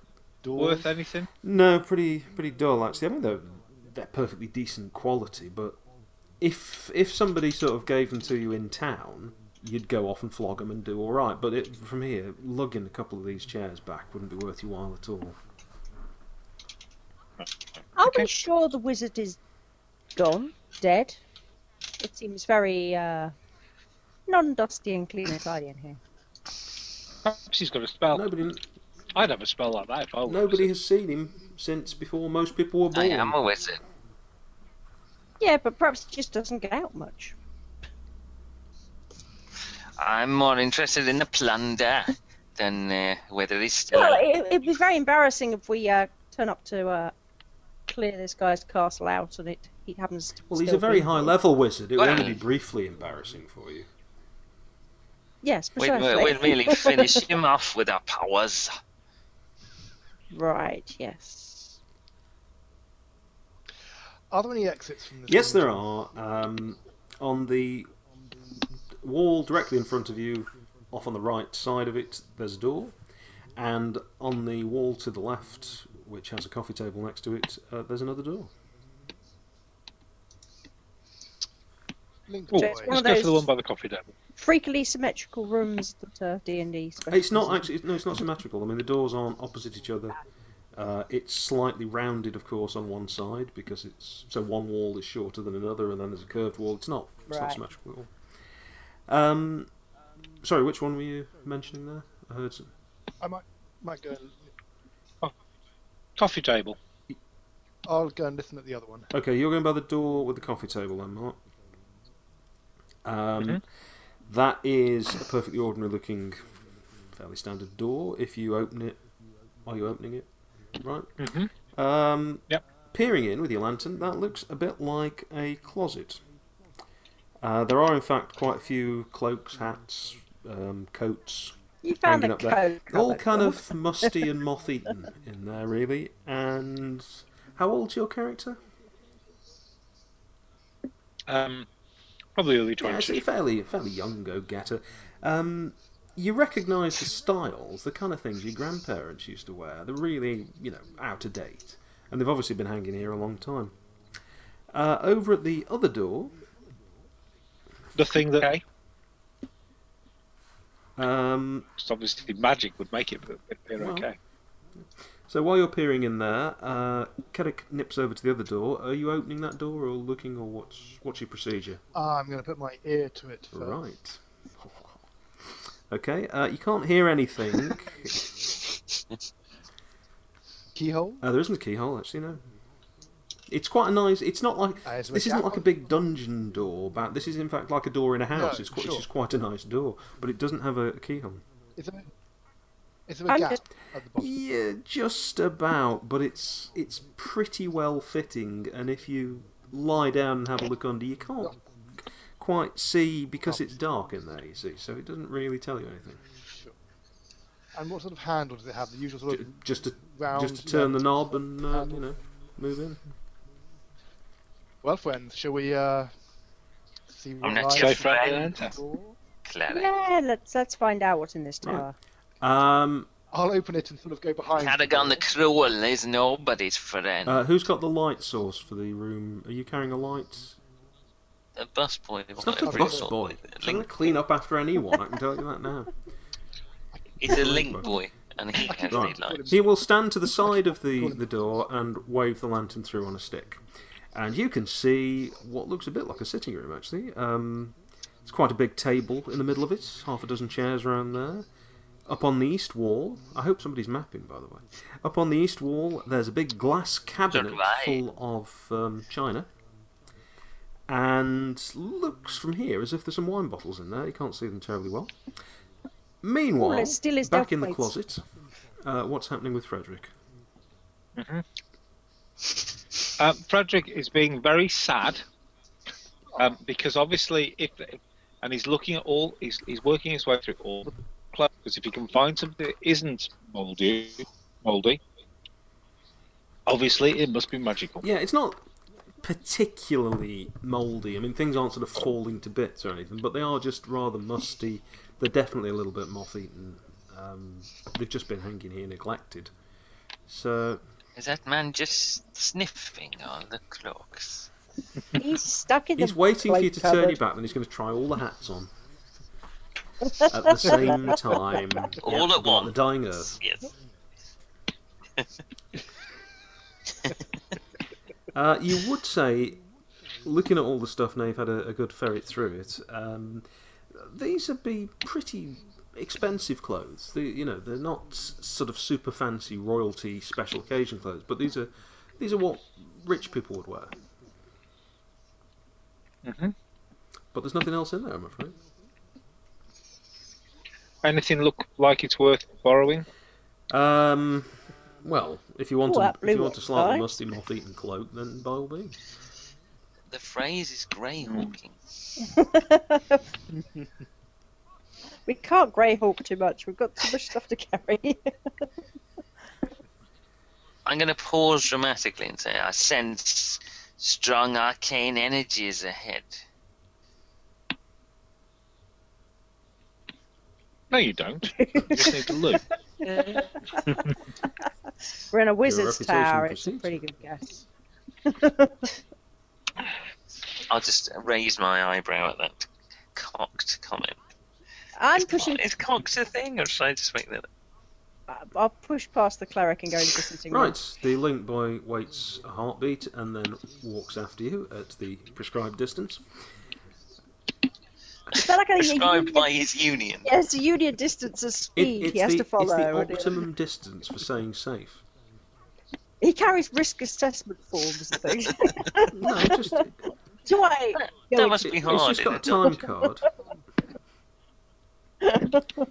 Drawers? worth anything? No, pretty pretty dull actually. I mean they're they're perfectly decent quality, but if if somebody sort of gave them to you in town, you'd go off and flog them and do all right. But it, from here, lugging a couple of these chairs back wouldn't be worth your while at all. Are Okay. we sure the wizard is gone? Dead? It seems very uh, non dusty and clean and tidy in here. Perhaps he's got a spell. Nobody I'd have a spell like that if I was. nobody has seen him since before most people were I born. am a wizard. Yeah, but perhaps it just doesn't get out much. I'm more interested in the plunder than uh, whether he's still. Well, alive. it, it'd be very embarrassing if we uh, turn up to uh, clear this guy's castle out and it he happens to. Well, he's still a very be- high level wizard. It would only be Well- briefly embarrassing for you. Yes, We'd, precisely. we'd really finish him off with our powers. right. Yes. Are there any exits from this? Yes, there are. Um, on the wall directly in front of you, off on the right side of it, there's a door. And on the wall to the left, which has a coffee table next to it, uh, there's another door. Link Oh, boy. Just one of let's go for the those- one by the coffee table. Freakily symmetrical rooms that uh, D and D. It's not actually no, it's not symmetrical. I mean, the doors aren't opposite each other. Uh, it's slightly rounded, of course, on one side because it's so one wall is shorter than another, and then there's a curved wall. It's not. It's not Right. symmetrical at all. Um, sorry, which one were you mentioning there? I heard. Some... I might might go. And, Coffee table. I'll go and listen at the other one. Okay, you're going by the door with the coffee table then, Mark. Um, that is a perfectly ordinary looking, fairly standard door. If you open it, are you opening it? Right. Mhm. Um, Yep. Peering in with your lantern, that looks a bit like a closet. Uh, there are, in fact, quite a few cloaks, hats, um, coats, You found hanging a up there. coat. all kind of musty and moth eaten in there, really. And how old's your character? Um, probably early Yeah, so twenties. you're fairly, fairly young go getter. Um, you recognise the styles, the kind of things your grandparents used to wear. They're really, you know, out of date. And they've obviously been hanging here a long time. Uh, over at the other door, The thing that okay, um, it's obviously magic would make it appear Well. okay. so while you're peering in there, uh, Kedek nips over to the other door. Are you opening that door or looking or what's, what's your procedure? I'm going to put my ear to it first. Right. Okay, uh, you can't hear anything. Keyhole. Uh, there isn't a keyhole, actually. No, it's quite a nice. It's not like Ah, it's a this isn't jack- like a big dungeon door, but this is in fact like a door in a house. No, it's quite, sure. it's just quite a nice door, but it doesn't have a, a keyhole. Is there, is there a I'm gap just- at the bottom? Yeah, just about. But it's it's pretty well fitting, and if you lie down and have a look under, you can't quite see because it's dark in there. You see, so it doesn't really tell you anything. And what sort of handle does it have? The usual sort Ju- of Just to round. just to turn the left- knob and Um, uh, you know move in. Well, friends, shall we uh, see what not lies your at the friend. door? Clever. Yeah, let's let's find out what's in this tower. Um, I'll open it and sort of go behind. Cadagon the door. Cruel is nobody's friend. Uh, who's got the light source for the room? Are you carrying a light? a busboy. It's not a I've got bus it. boy. It's not going to clean up after anyone. I can tell you that now. He's a link boy, and he has Right. right. lights. He will stand to the side of the, the door and wave the lantern through on a stick, and you can see what looks a bit like a sitting room. Actually, um, it's quite a big table in the middle of it. Half a dozen chairs around there. Up on the east wall, I hope somebody's mapping, by the way. Up on the east wall, there's a big glass cabinet Right. full of um, china. And looks from here as if there's some wine bottles in there. You can't see them terribly well. Meanwhile, let's steal his back in the death closet, uh, what's happening with Frederick? Um, Frederick is being very sad um, because obviously, if and he's looking at all, he's, he's working his way through all the clothes. Because if he can find something that isn't moldy, moldy, obviously it must be magical. Yeah, it's not particularly mouldy. I mean, things aren't sort of falling to bits or anything, but they are just rather musty. They're definitely a little bit moth-eaten. Um, they've just been hanging here neglected. So Is that man just sniffing on the clocks? He's stuck in the. he's waiting for you plate to turn your cupboard. back, then he's going to try all the hats on at the same time. All like The at once. dying earth. Yes. Uh, you would say, looking at all the stuff now, you've had a, a good ferret through it. Um, these would be pretty expensive clothes. They, you know, they're not s- sort of super fancy royalty special occasion clothes, but these are these are what rich people would wear. Mhm. But there's nothing else in there, I'm afraid. Anything look like it's worth borrowing? Um, well, if you want Ooh, a, that if you blue want a one's slightly nice. musty moth-eaten cloak, then by all means. The phrase is grey walking. We can't greyhawk too much. We've got too much stuff to carry. I'm going to pause dramatically and say, I sense strong arcane energies ahead. No, you don't. You just need to look. We're in a wizard's reputation tower. It's a precedes pretty good guess. I'll just raise my eyebrow at that cocked comment. I'm Is cock- pushing. Is cocked a thing, or should I just make that up? I- uh, I'll push past the cleric and go into the sitting room. Right, the link boy waits a heartbeat and then walks after you at the prescribed distance. Is that like a Prescribed union? by his union. Yeah, it's a union distance of It- speed it's, he has the, to follow. it's the and it- optimum distance for saying safe. He carries risk assessment forms and things. No, just it, Do I? That must be it's hard. just isn't got a it? time card.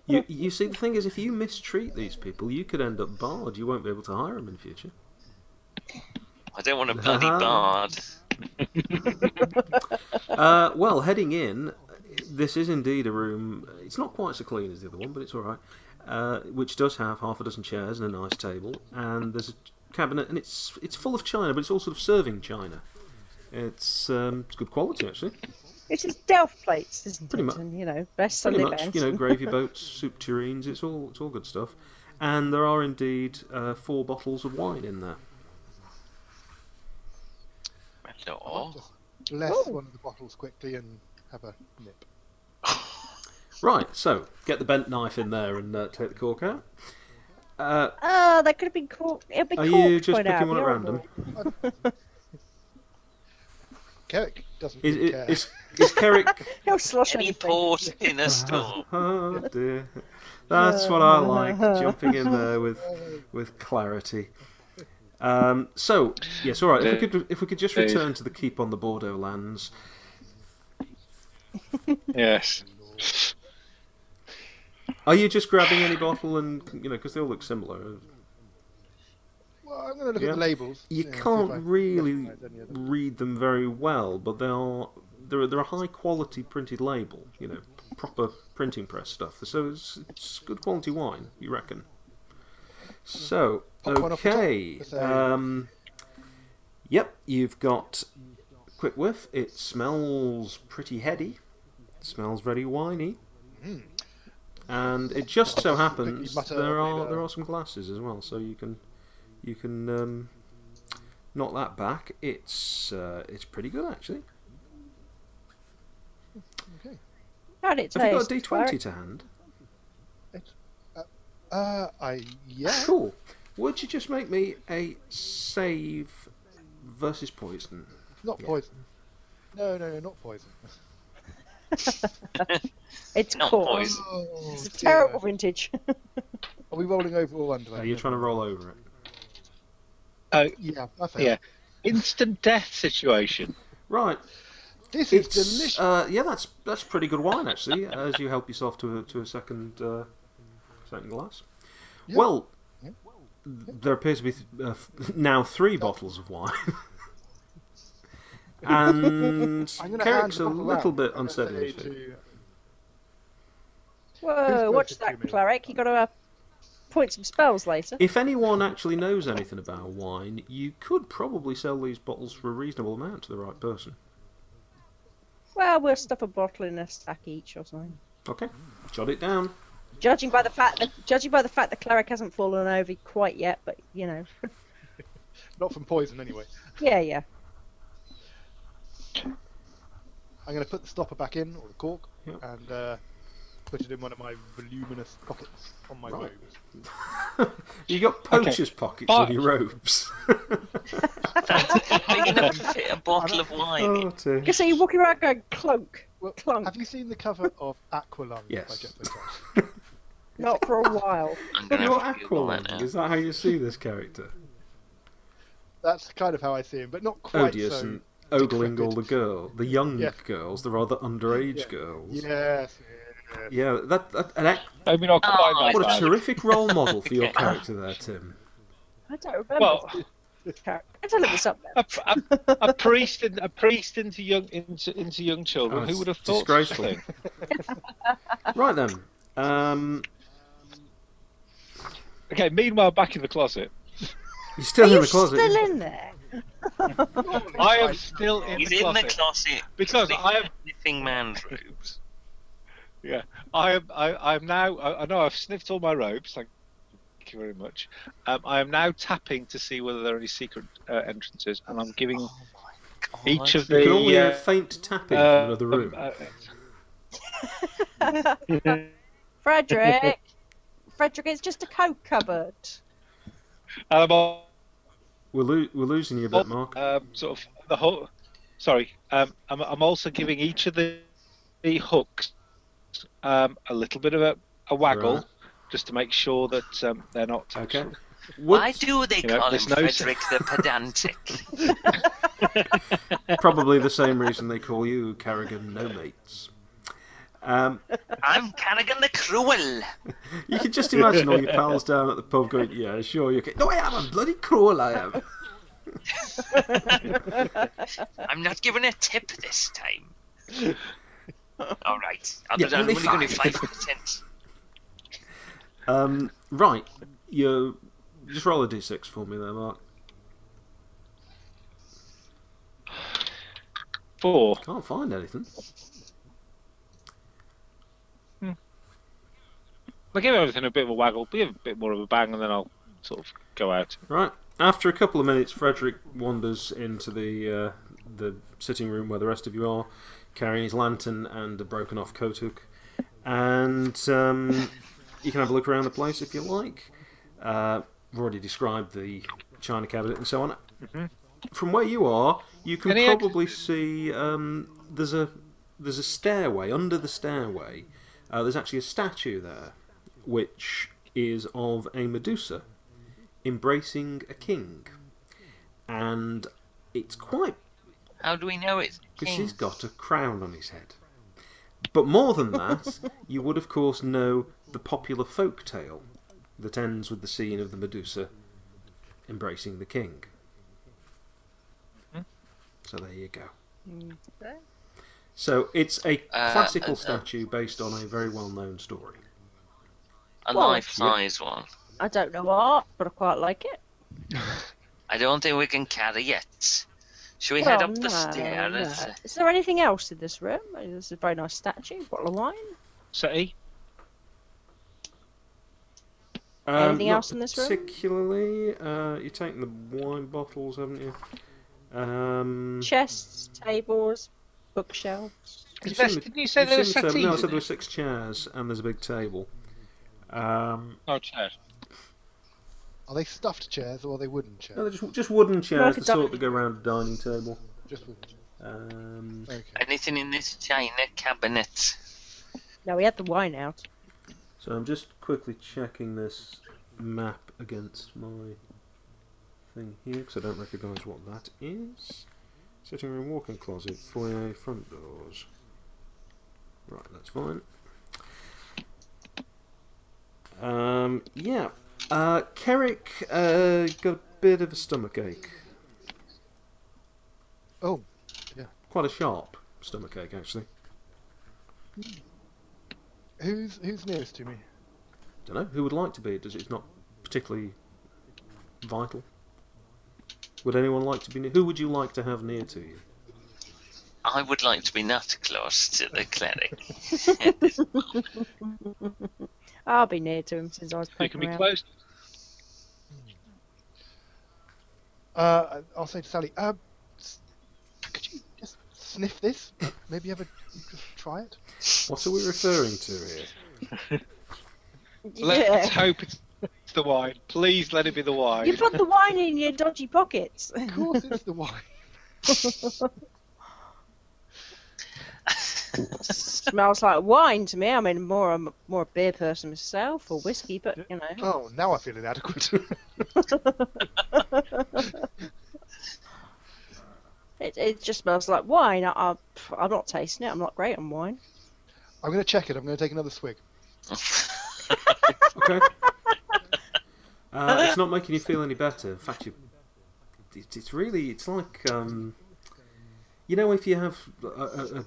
You, you see, the thing is, if you mistreat these people, you could end up barred. You won't be able to hire them in future. I don't want a bloody Uh-huh. bard. Uh, well, heading in, this is indeed a room. It's not quite so clean as the other one, but it's all right. Uh, which does have half a dozen chairs and a nice table, and there's a cabinet, and it's it's full of china, but it's all sort of serving china. It's um, it's good quality actually. It is Delph plates, isn't Pretty it? much. And, you know, best Pretty Sunday much, best. you know, gravy boats, soup tureens. It's all it's all good stuff. And there are indeed uh, four bottles of wine in there. No. Bless Oh. one of the bottles quickly and have a nip. Right, so get the bent knife in there and uh, take the cork out. Uh, Ah, that could have been corked. It'd be are corked you just by now, picking one at you're random? right. Kerrick doesn't Is, really is, care. is, is Kerrick He'll slosh Any anything. port in a storm. Oh dear. That's what I like, jumping in there with with clarity. Um, so yes, all right. If we could, if we could just Dave. return to the keep on the Bordeaux lands. Yes. Are you just grabbing any bottle and you know because they all look similar? Well, I'm going to look Yeah. at the labels. You yeah, see if can't I really recognise any of them. read them very well, but they are they're a- they're a high quality printed label. You know, proper printing press stuff. So it's, it's good quality wine, you reckon? So Pop one off the top. okay. That's a- Um, yep, you've got quick whiff. It smells pretty heady. Smells very winey. And it just so happens Hmm. mutter, there I'll are read a- there are some glasses as well, so you can you can um, knock that back. It's uh, it's pretty good actually. How'd it Have you got a taste, D twenty to hand? Uh, I yeah. Cool. Would you just make me a save versus poison? Not Yeah. poison. No, no, no, not poison. It's Not corked. poison. Oh, It's a dear. terrible vintage. Are we rolling over or under? Are you trying to roll over it? Oh, Yeah, I failed. yeah. Instant death situation. Right. This is It's delicious. uh, yeah, that's that's pretty good wine actually. as you help yourself to a, to a second uh, second glass. Yeah. Well, Yeah. there appears to be th- uh, f- now three bottles of wine, and I'm gonna Kerrick's a hand the bottle little round. bit I'm gonna unsteady. in say his feet. to- Whoa, watch perfect that, human? cleric. You got to uh, point some spells later. If anyone actually knows anything about wine, you could probably sell these bottles for a reasonable amount to the right person. Well, we'll stuff a bottle in a stack each or something. Okay, jot it down. Judging by the fact that, judging by the fact the cleric hasn't fallen over quite yet, but you know, Not from poison, anyway. yeah, yeah. I'm going to put the stopper back in, or the cork, Yep. and uh, put it in one of my voluminous pockets on my Right. robes. You got poacher's pockets But- on your robes. Are you going to fit a bottle of wine in? oh dear. So you're walking around going clunk, Well, clunk, Have you seen the cover of Aqualung by Yes. Jeff Bezos? not for a while. I'm going to You're have to Google that Aqualung. now. Is that how you see this character? That's kind of how I see him, but not quite Odious so. and ogling decrepit. all the girl, the young Yeah. girls, the rather underage Yeah. girls. Yes. yes. Yeah, that, that an ex- I mean, not quite Oh, that what a bad. terrific role model for your character there, Tim. I don't remember. Well, this character. I don't look this up. now. a, a, a priest in, a priest into young into, into young children. Oh, Who it's would have thought? disgraceful. Such a thing? Right then, um, Okay. Meanwhile, back in the closet, you're Are still in you the closet. still in there? I am still in He's the in closet the closet because sniff- I am. sniffing man's robes. I am. I, I'm now. I, I know I've sniffed all my robes. Thank you very much. Um, I am now tapping to see whether there are any secret uh, entrances, and I'm giving each of You can only the. hear uh, a faint tapping uh, from another room. um, uh, Frederick, Frederick, it's just a coat cupboard. And I'm all, We're, lo- we're losing you a bit, Mark. um, sort of the whole. Sorry, um, I'm, I'm also giving each of the, the hooks um, a little bit of a, a waggle, Right. just to make sure that um, they're not. Okay. What, Why do they You know, call him there's no s- Frederick the Pedantic? probably the same reason they call you Carrigan No Mates. Um, I'm Carrigan the Cruel. you can just imagine all your pals down at the pub going, "Yeah, sure, you can." No, I am. I'm bloody cruel. I am. I'm not giving a tip this time. All right, I'll Yeah, do that. I'm only only going to five. five percent. Um, right, you just roll a d6 for me there, Mark. Four. Can't find anything. I give everything a bit of a waggle, give it a bit more of a bang, and then I'll sort of go out. Right. After a couple of minutes, Frederick wanders into the uh, the sitting room where the rest of you are, carrying his lantern and a broken off coat hook, and um, you can have a look around the place if you like. Uh, we've already described the china cabinet and so on. From where you are, you Mm-hmm. can Any ex- probably see um, there's a there's a stairway under the stairway. Uh, there's actually a statue there, which is of a Medusa embracing a king, and it's quite How do we know it's because king? he's got a crown on his head. But more than that, you would of course know the popular folk tale that ends with the scene of the Medusa embracing the king. Hmm? So there you go. So it's a Uh, classical uh, uh. statue based on a very well-known story. A Well, life-size one. I don't know art, but I quite like it. I don't think we can carry it. Should we Well, head up no, the stair? no. Is it- Is there anything else in this room? There's a very nice statue, bottle of wine. City. Um, Anything not else in this room? Particularly, uh, you're taking the wine bottles, haven't you? Um, Chests, tables, bookshelves. you've Yes, seen the- didn't you say you've there were seen the table- settees No, I in said there there? were six chairs and there's a big table. Um, Oh, chair. Are they stuffed chairs or are they wooden chairs? no, they're just, just wooden chairs, a the sort that go around a dining table. Just wooden chairs. Um, Okay. Anything in this china cabinet? No, we had the wine out. so I'm just quickly checking this map against my thing here because I don't recognise what that is. Sitting room, walk-in closet, foyer, front doors. Right, that's fine. Um, yeah. Uh, Kerrick uh, got a bit of a stomach ache. Oh, yeah. Quite a sharp stomach ache, actually. Who's who's nearest to me? Don't know who would like to be. Does it's not particularly vital. Would anyone like to be near? Who would you like to have near to you? I would like to be not close to the cleric. I'll be near to him since I was You poking can be around. close. Uh, I'll say to Sally. Uh, s- could you just sniff this? Maybe have a just try it. What are we referring to here? Let's Yeah. hope it's the wine. Please let it be the wine. You put the wine in your dodgy pockets. Of course, it's the wine. Smells like wine to me. I mean, more I'm more a beer person myself, or whiskey, but you know. Oh, now I feel inadequate. It, it just smells like wine. I, I, pff, I'm not tasting it. I'm not great on wine. I'm going to check it. I'm going to take another swig. Okay. Uh, it's not making you feel any better. In fact, you, it, it's really it's like um, you know if you have a, a, a,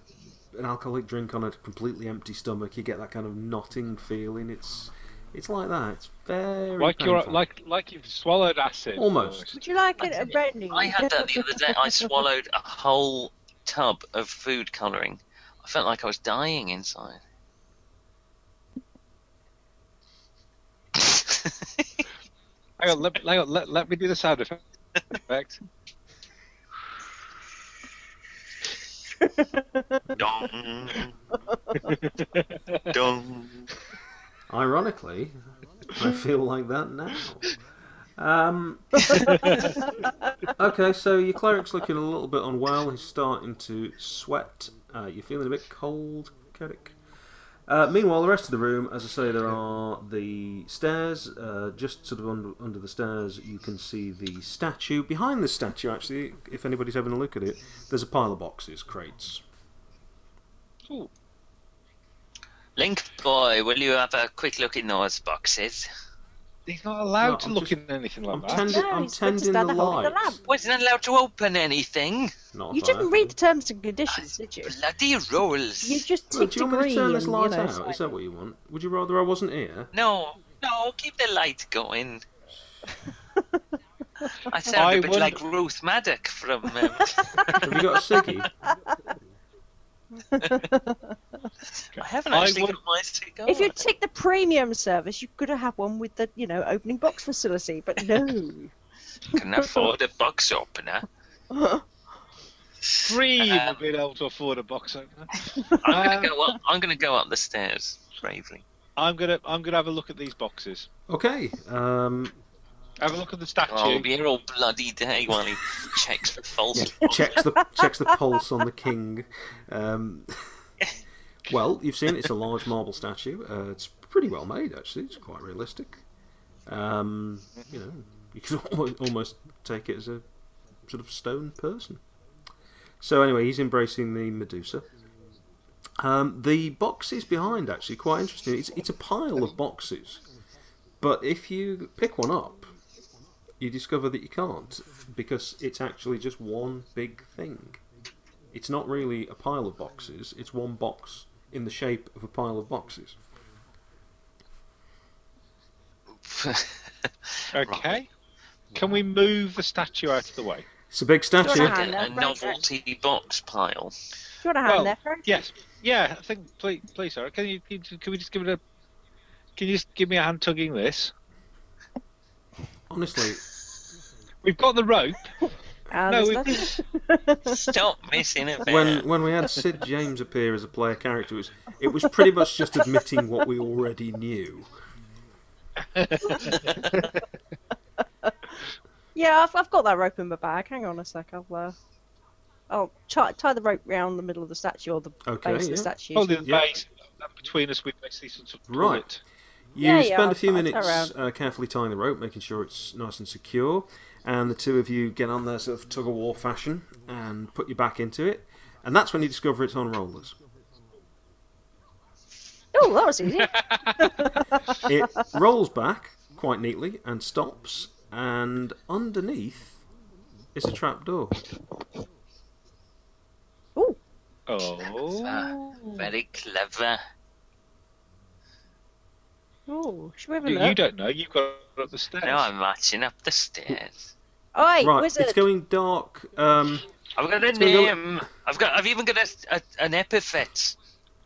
an alcoholic drink on a completely empty stomach, you get that kind of knotting feeling. It's it's like that. It's very like you're painful. like like you've swallowed acid. almost. Would you like it a brand new? I had that the other day. I swallowed a whole tub of food colouring. I felt like I was dying inside. Hang on, let, hang on, let, let me do the sound effect. Dong. Dong. Ironically, I feel like that now. Um, okay, so your cleric's looking a little bit unwell. He's starting to sweat. Uh, you're feeling a bit cold, Kerrick. Uh, meanwhile, the rest of the room, as I say, there are the stairs. Uh, just sort of under, under the stairs, you can see the statue. Behind the statue, actually, if anybody's having a look at it, there's a pile of boxes, crates. Link boy, will you have a quick look in those boxes? He's not allowed No, to I'm look just- in anything like I'm that. tending, No, I'm he's got to tending the stand up holding the light. lamp. Wasn't allowed to open anything. Not You if I didn't open read it. the terms and conditions, did you? Bloody rules. You just Look, ticked do you want me agree to turn this and, light you know, out? Is that what you want? Would you rather I wasn't here? No, no, keep the light going. I sound I a bit wonder- like Ruth Maddock from. Um, Have you got a ciggy? I haven't I actually wonder- got my cigar. If Oh. you take the premium service, you could have had one with the, you know, opening box facility, but no. can afford a box opener, Dream Um, of being able to afford a box opener. I'm Um, gonna go up. I'm gonna go up the stairs bravely. I'm gonna I'm gonna have a look at these boxes. Okay. Um, Have a look at the statue. Oh, I'll be here all bloody day while he checks for false. yeah, checks the checks the pulse on the king. Um, well, you've seen it. it's a large marble statue. Uh, it's pretty well made, actually. It's quite realistic. Um, you know, you could almost, almost take it as a sort of stone person. So anyway, he's embracing the Medusa. Um, the boxes behind actually quite interesting. It's it's a pile of boxes, but if you pick one up, you discover that you can't because it's actually just one big thing. It's not really a pile of boxes, it's one box in the shape of a pile of boxes. Okay. Can we move the statue out of the way? It's a big It's statue. like Sure. a, a novelty box pile. Do you want a hand Well, there, Frank? Yes. Yeah. I think. Please, please, Sarah. Can you? Can you- can we just give it a? Can you just give me a hand tugging this? Honestly, We've got the rope. Ah, no, there's we've. nothing. Stop missing a bit. when when we had Sid James appear as a player character, it was, it was pretty much just admitting what we already knew. Yeah, I've, I've got that rope in my bag. Hang on a sec. I'll, uh, I'll tie, tie the rope round the middle of the statue or the Okay, base of yeah. the statue. Probably the Yeah. base. And between us, we'd basically sort of pull Right. it. You Yeah, yeah, spend a I'll- few I'll turn minutes around. uh, carefully tying the rope, making sure it's nice and secure, and the two of you get on there sort of tug of war fashion and put your back into it, and that's when you discover it's on rollers. Oh, that was easy. it rolls back quite neatly and stops, and underneath is a trapdoor. Oh. Ah, Very clever. oh, should we have a You, look? you don't know. You've got it up the stairs. Now I'm marching up the stairs. Oi, right, wizard. it's going dark. Um, I've got a gonna go- name. I've got. I've even got a, a- an epithet.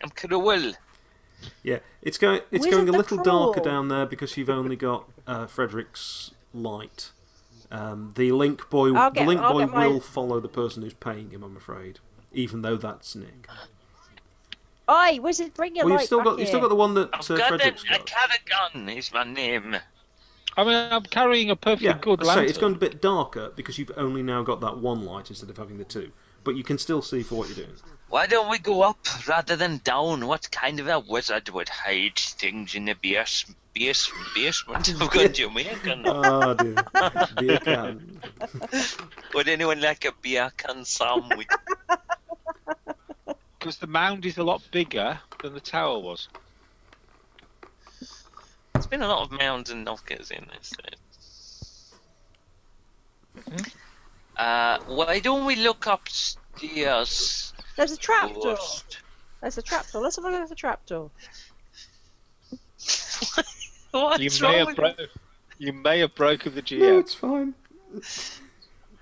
I'm Cruel. yeah, it's going. It's Wizard going a the little Cruel. darker down there because you've only got uh, Frederick's light. Um, the link boy, I'll the get- link I'll boy get my- will follow the person who's paying him. I'm afraid, even though that's Nick. Oi, wizard, bring your well, you've light still back got here. you've still got the one that uh, I've got an, Frederick's a got. Caragon is my name. I mean, I'm carrying a perfectly Yeah, good I lantern. say it's gone a bit darker because you've only now got that one light instead of having the two, but you can still see for what you're doing. Why don't we go up rather than down? What kind of a wizard would hide things in the base, base, basement of good Jamaican? Ah, dear. dear can. Would anyone like a beer can sandwich? Because the mound is a lot bigger than the tower was. There's been a lot of mounds and knockers in this. Uh, why don't we look upstairs There's a Oh. trapdoor. first? There's a trapdoor. Let's have a look at the trapdoor. What's You wrong may have with- bro- you may have broken the GM. No, it's fine.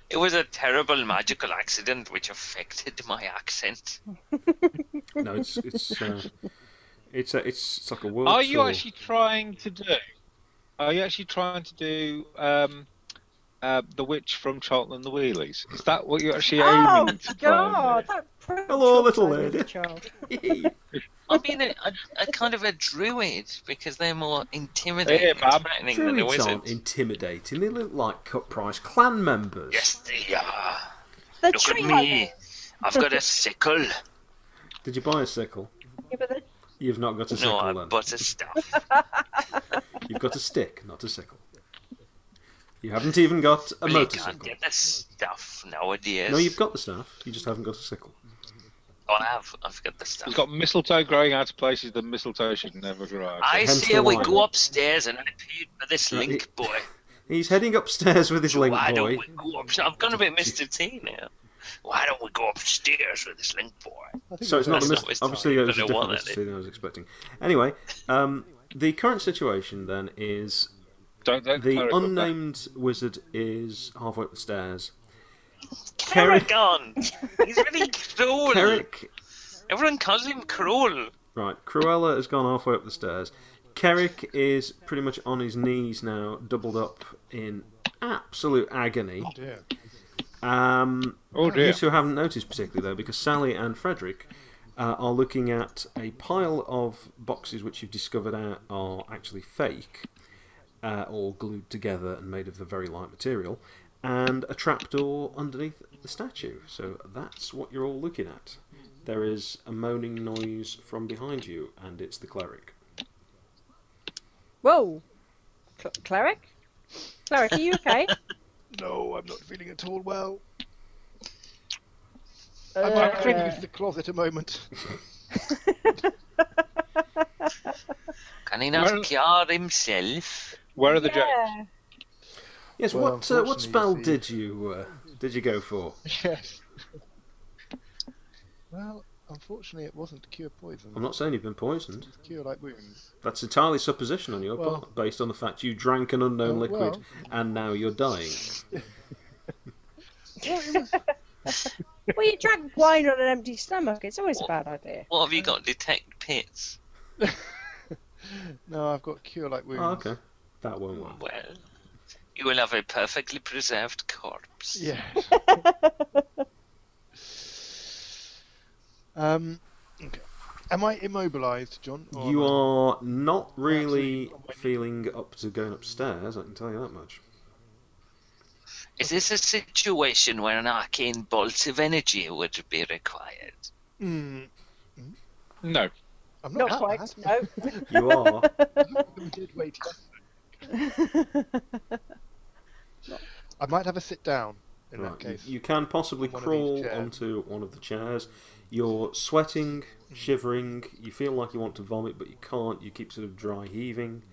It was a terrible magical accident which affected my accent. No, it's it's uh, it's, uh, it's it's like a world. Are you tour. actually trying to do? Are you actually trying to do um, uh, the witch from Charlton and the Wheelies? Is that what you're actually aiming Oh to play? God! That Hello, probe shot little over the lady. Child. I mean, a, a, a kind of a druid because they're more intimidating Hey, and Bob. threatening than the Druids aren't wizards. intimidating. They look like cut price clan members. they are. They're Look at tree me. I've got a sickle. Did you buy a sickle? Yeah, but they're You've not got a No, sickle I then. bought a staff. You've got a stick, not a sickle. You haven't even got a you can't motorcycle. get the stuff nowadays. No, you've got the staff. You just haven't got a sickle. Oh, I have. I've got the stuff. He's got mistletoe growing out of places that mistletoe should never grow out. I Hence see the we wine. go upstairs and I paid for this No, link it- boy. He's heading upstairs with his link Why boy. don't we go upstairs? I've gone a bit Mr. T now. Why don't we go upstairs with this link boy? I think So it's not the mis- That's not what it's obviously talking it was a about, different I Mr. want T than I was expecting. Anyway, um, the current situation then is Don't, don't the cleric up there. unnamed wizard is halfway up the stairs. Kerrick- Kerrigan! He's really cruel. Kerrick, Everyone calls him cruel. right? Cruella has gone halfway up the stairs. Kerrick is pretty much on his knees now, doubled up in absolute agony. Oh, dear. Um, Oh You dear. two haven't noticed particularly though, because Sally and Frederick uh, are looking at a pile of boxes which you've discovered out are actually fake, uh, all glued together and made of the very light material, and a trapdoor underneath the statue. So that's what you're all looking at. There is a moaning noise from behind you, and it's the cleric. Whoa! Cl- cleric? Cleric, are you okay? No, I'm not feeling at all well. I'm Uh, not going into the closet a moment. Can he not Well- cure himself? Where are the jokes? yeah. Yes, Well, what uh, unfortunately, what you spell see- did you uh, did you go for? Yes. well, unfortunately, it wasn't cure poison. I'm not saying you've been poisoned. It's cure like wounds. That's entirely supposition on your Well- part, based on the fact you drank an unknown Oh, liquid well. Mm. and now you're dying. Well, you drank wine on an empty stomach. It's always a bad idea. What have you got? Detect pits. No, I've got cure like wounds. Oh, okay. That won't work. Well, you will have a perfectly preserved corpse. Yeah. um. Okay. Am I immobilized, John? or am You I- are not really Absolutely. feeling up to going upstairs, I can tell you that much. Is this a situation where an arcane bolt of energy would be required? Mm, No. I'm not, Not quite. that No. You are. bad. We did wait. I might have a sit down in right, that you- case. You can possibly One of each crawl chair. onto one of the chairs. You're sweating, Mm. shivering, you feel like you want to vomit, but you can't. You keep sort of dry heaving.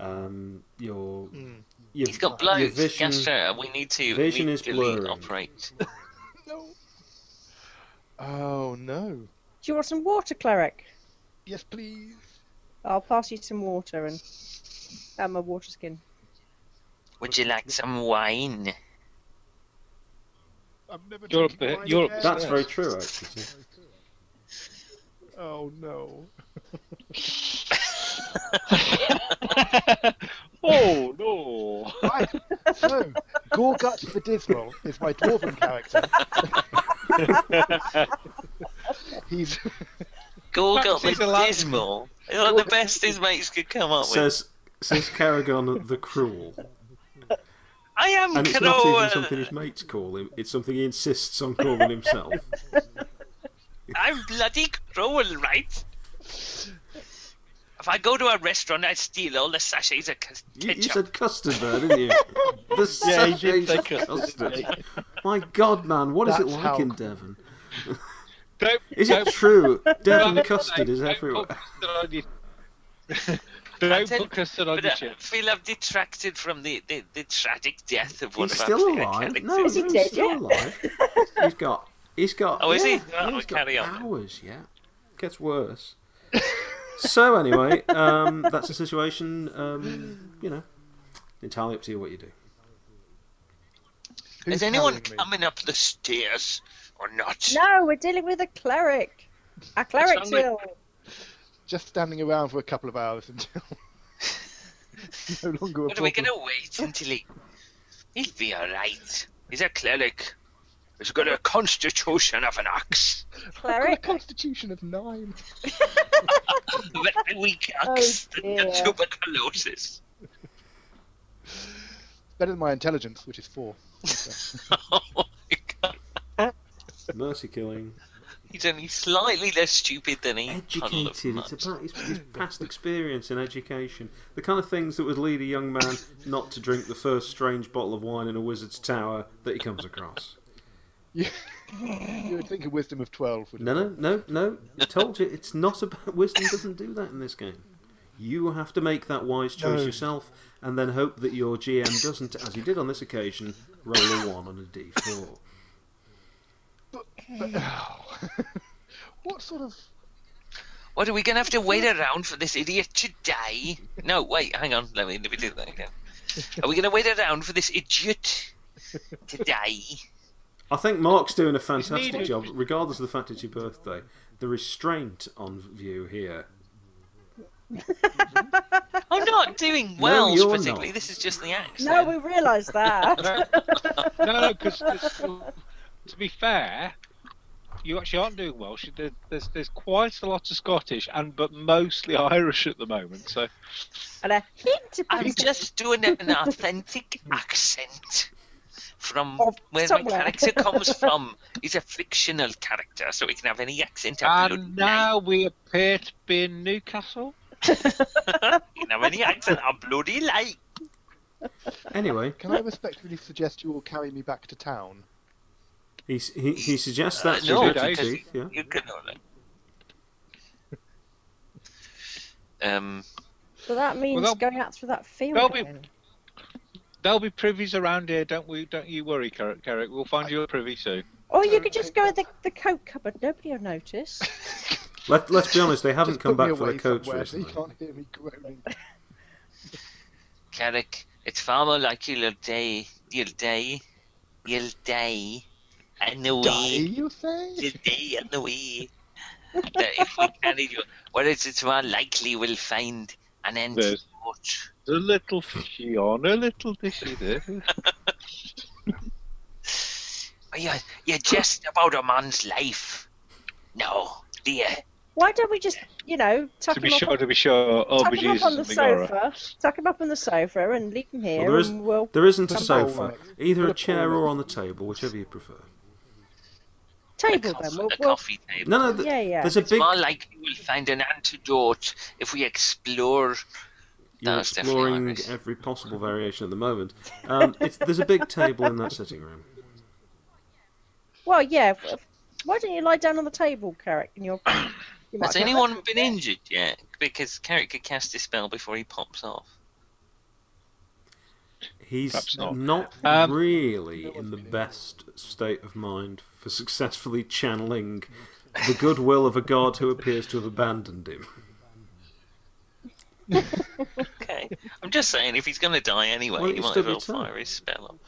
Um, you're, Mm. you've, He's got your blows, vision- Gastro. We need to vision is legally blurring. operate. No. Oh no. Do you want some water, cleric? Yes, please. I'll pass you some water and and my water skin. Would you like some wine? I've never You're drinking up- wine you're up- again. That's very true, actually. Oh no. oh no! Right. So, Gorgut the Dismal is my dwarven character. He's Gorgot Perhaps he's the allowed- Dismal. It's one of the best his mates could come up with. Says says Carragon the Cruel. I am And it's not uh, even Crowan. something his mates call him, it's something he insists on calling himself. I'm bloody Crowan, right? If I go to a restaurant, I steal all the sachets of c- You, ketchup. you said custard there, didn't you? The Yeah, he sachets did say of custard, custard. didn't My God, man, what is That's it like how- in Devon? Don't, Is it don't, true? Devon don't- custard is don't everywhere. put custard on your- don't tell- put custard on But uh, your I chips. feel I've detracted from the, the, the tragic death of one He's of still our favorite alive. characters. No, no, Is he he's dead still yet? alive. He's got. He's got. Oh, is he? yeah, Oh, yeah, he's got carry on then. hours. Yeah, gets worse. so anyway, um, that's the situation. Um, you know, entirely up to you what you do. who's Is anyone carrying me? coming up the stairs or not? No, we're dealing with a cleric. A cleric's only- ill. Just standing around for a couple of hours until no longer. a What are we problem. going to wait until he He'll be alright. He's a cleric. He's got a constitution of an ox. A Cleric? constitution of nine. Very weak ox. Oh, and dear. tuberculosis. It's better than my intelligence, which is four. Oh my god. Mercy killing. He's only slightly less stupid than he puddle of Educated. It's mud. about his, his past experience in education. The kind of things that would lead a young man not to drink the first strange bottle of wine in a wizard's tower that he comes across. You, you would think a wisdom of twelve would. No, no, no, no. I told you, it's not about. Wisdom doesn't do that in this game. You have to make that wise choice No. yourself and then hope that your GM doesn't, as he did on this occasion, roll a 1 on a d4. But, what sort of? What are we going to have to wait around for this idiot to die? No, wait, hang on. Let me, let me do that again. Are we going to wait around for this idiot to die? I think Mark's doing a fantastic needed. job, regardless of the fact it's your birthday. The restraint on view here. I'm not doing well, you're particularly. not. This is just the accent. No, we realise that. No, no, because to be fair, you actually aren't doing Welsh. There- There's there's quite a lot of Scottish and but mostly Irish at the moment. So and a hint of I'm just doing an authentic accent from Of where Oh, somewhere. my character comes from. He's a fictional character, so he can have any accent. Ah, I bloody and now we appear to be in Newcastle. like. He can have any accent I bloody like. Anyway, Can I respectfully suggest you all carry me back to town? he, he, he suggests that Uh, to no, Richard Dave. Teeth, yeah. You can know that. Um, So that means Well, they'll- going out through that field. they'll be- again. There'll be privies around here. Don't we? Don't you worry, Carrick. Carrick, we'll find you a privy soon. Or you could just go in the, the coat cupboard. Nobody will notice. Let, let's be honest, they haven't Just come put me back for away their coats somewhere so you recently. can't hear me groaning. Carrick, it's far more like you'll die. You'll die. You'll die. And the Die, way. you say? today on the way. that if we carry you, whereas it's more likely we'll find an end to Yes. the torch. A little fishy on, a little dishy there. Are you, you're just about a man's life. No, dear. Why don't we just, you know, tuck to be him, sure, up, to be sure. Oh, tuck be him up Jesus, on the something all right. sofa, tuck him up on the sofa, and leave him here, there is- and we'll There isn't a Come back sofa, for either Put a a chair bowl in. or on the table, whichever you prefer. A, table coffee, them. We'll, a we'll, coffee table. No, no, th- yeah, yeah. there's a big. More likely we'll find an antidote if we explore. You're No, it's definitely exploring Irish. every possible variation at the moment. Um, it's, there's a big table in that sitting room. Well, yeah. w- Why don't you lie down on the table, Carrick? And you'll. You might Has get anyone better been there. injured yet? Because Carrick could cast his spell before he pops off. He's Perhaps not. not, Um, really in the best state of mind for successfully channeling the goodwill of a god who appears to have abandoned him. Okay. I'm just saying, if he's going to die anyway, Well, he it's might still as well your turn. fire his spell up.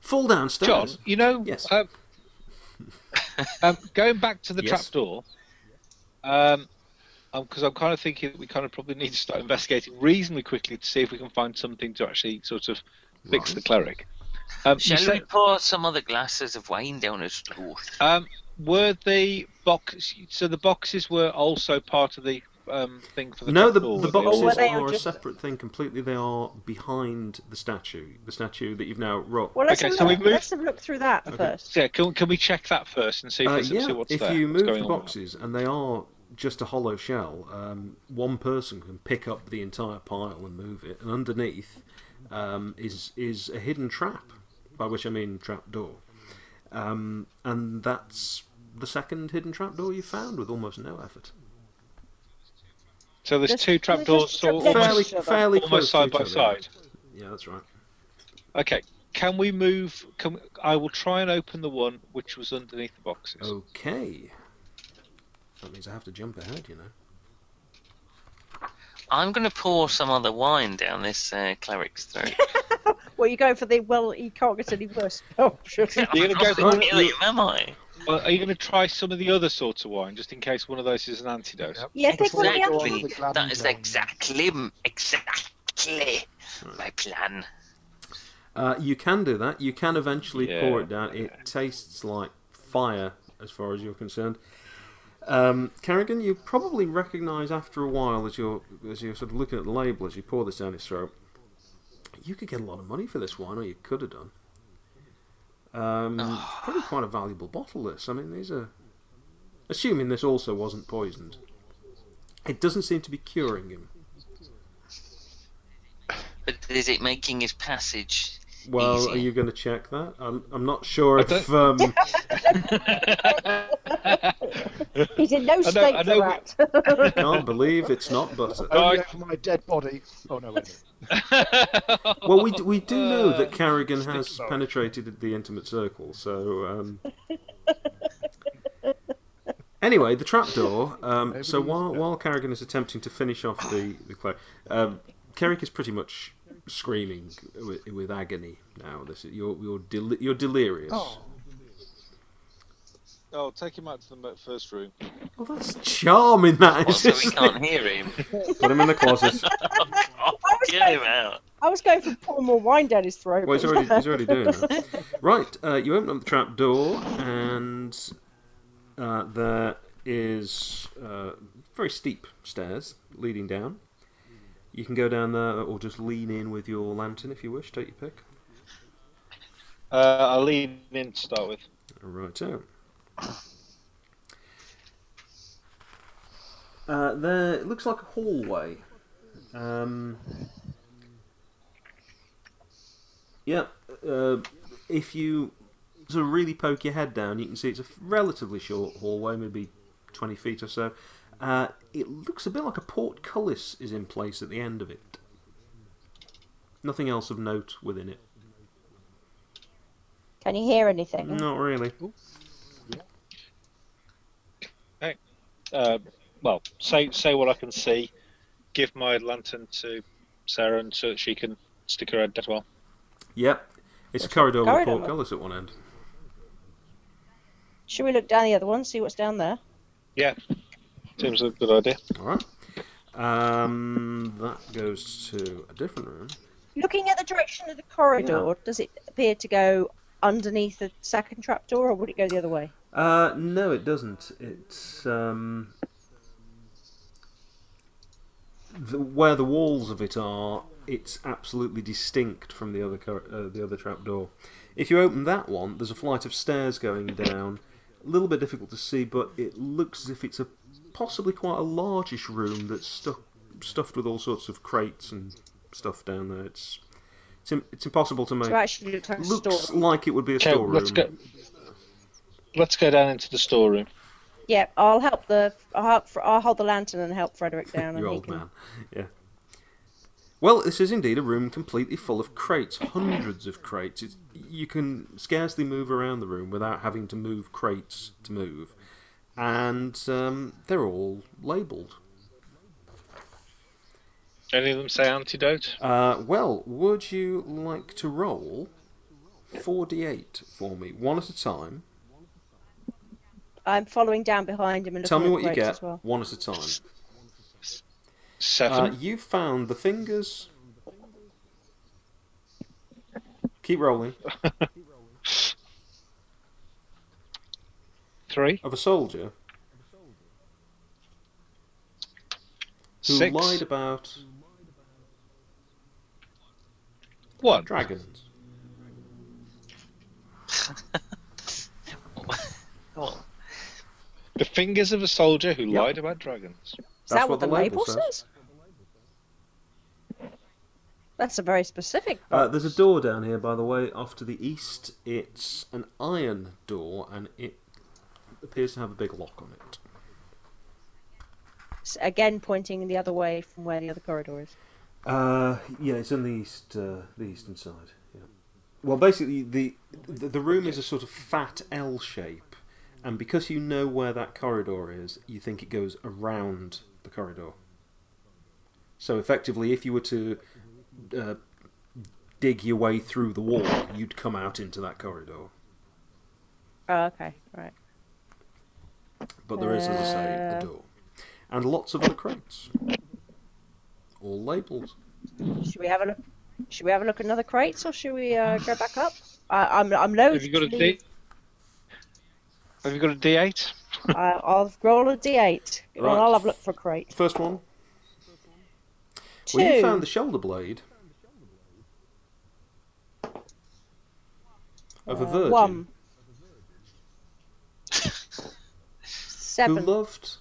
Fall John, downstairs. you know, Yes. um, um, going back to the Yes. trapdoor, um, because I'm kind of thinking that we kind of probably need to start investigating reasonably quickly to see if we can find something to actually sort of fix Right. the cleric. Um, you Shall we said, pour some other glasses of wine down his throat? um, were the box? So the boxes were also part of the um, thing for the No, the, trapdoor, the were they all? Or were boxes they all are a just- separate thing completely. They are behind the statue, the statue that you've now rocked. Well, let's, Okay, have, a so look, we've moved- let's have a look through that first. Yeah, can, can we check that first and see if Uh, there's yeah, see what's if there, you what's move going the on? boxes and they are just a hollow shell, um, one person can pick up the entire pile and move it. And underneath um, is is a hidden trap, by which I mean trap door. Um, and that's the second hidden trap door you found with almost no effort. So there's There's- two there's trapdoors, just so trapdoors. Fairly, almost, each other. fairly almost close to side each by other. side. Yeah, that's right. Okay, can we move? Can we, I will try and open the one which was underneath the boxes. Okay. That means I have to jump ahead, you know. I'm going to pour some other wine down this uh, cleric's throat. Well, you're going for the well. He can't get any worse. Oh, sure. You're gonna go I'm for not one- kill him, am I? Well, are you going to try some of the other sorts of wine, just in case one of those is an antidote? Yep. Yeah, pick one of Exactly. the other Exactly. ones. one. That is exactly, exactly my plan. Uh, you can do that. You can eventually Yeah. pour it down. It tastes like fire, as far as you're concerned. Um, Carrigan, you probably recognise after a while as you're as you're sort of looking at the label as you pour this down his throat. You could get a lot of money for this wine, or you could have done. Um, it's probably quite a valuable bottle. This, I mean, these are. Assuming this also wasn't poisoned, it doesn't seem to be curing him. But is it making his passage? Well, Easy. are you going to check that? I'm, I'm not sure I if um, He's in no know- state I for know that. can't believe it's not butter. Oh, I- Only for my dead body. Oh no, wait. a minute. Well, we d- we do know that Carrigan has sorry. penetrated the intimate circle, so. Um... Anyway, the trapdoor. Um, so Everybody's- while while Carrigan is attempting to finish off the the cloak, um, Kerrick is pretty much screaming with, with agony now. This is, you're you're del- you're delirious. Oh, Oh, take him out to the mo- first room. Well, that's charming. That What, is. so Oh, we isn't can't hear him. it? Put him in the closet. Get him out. I was going for pour more wine down his throat. Well, he's but- already, he's already doing that. Right, uh, you open up the trap door, and uh, there is uh, very steep stairs leading down. You can go down there, or just lean in with your lantern if you wish. Take your pick. Uh, I'll lean in to start with. Right out. Uh, there it looks like a hallway. Um, yeah, uh, if you sort of really poke your head down, you can see it's a relatively short hallway, maybe 20 feet or so. Uh, it looks a bit like a portcullis is in place at the end of it. Nothing else of note within it. Can you hear anything? Not really. Uh, well, say say what I can see. Give my lantern to Sarah and so that she can stick her head down as well. Yep. It's a corridor with a corridor. portcullis at one end. Should we look down the other one, see what's down there? Seems a good idea. All right. Um, that goes to a different room. Looking at the direction of the corridor, does it appear to go underneath the second trapdoor, or would it go the other way? Uh, no, it doesn't. It's um, the, where the walls of it are. It's absolutely distinct from the other cor- uh, the other trapdoor. If you open that one, there's a flight of stairs going down. A little bit difficult to see, but it looks as if it's a possibly quite a largish room that's stuck stuffed with all sorts of crates and stuff down there. It's it's, im- it's impossible to make. So actually, look like a Looks store. like it would be a Okay, storeroom. let's go. Let's go down into the storeroom. Yeah, I'll help the. I'll, help, Fr- I'll hold the lantern and help Frederick down, You and he old can. man. Yeah. Well, this is indeed a room completely full of crates, hundreds of crates. It's, you can scarcely move around the room without having to move crates to move, and um, they're all labelled. Any of them say antidote? Uh, well, would you like to roll four d eight for me, one at a time? I'm following down behind him and Tell me looking what at you get, the rates as well. one at a time. Uh, Seven. you found the fingers. Keep rolling. three. Of a soldier who Six. lied about One. dragons. The fingers of a soldier who Yep. lied about dragons. Is That's that what what the the label label says. says? That's a very specific. Uh, there's a door down here, by the way, off to the east. It's an iron door, and it appears to have a big lock on it. box, Again, pointing the other way from where the other corridor is. Uh, yeah, it's on the east, uh, the eastern side. Yeah. Well, basically, the, the the room is a sort of fat L shape, and because you know where that corridor is, you think it goes around the corridor. So effectively, if you were to uh, dig your way through the wall, you'd come out into that corridor. Oh, okay, right. But there is, as I say, Uh. a door, and lots of other crates, all labelled. Should we have a look? Should we have a look at another crate, or should we uh, go back up? I, I'm I'm loath. Have you got to a D? leave. Have you got a D8? I, I'll uh, roll a D8, and Right. I'll have a look for a crate. First one. Two. Well, you found the shoulder blade of a Uh, virgin One. who Seven. loved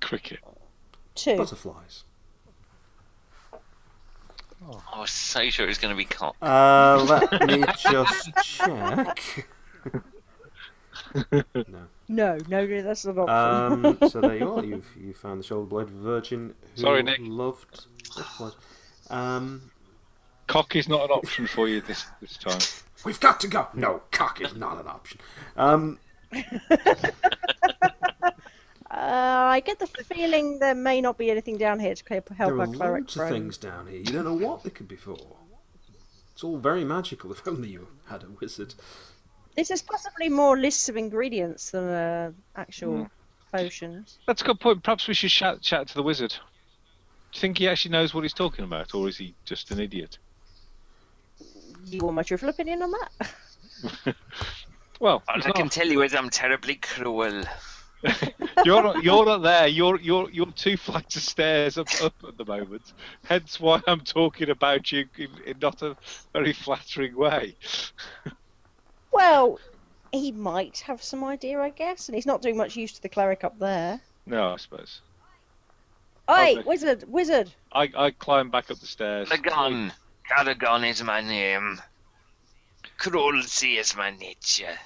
Cricket. Two. butterflies. I was so sure it was going to be cock. Uh, let me just check. No, no, no, that's not an option. Um, so there you are. You've you found the shoulder blade of a virgin who Sorry, Nick. loved butterflies. Um, Cock is not an option for you this this time. we've got to go. No, cock is not an option. Um, Uh, I get the feeling there may not be anything down here to help there help are our cleric loads of friend. things down here. You don't know what they could be for. It's all very magical. If only you had a wizard. This is possibly more lists of ingredients than uh, actual Hmm. potions. That's a good point. Perhaps we should shout chat to the wizard. Do you think he actually knows what he's talking about, or is he just an idiot? You want my truthful opinion on that? Well, And it's I can not- tell you is I'm terribly cruel. you're not, you're not there. You're you're you're two flights of stairs up, up at the moment. Hence why I'm talking about you in, in not a very flattering way. Well, he might have some idea, I guess, and he's not doing much use to the cleric up there. No, I suppose. Oi, Okay. wizard, wizard! I, I climb back up the stairs. Caragon. Caragon is my name. Cruelty is my nature.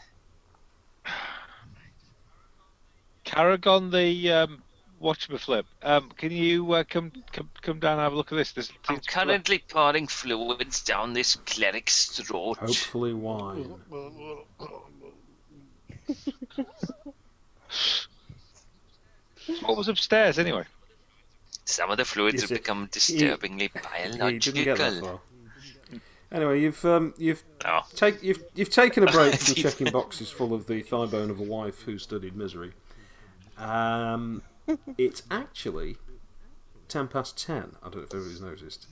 Caragon, the um, watch me flip. Um, can you uh, come come come down and have a look at this? This I'm it's- currently pouring fluids down this cleric's throat. Hopefully, wine. what was upstairs anyway. Some of the fluids Yes, have it- become he- disturbingly Yeah, you didn't get that biological. far. Anyway, you've um, you've Oh, Take you've you've taken a break from checking boxes full of the thigh bone of a wife who studied misery. Um, it's actually ten past ten. I don't know if everybody's noticed.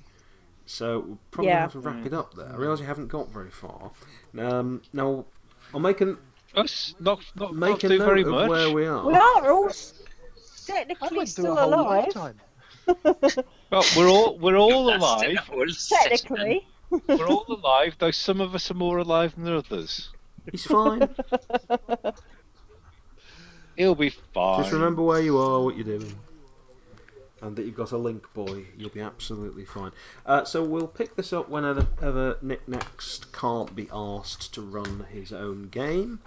So we'll probably Yeah. have to wrap it up there. Mm. I realise you haven't got very far. Um, now I'll make an Us not not, make not a do note very of much. where we are. We are all s- I technically went through a still whole alive. lifetime. Well, we're all we're all that's the alive. whole session. Technically. We're all alive, though some of us are more alive than others. It's fine. He'll be fine. Just remember where you are, what you're doing, and that you've got a link boy. You'll be absolutely fine. Uh, so we'll pick this up whenever ever Nick next can't be asked to run his own game,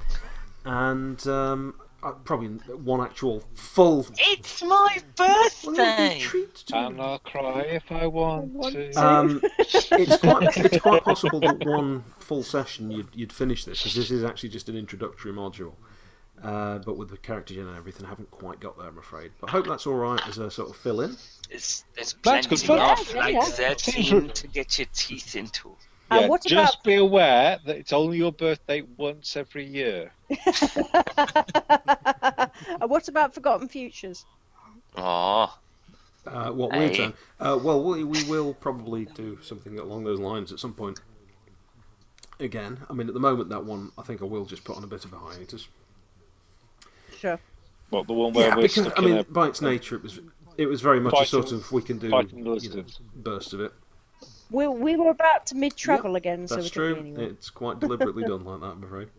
and um, uh, probably one actual full It's my Well, that would be a birthday! treat to And I'll cry if I want, to. Um, it's quite it's quite possible that one full session you'd, you'd finish this because this is actually just an introductory module. Uh, but with the character gen and everything, I haven't quite got there, I'm afraid. But I hope that's all right as a sort of fill in. It's, there's That's plenty good of fun. Yeah, like yeah. 13 to get your teeth into. And what just about- be aware that it's only your birthday once every year. and what about Forgotten Futures? Oh, Uh, what we've Aye. done. Uh, well, we, we will probably do something along those lines at some point. Again, I mean, at the moment, that one I think I will just put on a bit of a hiatus. Sure. What the one where yeah, we're because stuck I mean, in by its nature, it was it was very much a Fighting- sort of we can do fighting the you know, lizards. burst of it. We, we were about to mid travel again, so That's we couldn't true. be anywhere. It's quite deliberately done like that, I'm afraid.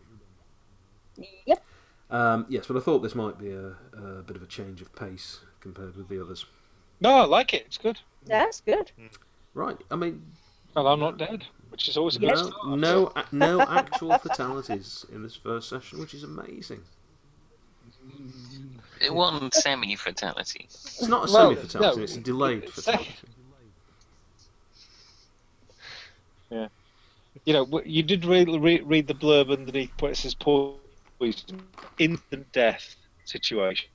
Yep. Um, yes, but I thought this might be a, a bit of a change of pace compared with the others. a... No, I like it. It's good. That's good. Right. I mean, Well, I'm not dead, which is always a good no, start. no, a- no actual fatalities in this first session, which is amazing. one semi fatality. It's not a Well, semi-fatality; no, it's a delayed it's- fatality. You know, w- you did read, read, read the blurb underneath where it says poison, instant death situation.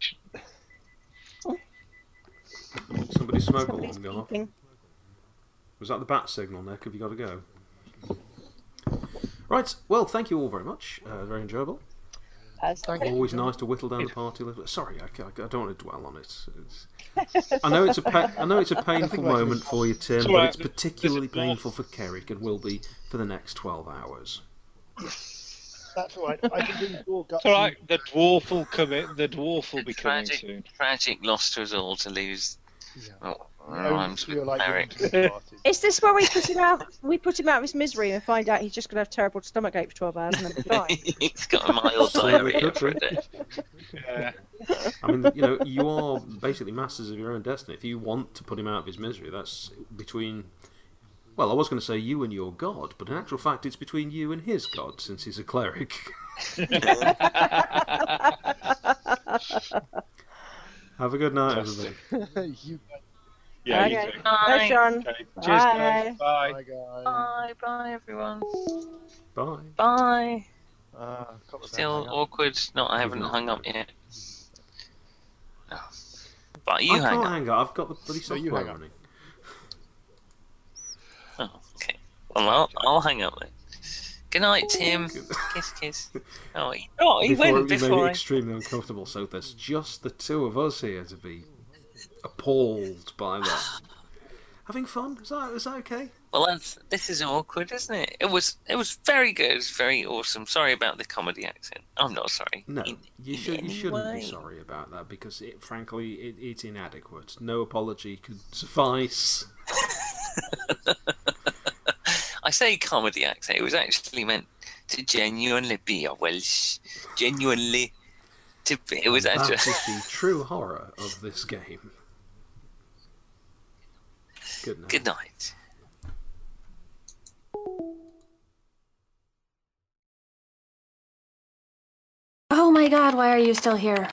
Somebody's smoke Somebody's alarm gone off. peeping. Was that the bat signal, Nick? Have you got to go? Right. Well, thank you all very much. Uh, very enjoyable. personally. Always nice to whittle down the party a little. bit. Sorry, I, ca- I don't want to dwell on it. It's- I know it's a pa- I know it's a I painful should- moment for you, Tim, It's all but right. it's particularly It's a blast. painful for Kerrick and will be for the next twelve hours. That's all right. I can do your guts. All right, the dwarf will come in. The dwarf will be coming tragic, soon. tragic loss to us all to lose. Yeah. Oh, I always rhymes feel with like Eric. going to the party. Is this where we put him out? We put him out of his misery and find out he's just going to have terrible stomach ache for twelve hours and then die. He's got a mild So we diarrhea could for a be. day. Yeah. I mean, you know, you are basically masters of your own destiny. If you want to put him out of his misery, that's between. Well, I was going to say you and your god, but in actual fact, it's between you and his god, since he's a cleric. Have a good night, everybody. you Yeah. you Okay. do. Bye, Bye. John. Okay. Cheers, guys. Bye. guy. Uh, guy. Bye, bye, everyone. Bye. Bye. Uh, can't Still remember. awkward. No, I You've haven't not hung up yet. No. But I you hang can't up. hang up. I've got the bloody No, you software hang up. running. Oh, okay. Well, I'll, I'll hang up then. Good night, Tim. kiss, kiss. Oh, he, oh, he before went you made before it I. extremely uncomfortable, so there's just the two of us here to be appalled by that. Having fun? Is that, is that okay? Well, that's, this is awkward, isn't it? It was. It was very good. It was very awesome. Sorry about the comedy accent. I'm not sorry. No, In- you, in should, you any shouldn't way. be sorry about that because, it, frankly, it, it's inadequate. No apology could suffice. I say comedy accent. It was actually meant to genuinely be a Welsh. Genuinely, to be, it was That actually. is the true horror of this game. Good night. Good night. Oh my god, why are you still here?